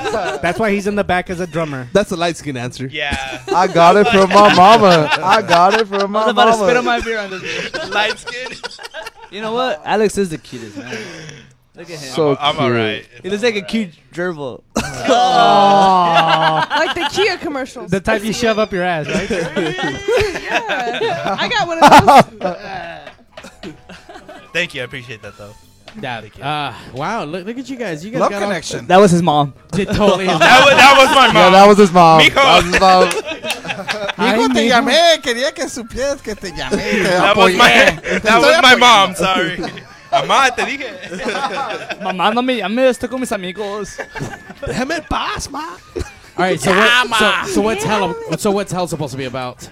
Speaker 11: so-
Speaker 35: that's why he's in the back as a drummer.
Speaker 1: That's a light skin answer.
Speaker 4: Yeah.
Speaker 12: I got it from my mama. I got it from my
Speaker 35: I was about
Speaker 12: mama.
Speaker 35: to spit
Speaker 7: on my beer on this.
Speaker 4: Light skin.
Speaker 7: You know what? Alex is the cutest man. Look at him.
Speaker 12: So I'm- I'm cute. alright.
Speaker 7: He looks like a cute gerbil.
Speaker 11: like the Kia commercials.
Speaker 35: The type you shove up your ass, right?
Speaker 11: yeah. I got one of those.
Speaker 4: Thank you. I appreciate that, though.
Speaker 2: Yeah. Uh, wow. Look, look at you guys. You guys
Speaker 4: Love
Speaker 2: got all-
Speaker 4: connection.
Speaker 7: That was his mom.
Speaker 2: Did totally his
Speaker 4: That was- that was my
Speaker 12: Yeah, that was his mom.
Speaker 4: Mijo.
Speaker 12: That was his mom.
Speaker 3: Mijo, te llamé. Quería que supieras que te llamé. Te
Speaker 4: That was my,
Speaker 3: apoyé.
Speaker 4: that was
Speaker 3: Estoy
Speaker 4: my
Speaker 3: apoyando.
Speaker 4: mom. Sorry. Mamá, te dije.
Speaker 36: Mamá, no me llames, estoy con mis amigos.
Speaker 3: Déjame en paz, ma.
Speaker 2: All right. So what,
Speaker 3: Llama.
Speaker 2: so, so what's hell? So what's hell supposed to be about?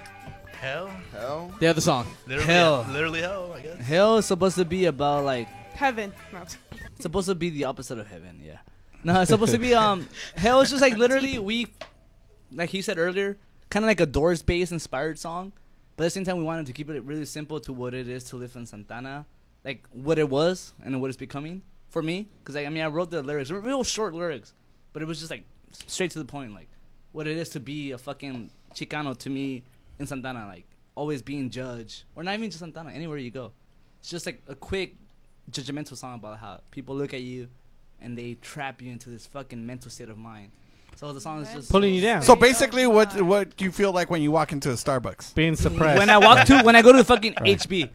Speaker 4: Hell. Hell.
Speaker 2: The other song.
Speaker 4: Literally
Speaker 7: Hell.
Speaker 4: Literally hell, I guess.
Speaker 7: Hell is supposed to be about like
Speaker 11: Heaven. No.
Speaker 7: it's supposed to be the opposite of heaven. Yeah. No, it's supposed to be um hell is just like literally we, like he said earlier, kind of like a Doors based inspired song, but at the same time we wanted to keep it really simple to what it is to live in Santana, like what it was and what it's becoming for me. Cause like, I mean I wrote the lyrics, they were real short lyrics, but it was just like straight to the point, like what it is to be a fucking Chicano to me in Santana, like always being judged, or not even just Santana, anywhere you go. It's just like a quick judgmental song about how people look at you and they trap you into this fucking mental state of mind. So the song is just
Speaker 3: So basically, what what do you feel like when you walk into a Starbucks?
Speaker 35: Being
Speaker 7: suppressed. When I walk to- when I go to the fucking HB.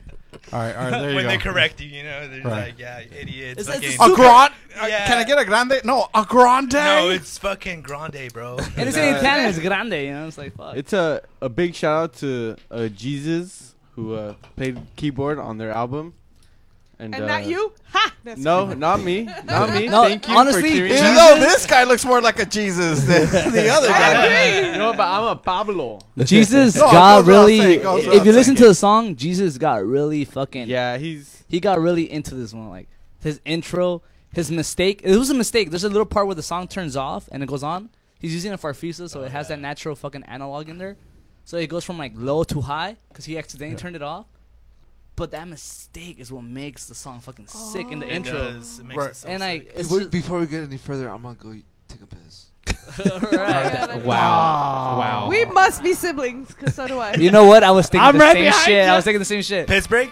Speaker 3: All right, all right, there you
Speaker 4: when
Speaker 3: go.
Speaker 4: they correct you, you know, they're
Speaker 3: Right.
Speaker 4: like, yeah, idiot.
Speaker 3: It's-
Speaker 4: fucking-
Speaker 3: it's a A grand- uh, can I get a grande? No, a grande.
Speaker 4: No, it's fucking grande, bro.
Speaker 7: And it's in Italian, it's grande, you know. It's like fuck.
Speaker 9: It's a, a big shout out to uh, Jesus who uh, played keyboard on their album. And,
Speaker 11: And
Speaker 9: uh,
Speaker 11: not you? Ha! That's
Speaker 9: No,
Speaker 11: good.
Speaker 9: not me. Not me.
Speaker 11: No,
Speaker 9: Thank you
Speaker 11: honestly,
Speaker 9: for cheering.
Speaker 3: Even though this guy looks more like a Jesus than the other guy.
Speaker 9: You know, but I'm a Pablo.
Speaker 7: Jesus
Speaker 3: No, it
Speaker 7: got
Speaker 3: goes without
Speaker 7: really.
Speaker 3: saying, it goes
Speaker 7: If
Speaker 3: without
Speaker 7: you
Speaker 3: saying.
Speaker 7: listen to the song, Jesus got really fucking.
Speaker 9: Yeah, he's
Speaker 7: he got really into this one. Like his intro, his mistake. It was a mistake. There's a little part where the song turns off and it goes on. He's using a farfisa, so it has that natural fucking analog in there. So it goes from like low to high because he accidentally turned it off. But that mistake is what makes the song fucking sick in the
Speaker 4: It
Speaker 7: intro.
Speaker 4: does. It makes Right. it so
Speaker 7: and like, it's
Speaker 12: Wait, before we get any further, I'm gonna go take a piss.
Speaker 7: Right.
Speaker 2: Wow. Wow.
Speaker 11: We must be siblings, because so do I.
Speaker 7: You know what? I was thinking
Speaker 11: I'm
Speaker 7: the
Speaker 11: right
Speaker 7: same
Speaker 11: behind
Speaker 7: shit.
Speaker 11: ya.
Speaker 7: I was thinking the same shit.
Speaker 4: Piss break?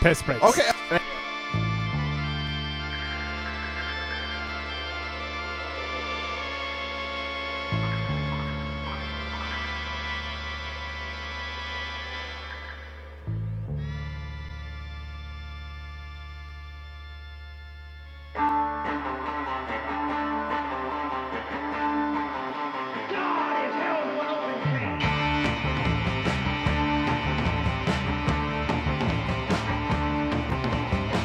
Speaker 35: Piss break.
Speaker 3: Okay.
Speaker 37: Thank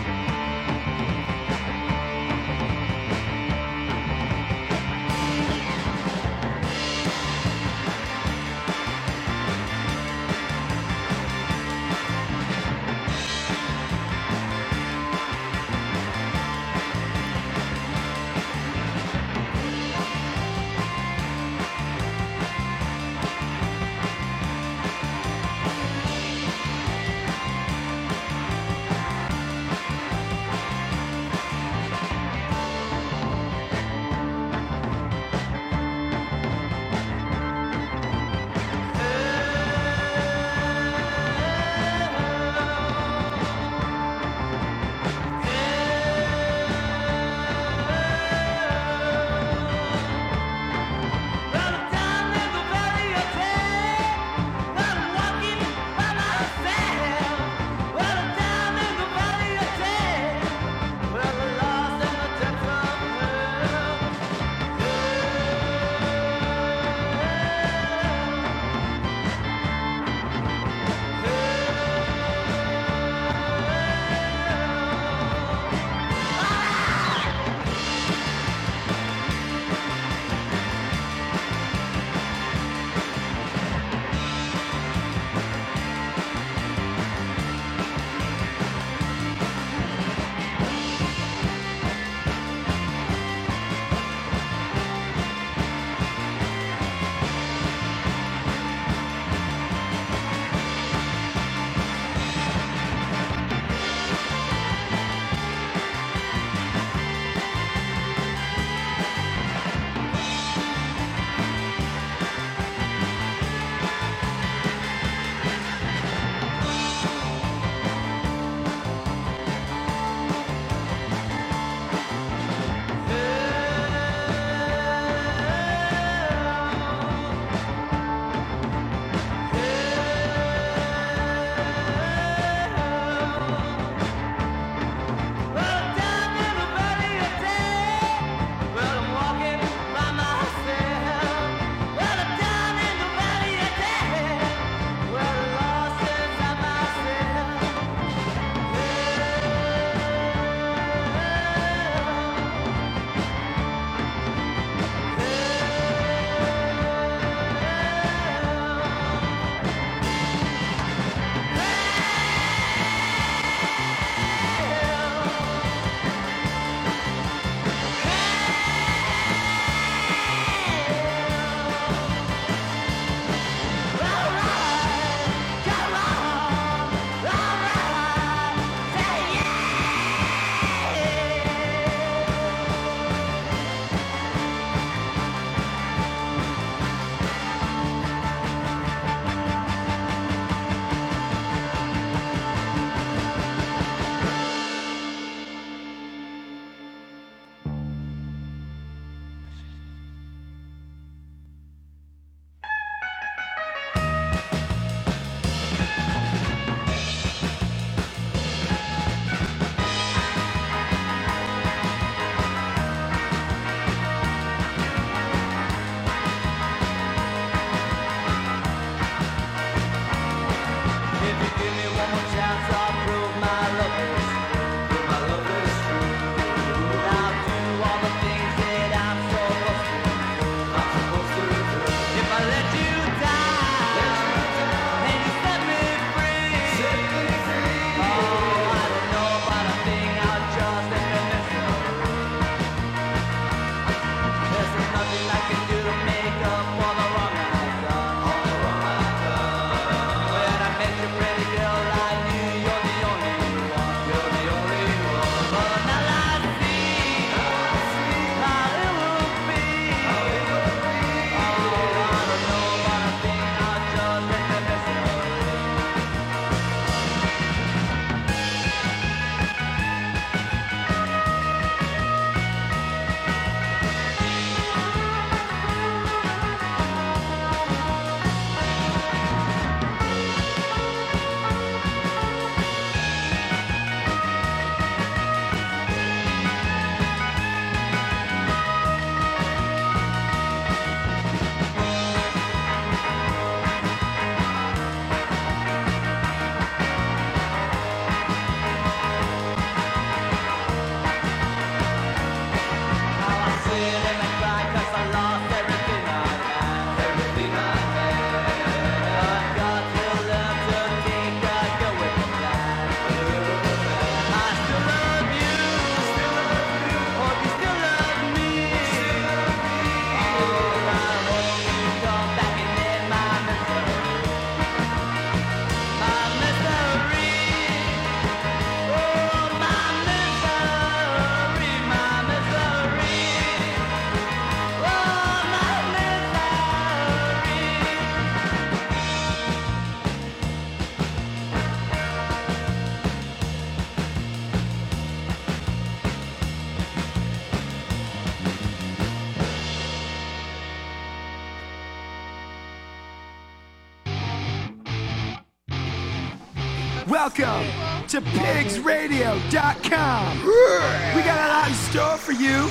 Speaker 9: Welcome to pigsradio.com. We got a lot in store for you,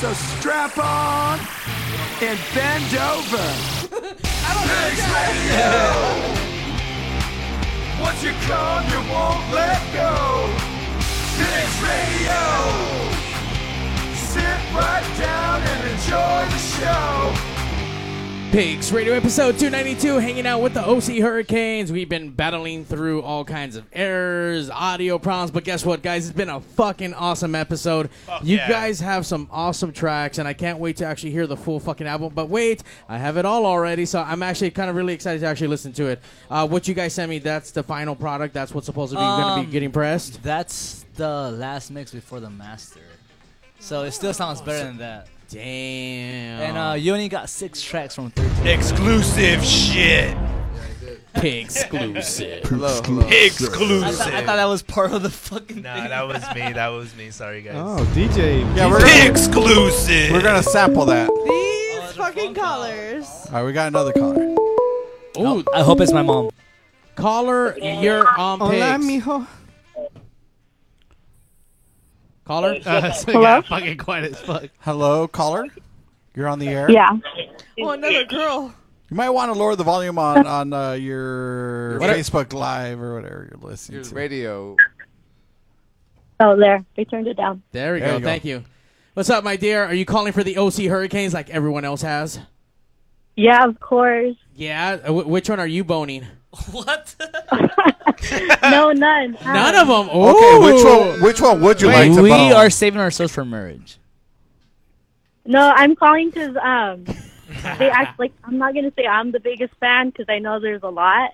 Speaker 9: so strap on and bend over. Pigs Radio! Once you come, you won't let go. Pigs Radio! Sit right down and enjoy the show.
Speaker 2: Pigs Radio episode 292, hanging out with the OC Hurricanes. We've been battling through all kinds of errors, audio problems, but guess what, guys? It's been a fucking awesome episode. you
Speaker 38: yeah.
Speaker 2: guys have some awesome tracks, and I can't wait to actually hear the full fucking album. But wait, I have it all already, so I'm actually kind of really excited to actually listen to it. Uh, what you guys sent me, that's the final product. That's what's supposed to be going to
Speaker 7: Um,
Speaker 2: be getting pressed.
Speaker 7: That's the last mix before the master. So it still sounds better than that.
Speaker 2: Damn.
Speaker 7: And uh, you only got six tracks from 13.
Speaker 4: Exclusive shit.
Speaker 2: Exclusive.
Speaker 7: Hello,
Speaker 4: hello. Exclusive.
Speaker 7: I thought, I thought that was part of the fucking
Speaker 4: Nah, that was me. That was me. Sorry, guys.
Speaker 39: Oh, DJ.
Speaker 3: Yeah, we're gonna- We're gonna sample that.
Speaker 4: Oh,
Speaker 40: These fucking collars.
Speaker 3: All right, we got another caller.
Speaker 2: Ooh,
Speaker 3: I hope it's my mom.
Speaker 2: Caller, you're on
Speaker 39: Hola,
Speaker 2: pigs.
Speaker 39: mijo.
Speaker 2: Caller?
Speaker 3: Uh, so
Speaker 39: Hello?
Speaker 3: yeah, fucking quiet as fuck. Hello, caller. You're on the air.
Speaker 40: Oh, another girl.
Speaker 3: You might want to lower the volume on on uh, your
Speaker 40: What are-
Speaker 3: Facebook Live or whatever you're listening
Speaker 12: Your
Speaker 3: to.
Speaker 12: radio.
Speaker 18: Oh, there. They turned it down.
Speaker 2: There we
Speaker 3: There
Speaker 2: go.
Speaker 3: you go.
Speaker 2: Thank you. What's up, my dear? Are you calling for the OC Hurricanes like everyone else has?
Speaker 18: Yeah, of course.
Speaker 2: Yeah. uh, Wh- which one are you boning?
Speaker 18: no, none.
Speaker 2: None of them.
Speaker 3: Okay, which one? Which one would you like to
Speaker 7: we
Speaker 3: bone?
Speaker 7: are saving ourselves for marriage.
Speaker 18: No, I'm calling 'cause um, they act like I'm not gonna say I'm the biggest fan 'cause I know there's a lot,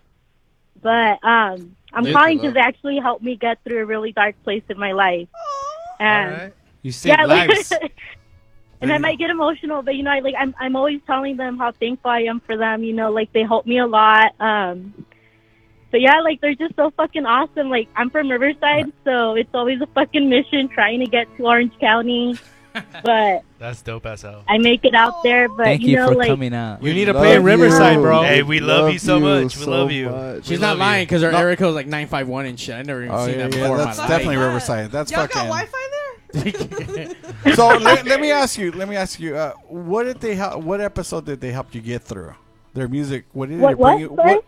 Speaker 18: but um, I'm
Speaker 7: Leave
Speaker 18: calling
Speaker 7: it
Speaker 18: 'cause
Speaker 7: alone.
Speaker 18: they actually helped me get through a really dark place in my life. And
Speaker 7: You saved
Speaker 18: yeah, like-
Speaker 7: lives.
Speaker 18: and I might get emotional, but you know, I like I'm I'm always telling them how thankful I am for them. You know, like they helped me a lot. Um, so yeah, like they're just so fucking awesome. Like I'm from Riverside, so it's always a fucking mission trying to get to Orange County, but.
Speaker 4: That's dope as hell.
Speaker 18: I make it out there, but
Speaker 7: Thank
Speaker 18: you,
Speaker 7: you
Speaker 18: know,
Speaker 7: for
Speaker 18: like
Speaker 7: coming out.
Speaker 4: You need to play in Riverside, bro. Hey, we love you so much. We love you.
Speaker 2: She's not lying because her area code is like 951 and shit. I never even
Speaker 3: Oh,
Speaker 2: seen
Speaker 3: yeah,
Speaker 2: that
Speaker 3: yeah,
Speaker 2: before. in
Speaker 3: that's
Speaker 2: my
Speaker 3: definitely
Speaker 2: life.
Speaker 3: Riverside. That's
Speaker 40: Y'all
Speaker 3: fucking.
Speaker 40: got Wi-Fi there?
Speaker 3: so let, let me ask you. Let me ask you. Uh, what did they? Help, what episode did they help you get through? Their music. What did
Speaker 18: What-
Speaker 3: it bring
Speaker 18: what?
Speaker 3: you?
Speaker 18: Sorry?
Speaker 3: What?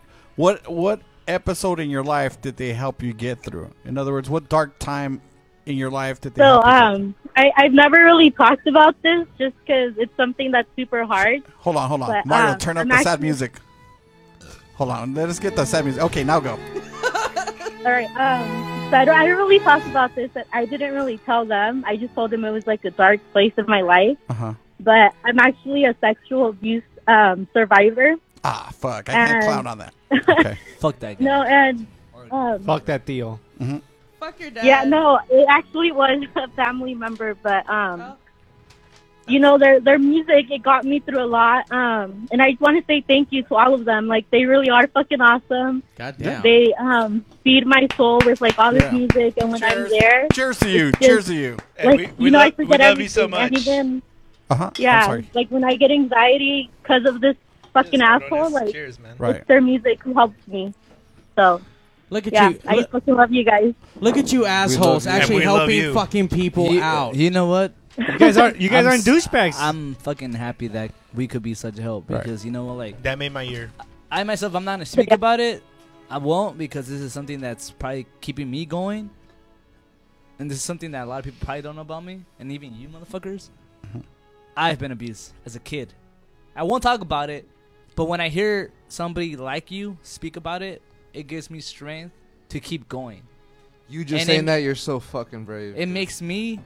Speaker 3: What? What episode in your life did they help you get through? In other words, what dark time in your life did they
Speaker 18: So
Speaker 3: help you get
Speaker 18: um, I, I've never really talked about this just because it's something that's super hard.
Speaker 3: Hold on, hold on.
Speaker 18: But,
Speaker 3: Mario,
Speaker 18: um,
Speaker 3: turn up
Speaker 18: I'm
Speaker 3: the sad
Speaker 18: actually-
Speaker 3: music. Hold on, let us get the sad music. Okay, now go.
Speaker 18: All right. Um, so I don't, I don't really talk about this. But I didn't really tell them. I just told them it was like a dark place of my life.
Speaker 3: Uh-huh.
Speaker 18: But I'm actually a sexual abuse um, survivor.
Speaker 3: Ah, fuck. I can't
Speaker 41: Uh,
Speaker 18: And-
Speaker 3: clown on that.
Speaker 7: Fuck that.
Speaker 18: No, and um,
Speaker 5: Fuck that deal.
Speaker 3: Mm-hmm.
Speaker 18: Yeah, no, it actually was a family member, but um, you know their their music it got me through a lot. Um, and I just want to say thank you to all of them. Like they really are fucking awesome.
Speaker 3: Goddamn.
Speaker 18: They um feed my soul with like all this
Speaker 3: Yeah.
Speaker 18: music, and when I'm there,
Speaker 3: Cheers to you.
Speaker 18: it's
Speaker 3: Cheers
Speaker 18: just-
Speaker 3: to you.
Speaker 18: Like you know, I forget everything. And even
Speaker 3: Uh-huh.
Speaker 18: yeah,
Speaker 3: I'm sorry.
Speaker 18: like when I get anxiety because of this fucking asshole, like
Speaker 3: Right.
Speaker 18: it's their music who helps me. So
Speaker 2: look at
Speaker 18: yeah,
Speaker 2: you.
Speaker 18: I just fucking love you guys.
Speaker 2: Look at you
Speaker 7: love
Speaker 2: assholes
Speaker 7: you. And
Speaker 2: actually
Speaker 7: we love
Speaker 2: helping
Speaker 7: you.
Speaker 2: fucking people
Speaker 7: You-
Speaker 2: out.
Speaker 7: You know what? You
Speaker 2: guys aren't- you guys aren't
Speaker 7: douchebags. I'm fucking happy that we could be such help because you know what, like
Speaker 41: that made my year.
Speaker 7: I myself, I'm not gonna speak about it. I won't because this is something that's probably keeping me going, and this is something that a lot of people probably don't know about me, and even you motherfuckers. I've been abused as a kid. I won't talk about it, but when I hear somebody like you speak about it, it gives me strength to keep going.
Speaker 12: You just
Speaker 7: And
Speaker 12: saying
Speaker 7: it-
Speaker 12: that you're so fucking brave.
Speaker 7: it makes me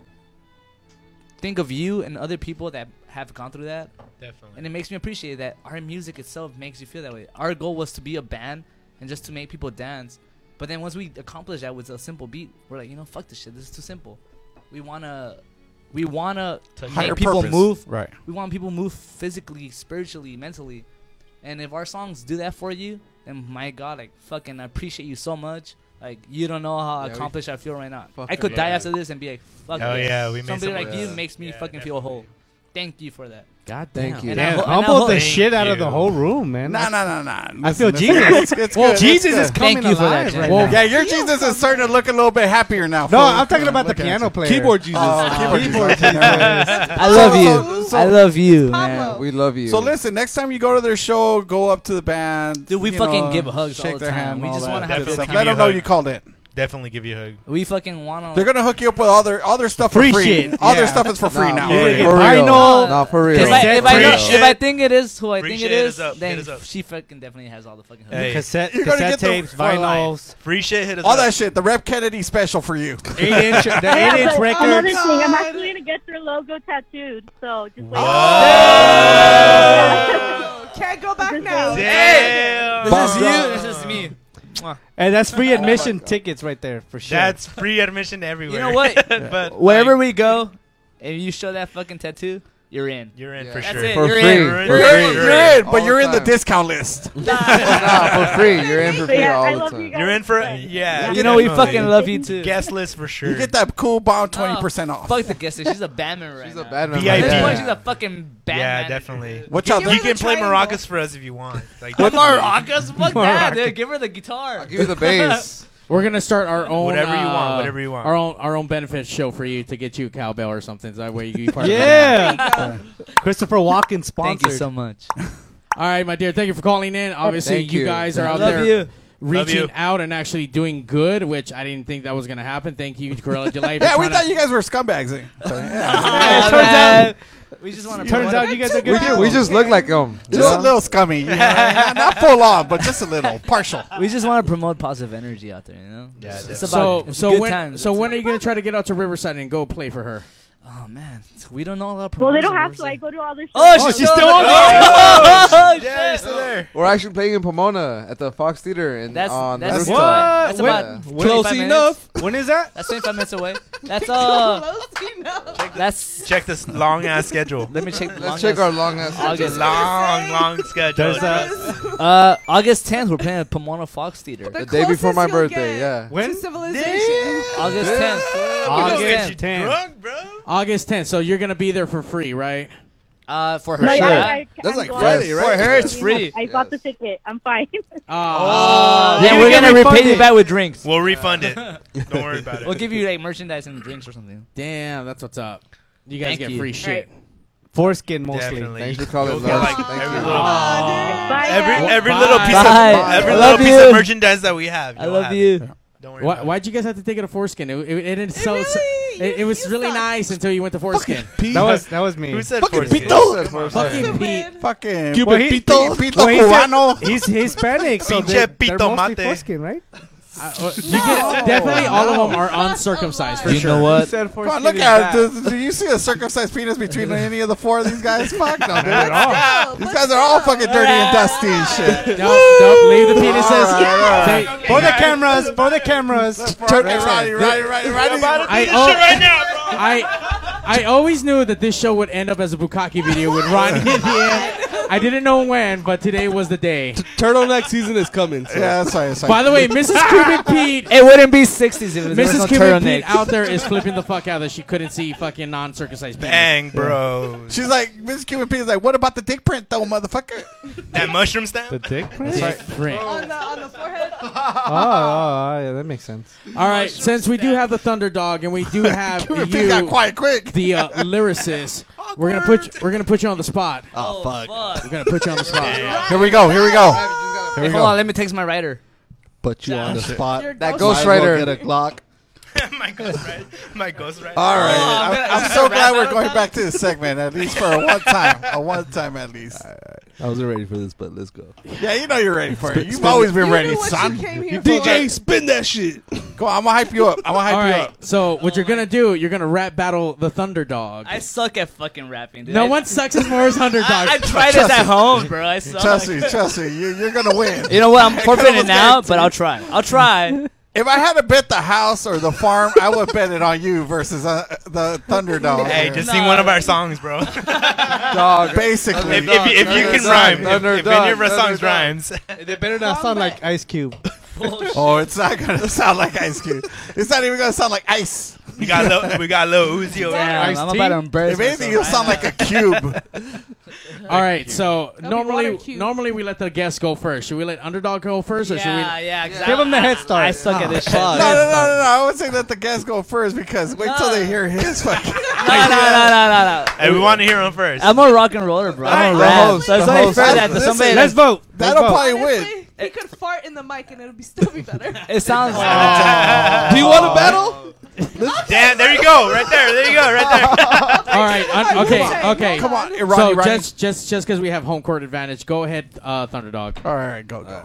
Speaker 7: think of you and other people that have gone through that.
Speaker 41: Definitely.
Speaker 7: And it makes me appreciate that our music itself makes you feel that way. Our goal was to be a band and just to make people dance. But then once we accomplish that with a simple beat, we're like, you know, fuck this shit. This is too simple. We wanna, we wanna
Speaker 3: Higher
Speaker 7: make people
Speaker 3: purpose.
Speaker 7: move.
Speaker 3: Right.
Speaker 7: We want people move physically, spiritually, mentally. And if our songs do that for you, then my god, like fucking, I appreciate you so much. Like you don't know how
Speaker 41: Yeah, we-
Speaker 7: accomplished I feel right now. I
Speaker 41: Fucking
Speaker 7: could die
Speaker 41: yeah.
Speaker 7: after this and be like, fuck.
Speaker 41: Oh,
Speaker 7: this.
Speaker 41: yeah, we made
Speaker 7: somebody
Speaker 41: something
Speaker 7: like
Speaker 41: like
Speaker 7: you
Speaker 41: that.
Speaker 7: makes me fucking feel whole. Thank you for that.
Speaker 2: God
Speaker 5: Thank you.
Speaker 7: And I
Speaker 5: Damn,
Speaker 7: ho- and I
Speaker 5: humbled
Speaker 7: hope-
Speaker 5: the shit out of the whole room, man.
Speaker 3: Nah,
Speaker 5: That's-
Speaker 3: nah, nah, nah.
Speaker 5: I feel
Speaker 3: Listen, listen, it's-
Speaker 5: Jesus.
Speaker 3: it's
Speaker 5: well,
Speaker 3: good,
Speaker 5: Jesus
Speaker 3: it's
Speaker 5: is
Speaker 3: good.
Speaker 5: coming alive right now.
Speaker 3: Yeah, your Jesus is starting to look a little bit happier now.
Speaker 5: No,
Speaker 3: fool.
Speaker 5: I'm talking
Speaker 3: Come on,
Speaker 5: about the
Speaker 3: look at
Speaker 5: piano
Speaker 3: you.
Speaker 5: player.
Speaker 3: Keyboard Jesus.
Speaker 5: Oh,
Speaker 3: keyboard
Speaker 5: keyboard
Speaker 3: Jesus.
Speaker 5: Jesus.
Speaker 7: I love you. I love you,
Speaker 12: man. We love you.
Speaker 3: So listen, next time you go to their show, go up to the band.
Speaker 7: Dude, we
Speaker 3: you
Speaker 7: fucking
Speaker 3: know,
Speaker 7: give hugs all
Speaker 3: shake
Speaker 7: the
Speaker 3: their
Speaker 7: time.
Speaker 3: hand.
Speaker 7: We
Speaker 3: all
Speaker 7: just
Speaker 3: that
Speaker 7: wanna have
Speaker 3: good
Speaker 7: a
Speaker 3: stuff.
Speaker 7: good
Speaker 3: Let
Speaker 7: time.
Speaker 3: them know you called it.
Speaker 41: Definitely give you a hug.
Speaker 7: We fucking wanna.
Speaker 3: They're gonna hook you up with all their all their stuff for free.
Speaker 7: Appreciate it.
Speaker 3: All their
Speaker 7: Yeah.
Speaker 3: stuff is for free
Speaker 7: Nah,
Speaker 3: now.
Speaker 7: for Yeah, real.
Speaker 12: if I know- Nah, for real.
Speaker 7: If I, if, I know,
Speaker 12: Free shit.
Speaker 7: if I think it is who I
Speaker 41: Free
Speaker 7: think
Speaker 41: shit,
Speaker 7: it
Speaker 41: hit us
Speaker 7: is,
Speaker 41: up, hit us
Speaker 7: then
Speaker 41: up.
Speaker 7: she fucking definitely has all the fucking help.
Speaker 41: Hey. Cassette-
Speaker 3: You're gonna cassette get the- tapes, for
Speaker 41: vinyls. Free shit hit us
Speaker 3: all
Speaker 41: up.
Speaker 3: that shit. The Rep Kennedy special for you.
Speaker 5: Eight-inch- the
Speaker 18: Yeah, but Another thing, I'm actually gonna get their logo tattooed. So just wait.
Speaker 4: Can't go back now.
Speaker 41: Damn.
Speaker 5: This is
Speaker 41: Bum.
Speaker 5: you,
Speaker 7: this is me.
Speaker 5: And that's
Speaker 7: Oh
Speaker 5: free admission tickets right there for sure.
Speaker 41: That's free admission everywhere.
Speaker 7: You know what?
Speaker 41: but
Speaker 7: Wherever we go, if you show that fucking tattoo, you're in.
Speaker 41: You're in
Speaker 7: Yeah.
Speaker 41: for
Speaker 7: That's
Speaker 41: sure.
Speaker 7: It.
Speaker 41: For
Speaker 7: you're
Speaker 41: free.
Speaker 7: In.
Speaker 41: You're in. You're in.
Speaker 3: You're in, but
Speaker 41: All
Speaker 3: you're in the
Speaker 41: time.
Speaker 3: discount list.
Speaker 12: nah, for free. You're in for free
Speaker 41: Yeah, I
Speaker 12: all the
Speaker 41: love
Speaker 12: time.
Speaker 41: You're in for yeah.
Speaker 7: You know we fucking love you too.
Speaker 41: Guest list for sure.
Speaker 3: You get that cool bomb twenty percent off.
Speaker 7: Oh, Fuck the guest. list. She's a bandman right She's a
Speaker 12: bandman
Speaker 41: VIP.
Speaker 7: At this
Speaker 41: right
Speaker 7: point,
Speaker 41: now.
Speaker 7: she's a fucking bandman.
Speaker 41: Yeah, definitely.
Speaker 3: Watch out,
Speaker 41: You
Speaker 3: the-
Speaker 41: can play maracas for us if you want. Like
Speaker 7: What maracas? Fuck that, dude. Give her the guitar.
Speaker 12: give you the bass.
Speaker 2: We're gonna start our own
Speaker 41: Whatever you want,
Speaker 2: uh,
Speaker 41: whatever you want.
Speaker 2: Our own our own benefit show for you to get you a cowbell or something. So that way you can be part of that.
Speaker 5: Yeah. Christopher Walken sponsored.
Speaker 2: Thank you so
Speaker 7: much.
Speaker 2: All right, my dear. Thank you for calling in. Obviously,
Speaker 5: Thank
Speaker 2: you.
Speaker 5: you.
Speaker 2: guys are out
Speaker 5: Love
Speaker 2: there
Speaker 5: you. Love
Speaker 2: reaching
Speaker 5: you.
Speaker 2: out and actually doing good, which I didn't think that was going to happen. Thank you, Gorilla Delight.
Speaker 3: Yeah, we thought you guys were scumbags. eh? So,
Speaker 2: Yeah,
Speaker 3: yeah.
Speaker 2: it
Speaker 7: Oh,
Speaker 2: turns out-
Speaker 7: We just want
Speaker 5: Turns out you guys are good.
Speaker 12: We, we just look like them.
Speaker 3: Just a little scummy. you know? not, not full on, but just a little partial.
Speaker 7: We just want to promote positive energy out there, you know. Yeah, it's
Speaker 2: so
Speaker 7: about it's
Speaker 2: so
Speaker 7: good
Speaker 2: when
Speaker 7: times.
Speaker 2: so when are you going to try to get out to Riverside and go play for her?
Speaker 7: Oh man, we don't know a lot. Of
Speaker 18: Well, they don't have to. I go to all their shows.
Speaker 7: Oh, she's still on Oh, there.
Speaker 41: Yeah, you're still there.
Speaker 12: We're actually playing in Pomona at the Fox Theater and
Speaker 7: That's
Speaker 12: on the
Speaker 7: that's,
Speaker 12: rooftop.
Speaker 7: that's
Speaker 12: Yeah.
Speaker 7: about 25 minutes.
Speaker 5: When is that?
Speaker 7: That's 25 minutes away. That's uh. That's
Speaker 41: check this long ass schedule.
Speaker 7: Let me check. the
Speaker 12: Let's check
Speaker 7: longest-
Speaker 12: our long ass.
Speaker 7: August.
Speaker 41: Long, long schedule.
Speaker 7: There's a, uh, August 10th, we're playing at Pomona Fox Theater.
Speaker 12: The day before my birthday, yeah.
Speaker 5: When?
Speaker 7: August 10th.
Speaker 2: August 10th. August 10th. So you're going to be there for free, right?
Speaker 7: Uh, for
Speaker 2: her,
Speaker 18: No,
Speaker 2: sure.
Speaker 18: yeah, I- I- I'm going.
Speaker 7: For her, it's free.
Speaker 18: I bought the ticket. I'm fine.
Speaker 2: Oh.
Speaker 7: Uh, yeah,
Speaker 41: You
Speaker 7: we're
Speaker 41: can
Speaker 7: gonna
Speaker 41: refund
Speaker 7: repay you
Speaker 41: it.
Speaker 7: back with drinks.
Speaker 41: We'll refund it. Don't worry about it.
Speaker 7: We'll give you like merchandise and drinks or something.
Speaker 2: Damn, that's what's up. You guys
Speaker 7: Thank
Speaker 2: get
Speaker 7: you.
Speaker 2: free shit.
Speaker 5: Foreskin mostly.
Speaker 12: Thanks for calling,
Speaker 5: You'll get,
Speaker 12: love.
Speaker 5: like,
Speaker 12: Thank
Speaker 5: every
Speaker 12: you.
Speaker 5: little- Aw,
Speaker 12: Bye,
Speaker 41: Every
Speaker 12: guys.
Speaker 41: every little piece of
Speaker 2: Bye.
Speaker 41: every
Speaker 2: I
Speaker 41: little
Speaker 2: love
Speaker 41: piece of
Speaker 2: you.
Speaker 41: merchandise that we have.
Speaker 2: I
Speaker 41: you'll
Speaker 2: love
Speaker 41: have
Speaker 2: you.
Speaker 41: it. Don't worry
Speaker 2: Why,
Speaker 41: about
Speaker 2: why'd you guys have to take it to foreskin? It, it, it, didn't sell- it, it was really nice until you went to foreskin.
Speaker 5: That was that was me.
Speaker 2: Who said
Speaker 3: Fucking
Speaker 2: foreskin?
Speaker 3: Pito! Who said
Speaker 2: Fucking
Speaker 3: foreskin?
Speaker 2: Pete.
Speaker 3: Fucking
Speaker 5: Well, he-
Speaker 3: Pito,
Speaker 5: he-
Speaker 3: Pito
Speaker 5: well, he said-
Speaker 3: Cubano.
Speaker 5: He's Hispanic, so
Speaker 3: Pinche
Speaker 5: they're, they're
Speaker 3: pito
Speaker 5: mostly
Speaker 3: mate.
Speaker 5: foreskin, right?
Speaker 2: Uh, You get- definitely all of them are uncircumcised for
Speaker 3: You
Speaker 2: sure.
Speaker 3: know
Speaker 5: what?
Speaker 3: Come on, look at it. Do, do you see a circumcised penis between any of the four of these guys? Fuck no, dude.
Speaker 5: at all.
Speaker 3: These guys are all fucking dirty and dusty and shit.
Speaker 2: Don't, don't leave the penises.
Speaker 5: For the cameras, for the cameras.
Speaker 3: Hey, Roddy, Roddy, Roddy, Roddy.
Speaker 2: I, al- I, I always knew that this show would end up as a Bukaki video with Ronnie at the end. I didn't know when, but today was the day.
Speaker 1: Turtleneck season is coming. So.
Speaker 3: Yeah, that's right. That's right.
Speaker 2: By the way, Mrs. Cuban Pete.
Speaker 5: It wouldn't be 60s if there was
Speaker 2: Mrs.
Speaker 5: no
Speaker 2: Cuban Pete
Speaker 5: turtleneck.
Speaker 2: out there is flipping the fuck out that she couldn't see fucking non-circumcised penis.
Speaker 41: Bang, bro.
Speaker 3: She's like, Miss Cuban P is like, what about the dick print though, motherfucker?
Speaker 41: That mushroom stamp.
Speaker 5: The dick print?
Speaker 2: That's right. Frank.
Speaker 4: on the on the forehead.
Speaker 5: Oh, oh, oh, yeah, that makes sense.
Speaker 2: All right, since we do have the Thunderdog and we do have
Speaker 5: Cuban
Speaker 2: you,
Speaker 5: Pete got quiet
Speaker 3: quick.
Speaker 2: the uh, lyricist, we're gonna put you, we're gonna put you on the spot.
Speaker 3: Oh, fuck.
Speaker 2: We're gonna put you on the spot.
Speaker 3: Here we go. Here we go. Here we
Speaker 7: hold on,
Speaker 3: go.
Speaker 7: let me text my writer.
Speaker 1: Put you on the
Speaker 7: Shit.
Speaker 1: spot.
Speaker 7: You're
Speaker 1: That
Speaker 7: Ghost Rider.
Speaker 1: Get a Glock.
Speaker 41: My ghost right. My ghost right.
Speaker 3: All right.
Speaker 41: Oh,
Speaker 3: I'm, I'm so glad we're going back to this segment, at least for a one time. A one time, at least.
Speaker 1: I wasn't ready for this, but let's go.
Speaker 3: Yeah, you know you're ready for it.
Speaker 1: Spin-
Speaker 3: You've
Speaker 1: spin
Speaker 3: always
Speaker 1: it.
Speaker 3: been
Speaker 1: You
Speaker 3: ready,
Speaker 1: knew what
Speaker 3: son.
Speaker 1: you came here
Speaker 3: DJ,
Speaker 1: for.
Speaker 3: spin that shit. Go on, I'm gonna hype you up. I'm gonna hype
Speaker 2: All
Speaker 3: you
Speaker 2: right,
Speaker 3: up.
Speaker 2: so what you're gonna do? You're gonna rap battle the Thunderdog.
Speaker 7: I suck at fucking rapping. Dude.
Speaker 2: No
Speaker 7: I-
Speaker 2: one sucks as more as Thunderdog.
Speaker 7: I, I tried this at home, bro. I suck.
Speaker 3: Trust me, trust me. You, you're gonna win.
Speaker 7: You know what? I'm
Speaker 3: That
Speaker 7: forfeiting
Speaker 3: girl's
Speaker 7: it now,
Speaker 3: gonna-
Speaker 7: but I'll try. I'll try.
Speaker 3: If I had to bet the house or the farm, I would bet it on you versus uh, the Thunderdog.
Speaker 41: Hey, just sing one of our songs, bro.
Speaker 3: Dog, basically.
Speaker 41: If, if, you- if you can
Speaker 3: Thunderdog,
Speaker 41: rhyme, if, if any of our
Speaker 3: Thunderdog,
Speaker 41: songs
Speaker 3: Thunderdog.
Speaker 41: rhymes,
Speaker 5: They better not sound like Ice Cube.
Speaker 3: Oh, it's not gonna sound like Ice Cube. It's not even gonna sound like ice.
Speaker 41: we got Lil, we got Lil Uzi over
Speaker 7: Damn,
Speaker 41: there.
Speaker 7: I'm about to embarrass
Speaker 3: If anything,
Speaker 7: myself.
Speaker 3: you'll sound like a cube.
Speaker 2: All right, so
Speaker 4: be
Speaker 2: normally
Speaker 4: water cube.
Speaker 2: normally we let the guests go first. Should we let Underdog go first, or should
Speaker 7: Yeah,
Speaker 2: we?
Speaker 7: yeah. 'cause
Speaker 5: Give
Speaker 7: I-
Speaker 5: him the head start.
Speaker 7: I suck at this shit.
Speaker 3: No, no, no, no, no. I would say let the guests go first because wait till they hear his fucking.
Speaker 7: No, no, no, no, no, no.
Speaker 41: Hey, we want to hear him first.
Speaker 7: I'm a rock and roller, bro. I'm a
Speaker 3: The
Speaker 7: rap.
Speaker 3: host,
Speaker 7: so it's
Speaker 3: the
Speaker 7: only
Speaker 3: host.
Speaker 7: fair that to
Speaker 3: Listen,
Speaker 7: somebody.
Speaker 5: Let's vote. Let's
Speaker 3: That'll
Speaker 5: vote.
Speaker 3: probably win.
Speaker 4: Honestly, he could fart in the mic and it'll be still be better.
Speaker 7: It sounds.
Speaker 1: Do you want a battle?
Speaker 41: Damn, there you go, right there, there you go, right there.
Speaker 2: All right, un- okay, okay.
Speaker 3: Come on, Ronnie,
Speaker 2: So
Speaker 3: Ronnie.
Speaker 2: just just just because we have home court advantage, go ahead, uh, Thunderdog. Uh,
Speaker 3: All right, go go.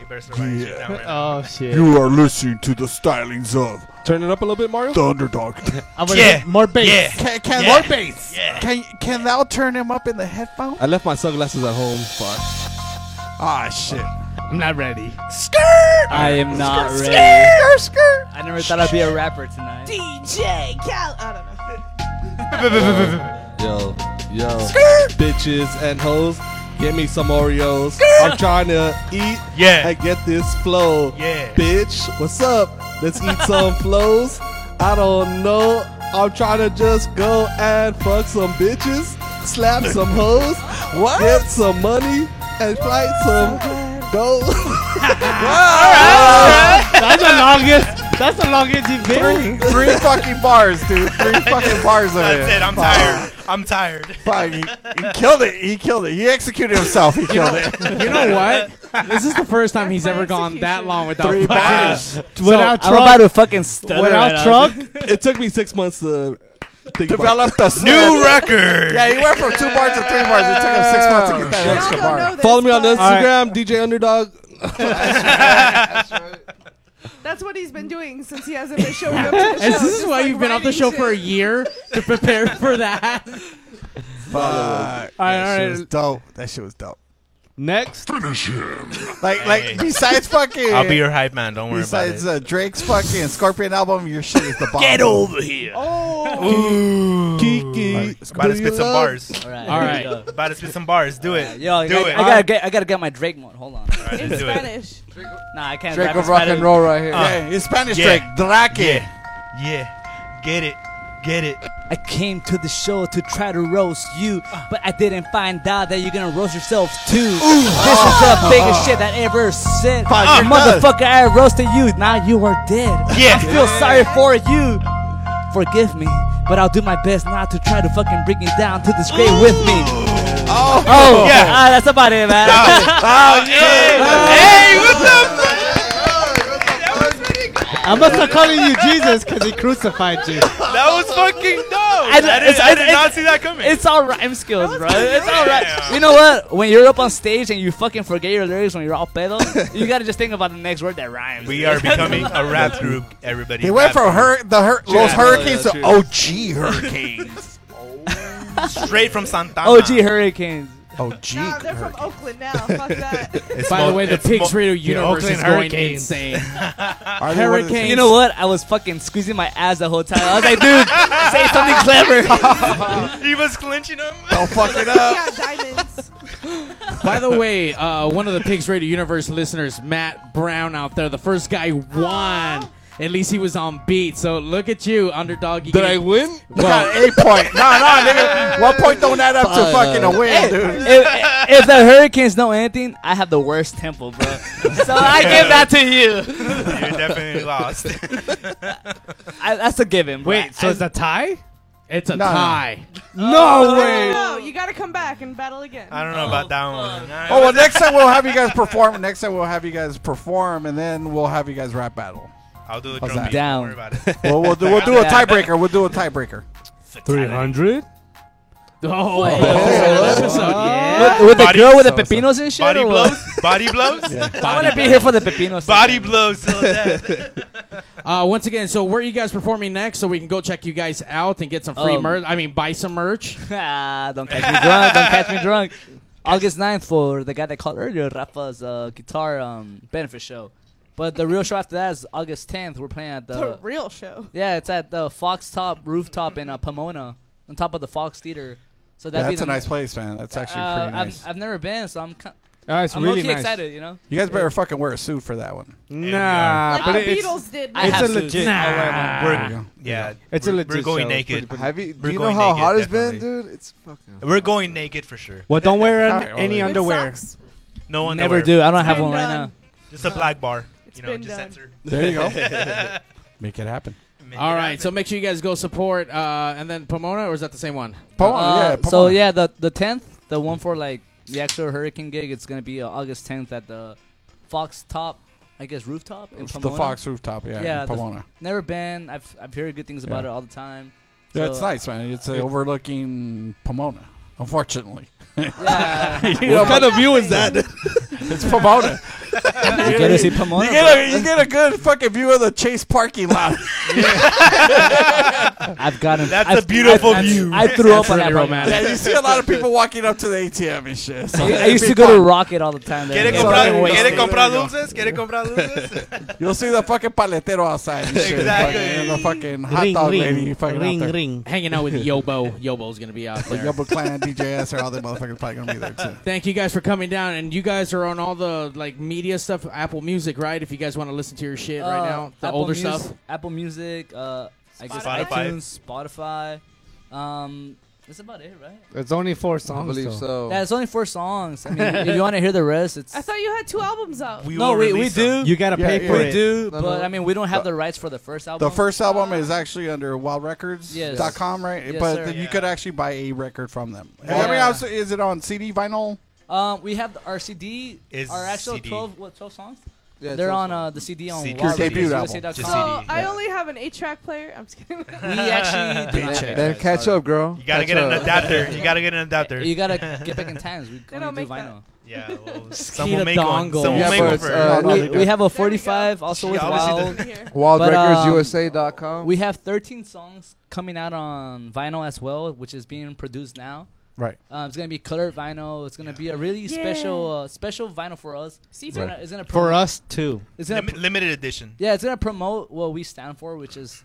Speaker 41: You better start writing shit down right now.
Speaker 5: Oh shit.
Speaker 11: You are listening to the stylings of
Speaker 1: Turn it up a little bit, Mario.
Speaker 11: Thunderdog.
Speaker 5: I'm gonna
Speaker 41: Yeah.
Speaker 5: More bass.
Speaker 41: Yeah.
Speaker 3: Can, can
Speaker 41: Yeah.
Speaker 3: more bass?
Speaker 41: Yeah.
Speaker 3: Can can thou turn him up in the headphone?
Speaker 1: I left my sunglasses at home. Fuck.
Speaker 3: Ah shit.
Speaker 5: I'm not ready.
Speaker 3: Skirt.
Speaker 7: I am not ready.
Speaker 3: Skirt. Skirt.
Speaker 7: I never thought I'd be a rapper tonight.
Speaker 4: DJ Cal. I
Speaker 1: Yo,
Speaker 4: don't know.
Speaker 1: yo. Bitches and hoes, get me some Oreos. I'm trying to eat
Speaker 41: Yeah.
Speaker 1: and get this flow.
Speaker 41: Yeah.
Speaker 1: Bitch, what's up? Let's eat some flows. I don't know. I'm trying to just go and fuck some bitches, slap some hoes,
Speaker 3: What?
Speaker 1: get some money, and flight some gold.
Speaker 5: That's the longest. That's the longest you've been.
Speaker 3: Three fucking bars, dude. Three fucking bars of
Speaker 41: That's it. I'm
Speaker 3: Fuck.
Speaker 41: tired. I'm tired.
Speaker 3: Fuck, He, he killed it. He killed it. He executed himself. He killed it.
Speaker 2: You know what? This is the first time he's ever gone that long without
Speaker 3: Three
Speaker 2: fucking.
Speaker 3: bars.
Speaker 5: Without
Speaker 7: I'm about
Speaker 5: truck.
Speaker 7: to fucking stutter.
Speaker 5: Without
Speaker 7: right
Speaker 5: truck.
Speaker 1: it took me six months to think about
Speaker 3: Developed a
Speaker 41: New record.
Speaker 3: Yeah, he went from two bars to three bars. It took him six months to get that
Speaker 4: Y'all
Speaker 3: extra
Speaker 4: don't
Speaker 3: bar.
Speaker 4: know this,
Speaker 1: Follow me on
Speaker 4: but
Speaker 1: Instagram, DJ Underdog.
Speaker 4: That's what he's been doing since he hasn't been showing up to the show.
Speaker 2: And this is
Speaker 4: just,
Speaker 2: why
Speaker 4: like,
Speaker 2: you've been off the
Speaker 4: writing
Speaker 2: show for a
Speaker 4: shit.
Speaker 2: year to prepare for that.
Speaker 3: Fuck.
Speaker 5: All right,
Speaker 3: That
Speaker 5: all
Speaker 3: shit
Speaker 5: right.
Speaker 3: was dope. That shit was dope.
Speaker 5: Next.
Speaker 3: Like,
Speaker 41: Hey.
Speaker 3: like besides fucking.
Speaker 41: I'll be your hype man. Don't worry about
Speaker 3: Besides
Speaker 41: it.
Speaker 3: uh, Drake's fucking Scorpion album, your shit is the bomb.
Speaker 41: Get over here.
Speaker 3: Oh. Ooh. Kiki.
Speaker 41: About to spit some bars.
Speaker 7: Alright.
Speaker 2: All
Speaker 7: here we
Speaker 2: right.
Speaker 7: go.
Speaker 41: About to spit some bars. Do it.
Speaker 7: Yo, I,
Speaker 41: Do
Speaker 7: I
Speaker 41: it.
Speaker 7: gotta get I gotta get my Drake mode. Hold on.
Speaker 41: All right,
Speaker 4: In
Speaker 41: let's do it.
Speaker 4: Spanish.
Speaker 7: Nah, I can't.
Speaker 12: Drake
Speaker 7: rap
Speaker 12: of
Speaker 7: in
Speaker 12: rock
Speaker 7: Spanish.
Speaker 12: and roll right here.
Speaker 41: Uh,
Speaker 3: Yeah, it's Spanish
Speaker 41: Yeah.
Speaker 3: Drake. Drake.
Speaker 41: Yeah. Yeah. Get it. Get it.
Speaker 7: I came to the show to try to roast you, but I didn't find out that you're gonna roast yourself too. This is the
Speaker 3: Oh.
Speaker 7: biggest shit that ever said. Uh,
Speaker 3: Fuck, you're
Speaker 7: motherfucker, I roasted you. Now you are dead.
Speaker 41: Yeah.
Speaker 7: I feel sorry for you. Forgive me, but I'll do my best not to try to fucking bring you down to this grave with me.
Speaker 8: Oh,
Speaker 7: Oh,
Speaker 8: yeah.
Speaker 7: Ah, that's about it, man.
Speaker 8: Oh, yeah. Hey, what the?
Speaker 5: I must have calling you Jesus because he crucified you.
Speaker 8: That was fucking dope. I,
Speaker 7: I
Speaker 8: did,
Speaker 7: d-
Speaker 8: I did,
Speaker 7: it's-
Speaker 8: I did
Speaker 7: it's-
Speaker 8: not see that coming.
Speaker 7: It's all rhyme skills, bro. It's all right.
Speaker 8: Yeah.
Speaker 7: You know what? When you're up on stage and you fucking forget your lyrics when you're all pedo, you gotta just think about the next word that rhymes.
Speaker 41: We are becoming a rap group, everybody.
Speaker 7: They went
Speaker 41: Rap
Speaker 7: from
Speaker 41: group.
Speaker 7: hur- the hur-
Speaker 41: Yeah,
Speaker 7: Los
Speaker 41: yeah,
Speaker 7: Hurricanes
Speaker 41: yeah,
Speaker 7: to
Speaker 41: true.
Speaker 7: OG
Speaker 41: Hurricanes. Straight from Santana.
Speaker 7: OG Hurricanes.
Speaker 12: OG.
Speaker 4: No, they're from Oakland now. Fuck that.
Speaker 7: By the way, the Pigs Radio universe
Speaker 2: Oakland
Speaker 7: is going
Speaker 2: Hurricanes.
Speaker 7: insane.
Speaker 2: Are they- what is it?
Speaker 7: You know what? I was fucking squeezing my ass the whole time. I was like, dude, say something clever.
Speaker 41: he was clinching him.
Speaker 12: Don't fuck
Speaker 41: it
Speaker 2: By the way, uh, one of the Pigs Radio Universe listeners, Matt Brown, out there, the first guy won. At least he was on beat. So look at you, underdog. You
Speaker 1: Did
Speaker 2: get-
Speaker 1: I win?
Speaker 2: Well-
Speaker 1: got eight point. No, no, nigga. One point don't add up to
Speaker 7: Fuck.
Speaker 1: fucking a win, dude.
Speaker 7: if, if the Hurricanes know anything, I have the worst tempo, bro. So I give that to you.
Speaker 41: You definitely lost.
Speaker 7: I, that's a given. Bro.
Speaker 5: Wait, so
Speaker 7: I,
Speaker 5: it's a tie?
Speaker 2: It's a
Speaker 5: No.
Speaker 2: tie.
Speaker 5: No
Speaker 4: No,
Speaker 5: way.
Speaker 4: No, you gotta come back and battle again.
Speaker 41: I don't know about that one.
Speaker 3: Oh well, next time we'll have you guys perform. Next time we'll have you guys perform, and then we'll have you guys rap battle.
Speaker 41: I'll do the
Speaker 3: How's
Speaker 41: drum
Speaker 3: that?
Speaker 41: beat. Don't worry about it.
Speaker 3: Well, we'll do, we'll do a
Speaker 41: Yeah.
Speaker 3: tiebreaker. We'll do a tiebreaker.
Speaker 5: Three hundred.
Speaker 2: Oh,
Speaker 3: wait.
Speaker 7: With, with the
Speaker 41: Body-
Speaker 7: girl with the
Speaker 41: so- so-
Speaker 7: pepinos and shit.
Speaker 41: Body
Speaker 7: or
Speaker 41: blows.
Speaker 7: what?
Speaker 41: Body blows.
Speaker 7: I want to be here for the pepinos.
Speaker 41: Body blows till death.
Speaker 2: Uh, once again, so where are you guys performing next so we can go check you guys out and get some free
Speaker 7: Um,
Speaker 2: merch? I mean, buy some merch.
Speaker 7: ah, don't catch me drunk. Don't catch me drunk. August 9th for the guy that called earlier, Rafa's uh, guitar um, benefit show. But the real show after that is August 10th. We're playing at the,
Speaker 4: The real show.
Speaker 7: Yeah, it's at the Fox Top rooftop in uh, Pomona, on top of the Fox Theater. So that'd
Speaker 3: Yeah,
Speaker 7: be
Speaker 3: that's
Speaker 7: the
Speaker 3: a nice place, man. That's actually
Speaker 7: Uh,
Speaker 3: pretty nice.
Speaker 7: I've, I've never been, so I'm. ki-
Speaker 5: Oh, it's
Speaker 7: I'm
Speaker 5: really
Speaker 7: low-key
Speaker 5: nice.
Speaker 7: excited, you know.
Speaker 3: You guys better fucking wear a suit for that one.
Speaker 5: Nah,
Speaker 4: Like
Speaker 5: but
Speaker 4: the
Speaker 5: it- it's,
Speaker 4: Beatles did.
Speaker 5: it's
Speaker 4: have
Speaker 5: a
Speaker 4: to.
Speaker 5: legit.
Speaker 41: Nah. We're-
Speaker 5: There you go.
Speaker 41: yeah,
Speaker 5: it's a
Speaker 41: we're-
Speaker 5: legit.
Speaker 41: we're going
Speaker 5: show.
Speaker 41: naked.
Speaker 5: Pretty- pretty-
Speaker 12: Have you?
Speaker 41: We're
Speaker 12: Do you know
Speaker 41: going
Speaker 12: how
Speaker 41: naked,
Speaker 12: hot it's been,
Speaker 41: definitely.
Speaker 12: dude? It's fucking.
Speaker 41: We're going naked for sure.
Speaker 5: Well, don't wear
Speaker 3: All
Speaker 5: an,
Speaker 3: right, well,
Speaker 5: any
Speaker 3: there you go.
Speaker 5: underwear.
Speaker 41: No one.
Speaker 7: Never do. I don't have one right now.
Speaker 41: Just a black bar. You know,
Speaker 4: been
Speaker 41: just
Speaker 4: done.
Speaker 41: censored.
Speaker 3: There you go. Make it happen.
Speaker 2: All right, so make sure you guys go support. Uh, and then Pomona, or is that the same one?
Speaker 7: Uh, So yeah, the the tenth, the one for like the actual hurricane gig, it's gonna be uh, August tenth at the Fox Top, I guess rooftop in
Speaker 3: The
Speaker 7: Pomona.
Speaker 3: Fox Rooftop, yeah, in
Speaker 7: yeah, the-
Speaker 3: Pomona.
Speaker 7: Never been. I've I've heard good things about
Speaker 3: Yeah.
Speaker 7: it all the time.
Speaker 3: Yeah,
Speaker 7: So,
Speaker 3: it's nice, man. It's uh,
Speaker 7: it-
Speaker 3: overlooking Pomona, unfortunately.
Speaker 7: Yeah.
Speaker 3: You
Speaker 1: What
Speaker 3: know,
Speaker 1: kind of view is that?
Speaker 3: it's Pomona.
Speaker 7: You get to see Pomona,
Speaker 3: You get, a,
Speaker 7: bro.
Speaker 3: you get a good fucking view of the Chase parking lot.
Speaker 7: I've gotten.
Speaker 41: That's
Speaker 7: I've,
Speaker 41: a beautiful
Speaker 7: I've-
Speaker 41: view.
Speaker 7: I threw up
Speaker 3: That's
Speaker 7: on that.
Speaker 3: really
Speaker 7: part.
Speaker 3: romantic. Yeah, you see a lot of people walking up to the ATM and shit. So
Speaker 7: I used to go to Rocket all the time. there.
Speaker 41: Quiere
Speaker 7: Yeah.
Speaker 41: comprar,
Speaker 7: Fucking
Speaker 41: quiere
Speaker 7: wasted.
Speaker 41: comprar dulces, quiere comprar dulces.
Speaker 3: You'll see the fucking paletero outside and shit.
Speaker 41: Exactly.
Speaker 3: Fucking, and the fucking hot dog lady fucking out there.
Speaker 2: Hanging out with Yobo. Yobo's gonna be out
Speaker 3: The
Speaker 2: there.
Speaker 3: Yubba Clan, DJS, or all the motherfuckers probably gonna be there too.
Speaker 2: Thank you guys for coming down, and you guys are on all the like media stuff, Apple Music, right? If you guys want to listen to your shit right
Speaker 7: Uh,
Speaker 2: now, the
Speaker 7: Apple
Speaker 2: older
Speaker 7: Mus-
Speaker 2: stuff.
Speaker 7: Apple Music, uh, I guess
Speaker 41: Spotify.
Speaker 7: iTunes, Spotify. Um, that's about it, right?
Speaker 30: It's only four songs.
Speaker 12: believe
Speaker 30: though.
Speaker 12: so.
Speaker 7: Yeah, it's only four songs. I mean, if you want to hear the rest, it's
Speaker 4: I thought you had two albums out.
Speaker 7: no, we, we do.
Speaker 5: You gotta
Speaker 3: Yeah,
Speaker 5: pay
Speaker 3: yeah.
Speaker 5: for
Speaker 7: we
Speaker 5: it.
Speaker 7: do,
Speaker 12: No,
Speaker 7: but
Speaker 12: no.
Speaker 7: I mean, we don't have the rights for the first album.
Speaker 3: The first album is actually under
Speaker 7: Yes.
Speaker 3: wildrecords.com, right?
Speaker 7: Yes,
Speaker 3: but
Speaker 7: sir.
Speaker 3: you
Speaker 41: Yeah.
Speaker 3: could actually buy a record from them.
Speaker 7: Yeah.
Speaker 3: I mean, also, is it on CD, vinyl?
Speaker 7: Um, we have the, our CD,
Speaker 41: Is
Speaker 7: our actual
Speaker 41: CD.
Speaker 7: twelve what twelve songs.
Speaker 12: Yeah,
Speaker 7: They're
Speaker 12: so-
Speaker 7: on uh, the CD on
Speaker 41: CD.
Speaker 7: Wild
Speaker 3: Your debut
Speaker 7: Records,
Speaker 3: album.
Speaker 7: USA.com.
Speaker 41: Just
Speaker 4: So
Speaker 41: CD.
Speaker 4: I only have an eight-track player. I'm just kidding.
Speaker 7: We actually do not-
Speaker 3: Bitch.
Speaker 12: Man, catch up, girl.
Speaker 41: You gotta
Speaker 12: Catch
Speaker 41: get an
Speaker 12: up.
Speaker 41: adapter. You gotta get an adapter.
Speaker 7: You gotta get back in times. We
Speaker 4: don't
Speaker 7: only do
Speaker 4: make
Speaker 7: vinyl.
Speaker 41: yeah, well,
Speaker 2: get
Speaker 41: someone
Speaker 2: a
Speaker 41: make one.
Speaker 2: dongle.
Speaker 41: Someone
Speaker 12: Yeah,
Speaker 41: make
Speaker 12: but
Speaker 41: one
Speaker 12: it's,
Speaker 41: first.
Speaker 12: uh,
Speaker 41: No,
Speaker 12: There
Speaker 7: We,
Speaker 12: you
Speaker 7: we have a forty-five also
Speaker 41: She
Speaker 7: with
Speaker 41: obviously
Speaker 7: Wild.
Speaker 4: Here.
Speaker 7: But, um,
Speaker 12: WildRecordsUSA.com.
Speaker 7: We have 13 songs coming out on vinyl as well, which is being produced now.
Speaker 3: Right.
Speaker 7: Um, it's gonna be colored vinyl. It's gonna be a really
Speaker 4: Yeah.
Speaker 7: special, uh, special vinyl for us.
Speaker 4: See
Speaker 7: It's
Speaker 4: through.
Speaker 7: gonna, it's gonna
Speaker 5: For
Speaker 7: promote-
Speaker 5: us too.
Speaker 7: It's gonna,
Speaker 41: Lim- limited edition.
Speaker 7: yeah, it's gonna promote what we stand for, which is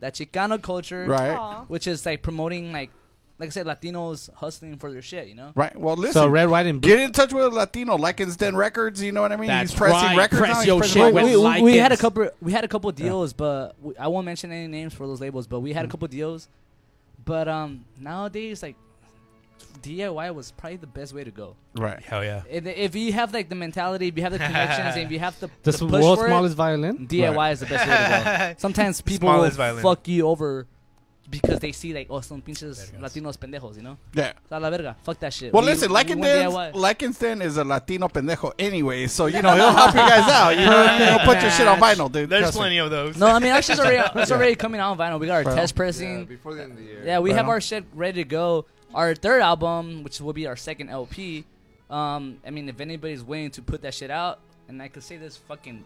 Speaker 7: that Chicano culture,
Speaker 3: Right.
Speaker 4: Aw.
Speaker 7: Which is like promoting, like, like I said, Latinos hustling for their shit. You know.
Speaker 3: Right. Well, listen.
Speaker 5: So red, white, and blue.
Speaker 3: Get in touch with Latino Lycans Den Records. You know what I mean?
Speaker 2: That's
Speaker 3: He's pressing
Speaker 2: right.
Speaker 3: records.
Speaker 2: Press
Speaker 3: now, he's
Speaker 2: your
Speaker 3: pressing
Speaker 2: shit
Speaker 3: records.
Speaker 2: with
Speaker 7: we, we, we had a
Speaker 2: Lycans.
Speaker 7: couple we had a couple deals, but we, I won't mention any names for those labels. But we had a couple deals, but um nowadays like DIY was probably the best way to go.
Speaker 3: Right.
Speaker 41: Hell yeah.
Speaker 7: If, if you have like the mentality, if you have the connections, and if you have the,
Speaker 30: The
Speaker 7: the push
Speaker 30: world's
Speaker 7: for
Speaker 30: smallest
Speaker 7: it,
Speaker 30: violin.
Speaker 7: DIY is the best way to go. Sometimes people will
Speaker 41: Smallest violin.
Speaker 7: fuck you over because they see like oh son pinches latinos pendejos, you know?
Speaker 3: Yeah.
Speaker 7: Está la verga. Fuck that shit.
Speaker 3: Well,
Speaker 7: We-
Speaker 3: listen, Like
Speaker 7: we-
Speaker 3: and
Speaker 7: one day I
Speaker 3: Dan's-
Speaker 7: wa-
Speaker 3: Like and Dan is a Latino pendejo anyway, so you know he'll help you guys out. You know, he'll put your shit on vinyl, dude.
Speaker 29: There's
Speaker 3: Trust me.
Speaker 29: plenty of those.
Speaker 7: No, I mean, actually, it's already, it's
Speaker 3: Yeah.
Speaker 7: already coming out on vinyl. We got our
Speaker 3: Right on.
Speaker 7: test pressing. Yeah,
Speaker 12: before the end of the year.
Speaker 7: Yeah, we
Speaker 12: Right
Speaker 7: have
Speaker 12: on.
Speaker 7: our shit ready to go. Our third album, which will be our second LP. Um, I mean, if anybody's willing to put that shit out, and I could say this fucking,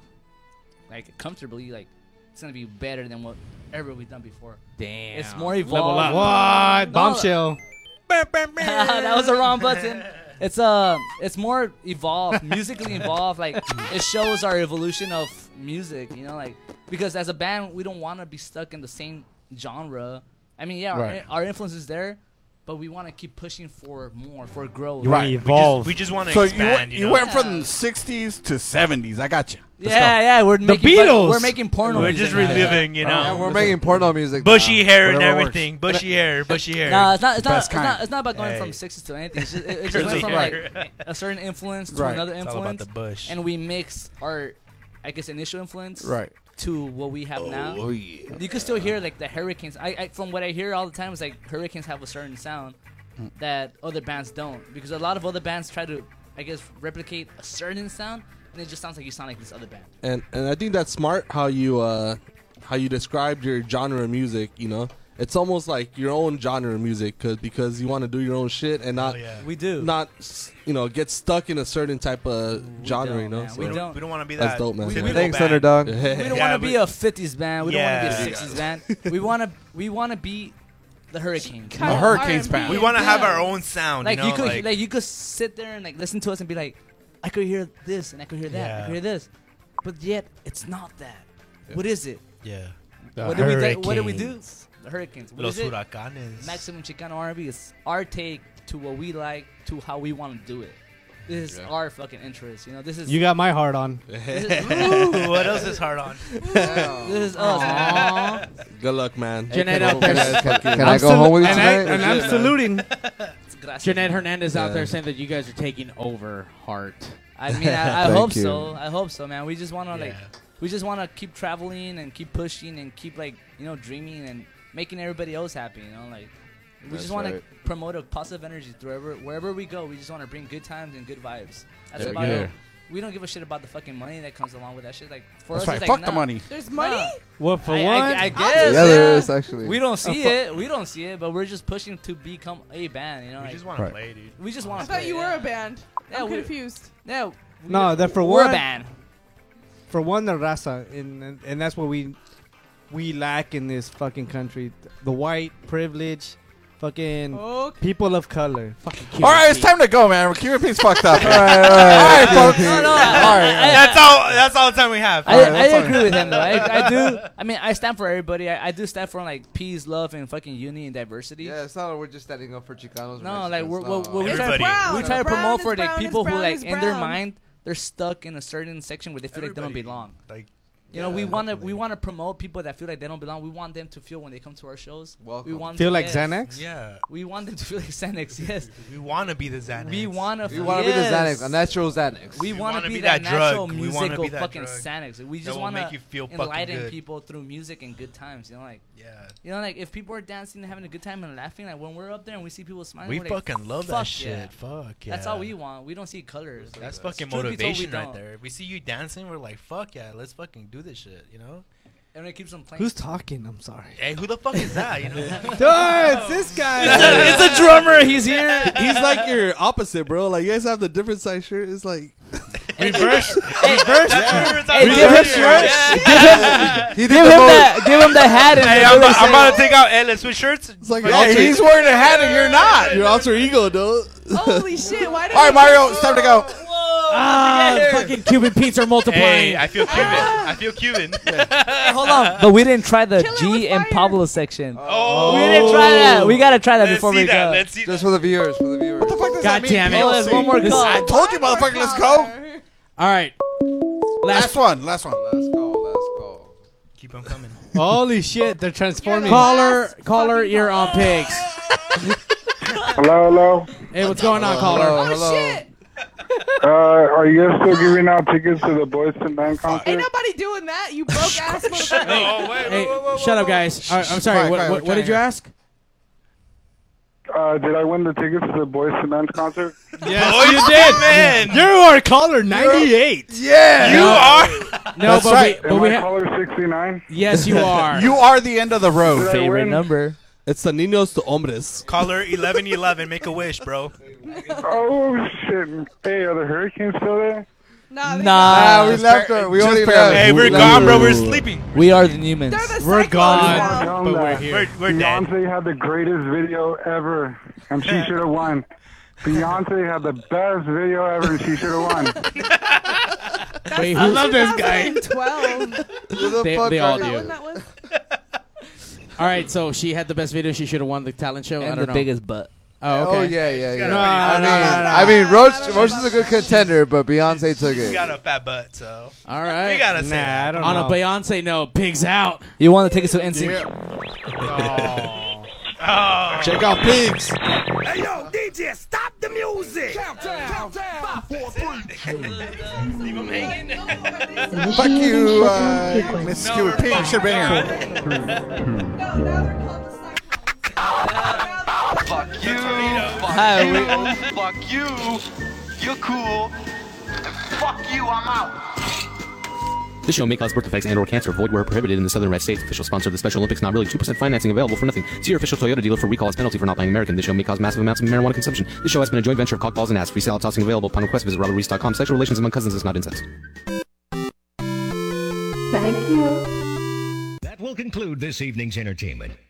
Speaker 7: like, comfortably, like, it's gonna be better than whatever we've done before.
Speaker 2: Damn.
Speaker 7: It's more
Speaker 2: Level
Speaker 7: evolved.
Speaker 2: up. What?
Speaker 7: No,
Speaker 30: Bombshell.
Speaker 7: that was the wrong button. It's uh, it's more evolved, musically evolved. Like it shows our evolution of music, you know, like because as a band we don't want to be stuck in the same genre. I mean, yeah,
Speaker 2: Right.
Speaker 7: our, our influence is there, but we want to keep pushing for more, for growth.
Speaker 3: Right.
Speaker 7: We just, want to
Speaker 3: So you,
Speaker 7: expand.
Speaker 3: went- you went from 60s to 70s. I got you. Let's
Speaker 7: Yeah,
Speaker 3: go.
Speaker 7: yeah, we're The making- Beatles! we're making porno We're just music now. reliving, you know.
Speaker 12: Yeah, we're making porno music.
Speaker 29: Bushy
Speaker 12: now.
Speaker 29: hair and
Speaker 12: Whatever
Speaker 29: everything.
Speaker 12: works.
Speaker 29: Bushy hair. Bushy hair.
Speaker 7: No, it's not. It's not,
Speaker 12: Best
Speaker 7: it's not.
Speaker 12: kind.
Speaker 7: It's not about going
Speaker 29: Hey.
Speaker 7: from sixties to anything. It's just, it- it's just
Speaker 29: Curly
Speaker 7: went from
Speaker 29: hair.
Speaker 7: like a certain influence to
Speaker 29: Right.
Speaker 7: another
Speaker 29: It's
Speaker 7: influence.
Speaker 29: all about the bush.
Speaker 7: And we mix our, I guess, initial influence.
Speaker 29: Right.
Speaker 7: To what we have now.
Speaker 29: Oh, yeah.
Speaker 7: You can still hear like the Hurricanes. I, I from what I hear all the time is like Hurricanes have a certain sound
Speaker 29: Mm.
Speaker 7: that other bands don't because a lot of other bands try to, I guess, replicate a certain sound and it just sounds like you sound like this other band.
Speaker 1: and and I think that's smart how you uh how you described your genre of music. You know, it's almost like your own genre of music cause, because you want to do your own shit and not
Speaker 7: we do
Speaker 1: not s- you know get stuck in a certain type of genre. you know,
Speaker 29: We don't. We don't want to be that.
Speaker 1: That's dope, man.
Speaker 29: typical
Speaker 1: Thanks,
Speaker 29: band.
Speaker 1: Underdog.
Speaker 7: We don't
Speaker 29: Yeah,
Speaker 7: want to be
Speaker 29: but-
Speaker 7: a '50s band. We don't want
Speaker 29: Yeah.
Speaker 7: to be a '60s band. We want to we want to be the Hurricanes.
Speaker 29: The Hurricanes R&B. band. We wanna have our own sound,
Speaker 7: Like
Speaker 29: you know,
Speaker 7: could
Speaker 29: like-
Speaker 7: like you could sit there and like listen to us and be like, I could hear this and I could hear that. I
Speaker 29: Yeah.
Speaker 7: could hear this, but yet it's not that. What is it?
Speaker 29: Yeah. The
Speaker 7: What did we do? What did we do?
Speaker 29: Hurricanes.
Speaker 7: The Hurricanes. What
Speaker 29: Los
Speaker 7: is it?
Speaker 29: Huracanes.
Speaker 7: Maximum Chicano R&B is our take to what we like to how we want to do it. This is our fucking interest. You know, this is
Speaker 30: You got my heart on.
Speaker 7: This is- Ooh,
Speaker 29: what else is hard on?
Speaker 7: this is us.
Speaker 29: Aw.
Speaker 7: man.
Speaker 1: Good luck, man.
Speaker 2: Jeanette out there.
Speaker 1: I'm still- and I-
Speaker 2: and I'm saluting.
Speaker 7: Gracias.
Speaker 2: Jeanette Hernandez out
Speaker 7: Yeah.
Speaker 2: there saying that you guys are taking over Heart.
Speaker 7: I mean, I, I hope so. I hope so, man. We just want to like, we just want to keep traveling and keep pushing and keep like, you know, dreaming and making everybody else happy. You know, like, we
Speaker 12: That's
Speaker 7: just want
Speaker 12: right.
Speaker 7: to promote a positive energy wherever wherever we go. We just want to bring good times and good vibes. That's
Speaker 3: There we
Speaker 7: about
Speaker 3: go.
Speaker 7: it. We don't give a shit about the fucking money that comes along with that shit. Like, for
Speaker 3: That's
Speaker 7: us,
Speaker 3: right.
Speaker 7: it's like,
Speaker 3: Fuck the
Speaker 7: nah.
Speaker 3: money.
Speaker 4: There's money?
Speaker 5: What for
Speaker 7: I,
Speaker 5: what?
Speaker 7: I, I guess.
Speaker 12: Yeah, there
Speaker 7: yeah.
Speaker 12: is, actually.
Speaker 7: We don't
Speaker 12: Oh,
Speaker 7: see
Speaker 12: fuck.
Speaker 7: it. We don't see it, but we're just pushing to become a band. You know, we
Speaker 29: just
Speaker 7: want
Speaker 29: wanna Right. play, dude.
Speaker 7: We just want
Speaker 4: I
Speaker 7: to.
Speaker 4: thought you were a band.
Speaker 7: Yeah,
Speaker 4: I'm
Speaker 7: we-
Speaker 4: confused.
Speaker 7: No.
Speaker 30: No, that for
Speaker 7: we're
Speaker 30: one
Speaker 7: a band.
Speaker 30: For one, the raza, and, and and that's what we we lack in this fucking country: the white privilege, fucking people of color. Fucking
Speaker 3: All right, it's time to go, man. QRP's fucked up. all
Speaker 30: right, all
Speaker 3: right, folks.
Speaker 29: That's all. That's all the time we have.
Speaker 7: I, I agree with him though. I, I do. I mean, I stand for everybody. I, I do stand for like peace, love, and fucking unity and diversity.
Speaker 12: Yeah, it's not like we're just standing up for Chicanos. or
Speaker 7: No, like we're,
Speaker 12: Mexicans, no.
Speaker 7: what, what we try,
Speaker 12: Everybody.
Speaker 7: to, we try
Speaker 12: Brown
Speaker 7: to promote
Speaker 12: is
Speaker 7: for like
Speaker 12: brown is
Speaker 7: people who
Speaker 12: brown
Speaker 7: like
Speaker 12: is
Speaker 7: in their
Speaker 12: brown.
Speaker 7: mind they're stuck in a certain section where they feel like they don't belong.
Speaker 29: Like,
Speaker 7: You know, we want to we want to promote people that feel like they don't belong. We want them to feel when they come to our shows. We
Speaker 12: Welcome.
Speaker 7: want
Speaker 30: Feel like
Speaker 7: yes.
Speaker 30: Xanax?
Speaker 29: Yeah.
Speaker 7: We want them to feel like Xanax. Yes.
Speaker 29: We want to be the Xanax.
Speaker 7: We want to.
Speaker 12: We want to be the Xanax, a natural Xanax.
Speaker 7: We, want to
Speaker 29: wanna
Speaker 7: be,
Speaker 29: be
Speaker 7: that,
Speaker 29: that
Speaker 7: natural
Speaker 29: drug. We wanna
Speaker 7: musical
Speaker 29: be that
Speaker 7: fucking
Speaker 29: drug
Speaker 7: Xanax. We
Speaker 29: that
Speaker 7: just
Speaker 29: will
Speaker 7: want
Speaker 29: make you
Speaker 7: to
Speaker 29: feel fucking
Speaker 7: enlighten
Speaker 29: good.
Speaker 7: people through music and good times. You know, like
Speaker 29: yeah.
Speaker 7: You know, like if people are dancing and having a good time and laughing, like when we're up there and we see people smiling,
Speaker 29: We
Speaker 7: we're like,
Speaker 29: fucking love that
Speaker 7: "Fuck
Speaker 29: shit.
Speaker 7: yeah."
Speaker 29: Fuck
Speaker 7: That's
Speaker 29: yeah.
Speaker 7: all we want. We don't see colors. Like,
Speaker 29: That's fucking
Speaker 7: truth be told, we
Speaker 29: motivation right
Speaker 7: don't.
Speaker 29: there. If we see you dancing, we're like, fuck yeah, let's fucking do this shit, you know?
Speaker 7: And it keeps on playing.
Speaker 30: Who's talking? I'm sorry.
Speaker 29: Hey, who the fuck is that? You know?
Speaker 30: Dude, it's this guy.
Speaker 29: It's a- it's a
Speaker 30: drummer. He's
Speaker 1: here. He's like your opposite, bro. Like you guys have the different size shirt. It's like
Speaker 29: reverse,
Speaker 1: reverse.
Speaker 7: Hey, give him,
Speaker 1: Reverse shirt.
Speaker 7: yeah.
Speaker 1: He
Speaker 7: give him,
Speaker 1: did the
Speaker 7: that, give him the hat. And
Speaker 29: Hey,
Speaker 7: the
Speaker 29: I'm,
Speaker 7: little
Speaker 29: about, I'm about to
Speaker 7: thing.
Speaker 29: take out. Hey, let's switch shirts. It's
Speaker 1: like,
Speaker 29: yeah,
Speaker 3: he's wearing a hat and you're not.
Speaker 1: Your alter ego, dude.
Speaker 4: Holy shit! Why did
Speaker 3: All right,
Speaker 4: we-
Speaker 3: Mario, it's time to go.
Speaker 2: Ah, fucking Cuban Pete's are multiplying.
Speaker 29: Hey, I feel Cuban. I feel Cuban.
Speaker 7: Hold on, but we didn't try the G and Pablo section.
Speaker 29: Oh.
Speaker 7: we didn't try that. We gotta try that before we go.
Speaker 12: Just for the viewers, for the viewers. What the fuck does
Speaker 2: God damn it.
Speaker 7: there's one more call.
Speaker 3: I told you, motherfucker. Let's go.
Speaker 2: All right.
Speaker 3: Last one. Last one. Let's
Speaker 12: go. Let's go.
Speaker 29: Keep on coming.
Speaker 30: Holy shit, they're transforming.
Speaker 2: Caller, caller, ear on pigs.
Speaker 30: hello, hello.
Speaker 7: Uh,
Speaker 4: Oh,
Speaker 2: Hey, what's going on, caller?
Speaker 30: hello.
Speaker 4: Uh, are you guys still giving out tickets to the Boys to Men
Speaker 42: Ain't
Speaker 4: concert?
Speaker 42: nobody doing that, you broke ass motherfucker.
Speaker 2: Hey, shut up, guys. All right, I'm sorry.
Speaker 4: Quiet,
Speaker 2: what
Speaker 4: quiet,
Speaker 2: what,
Speaker 4: we're
Speaker 2: what did you
Speaker 4: trying
Speaker 2: ask?
Speaker 4: Uh, did I win the tickets to the Boys to Men concert?
Speaker 2: Yes,
Speaker 7: Oh,
Speaker 4: Boyz
Speaker 2: you did.
Speaker 4: Men.
Speaker 2: You are caller 98.
Speaker 4: Yeah.
Speaker 3: You
Speaker 4: No.
Speaker 3: are.
Speaker 4: No, That's but we- right. but
Speaker 3: Am
Speaker 4: we
Speaker 3: I
Speaker 4: ha-
Speaker 3: caller
Speaker 4: 69?
Speaker 2: Yes,
Speaker 3: you are. You are the end of the road.
Speaker 4: Did I Favorite win?
Speaker 43: number.
Speaker 1: It's the niños to hombres.
Speaker 7: Caller 1111, make a wish, bro.
Speaker 4: oh shit! Hey, are the Hurricanes still there?
Speaker 42: Nah,
Speaker 7: Uh,
Speaker 4: Nah, Ah, we left her. We only left.
Speaker 7: Hey, we're gone, bro. We're sleeping.
Speaker 43: We are the Newmans.
Speaker 1: We're
Speaker 4: Tell
Speaker 1: gone.
Speaker 4: them
Speaker 7: but we're
Speaker 4: that.
Speaker 7: here. We're- we're dead.
Speaker 4: Beyonce had the greatest video ever, and she should have won. Beyonce had the best video ever, and she should have won.
Speaker 2: Wait,
Speaker 4: I love this guy.
Speaker 42: 2012.
Speaker 4: the
Speaker 2: They,
Speaker 4: fuck
Speaker 2: they all
Speaker 4: are you?
Speaker 2: do.
Speaker 42: That was-
Speaker 2: All right, so she had the best video. She should have won the talent show. I
Speaker 44: And
Speaker 2: don't
Speaker 44: the
Speaker 2: know.
Speaker 44: biggest butt.
Speaker 2: Oh, okay.
Speaker 12: Oh yeah, yeah, yeah.
Speaker 2: No, no, no, no, no.
Speaker 12: I mean, Roach, Roach is a good contender, but Beyonce took
Speaker 7: He's
Speaker 12: it.
Speaker 7: got a fat butt, so.
Speaker 2: All right.
Speaker 7: We gotta say. that.
Speaker 2: On a Beyonce note, pigs out.
Speaker 43: You want to take us to NSYNC?
Speaker 7: Oh.
Speaker 43: Check out Pigs.
Speaker 17: Hey yo, DJ, stop the music. Countdown. Countdown. Five, four, three. Leave him hanging.
Speaker 3: Fuck you, uh, Miss Stewart Pink. Should have been here.
Speaker 17: Fuck you.
Speaker 3: Hi, we-
Speaker 17: Fuck you. You're cool. Fuck you. I'm out.
Speaker 6: This show may cause birth defects and or cancer. Void where prohibited in the southern Red States. Official sponsor of the Special Olympics. Not really. 2% financing available for nothing. See your official Toyota dealer for recall as penalty for not buying American. This show may cause massive amounts of marijuana consumption. This show has been a joint venture of cockballs and ass. Free salad tossing available. Upon request, visit robertreese.com. Sexual relations among cousins is not incest.
Speaker 32: That will conclude this evening's entertainment.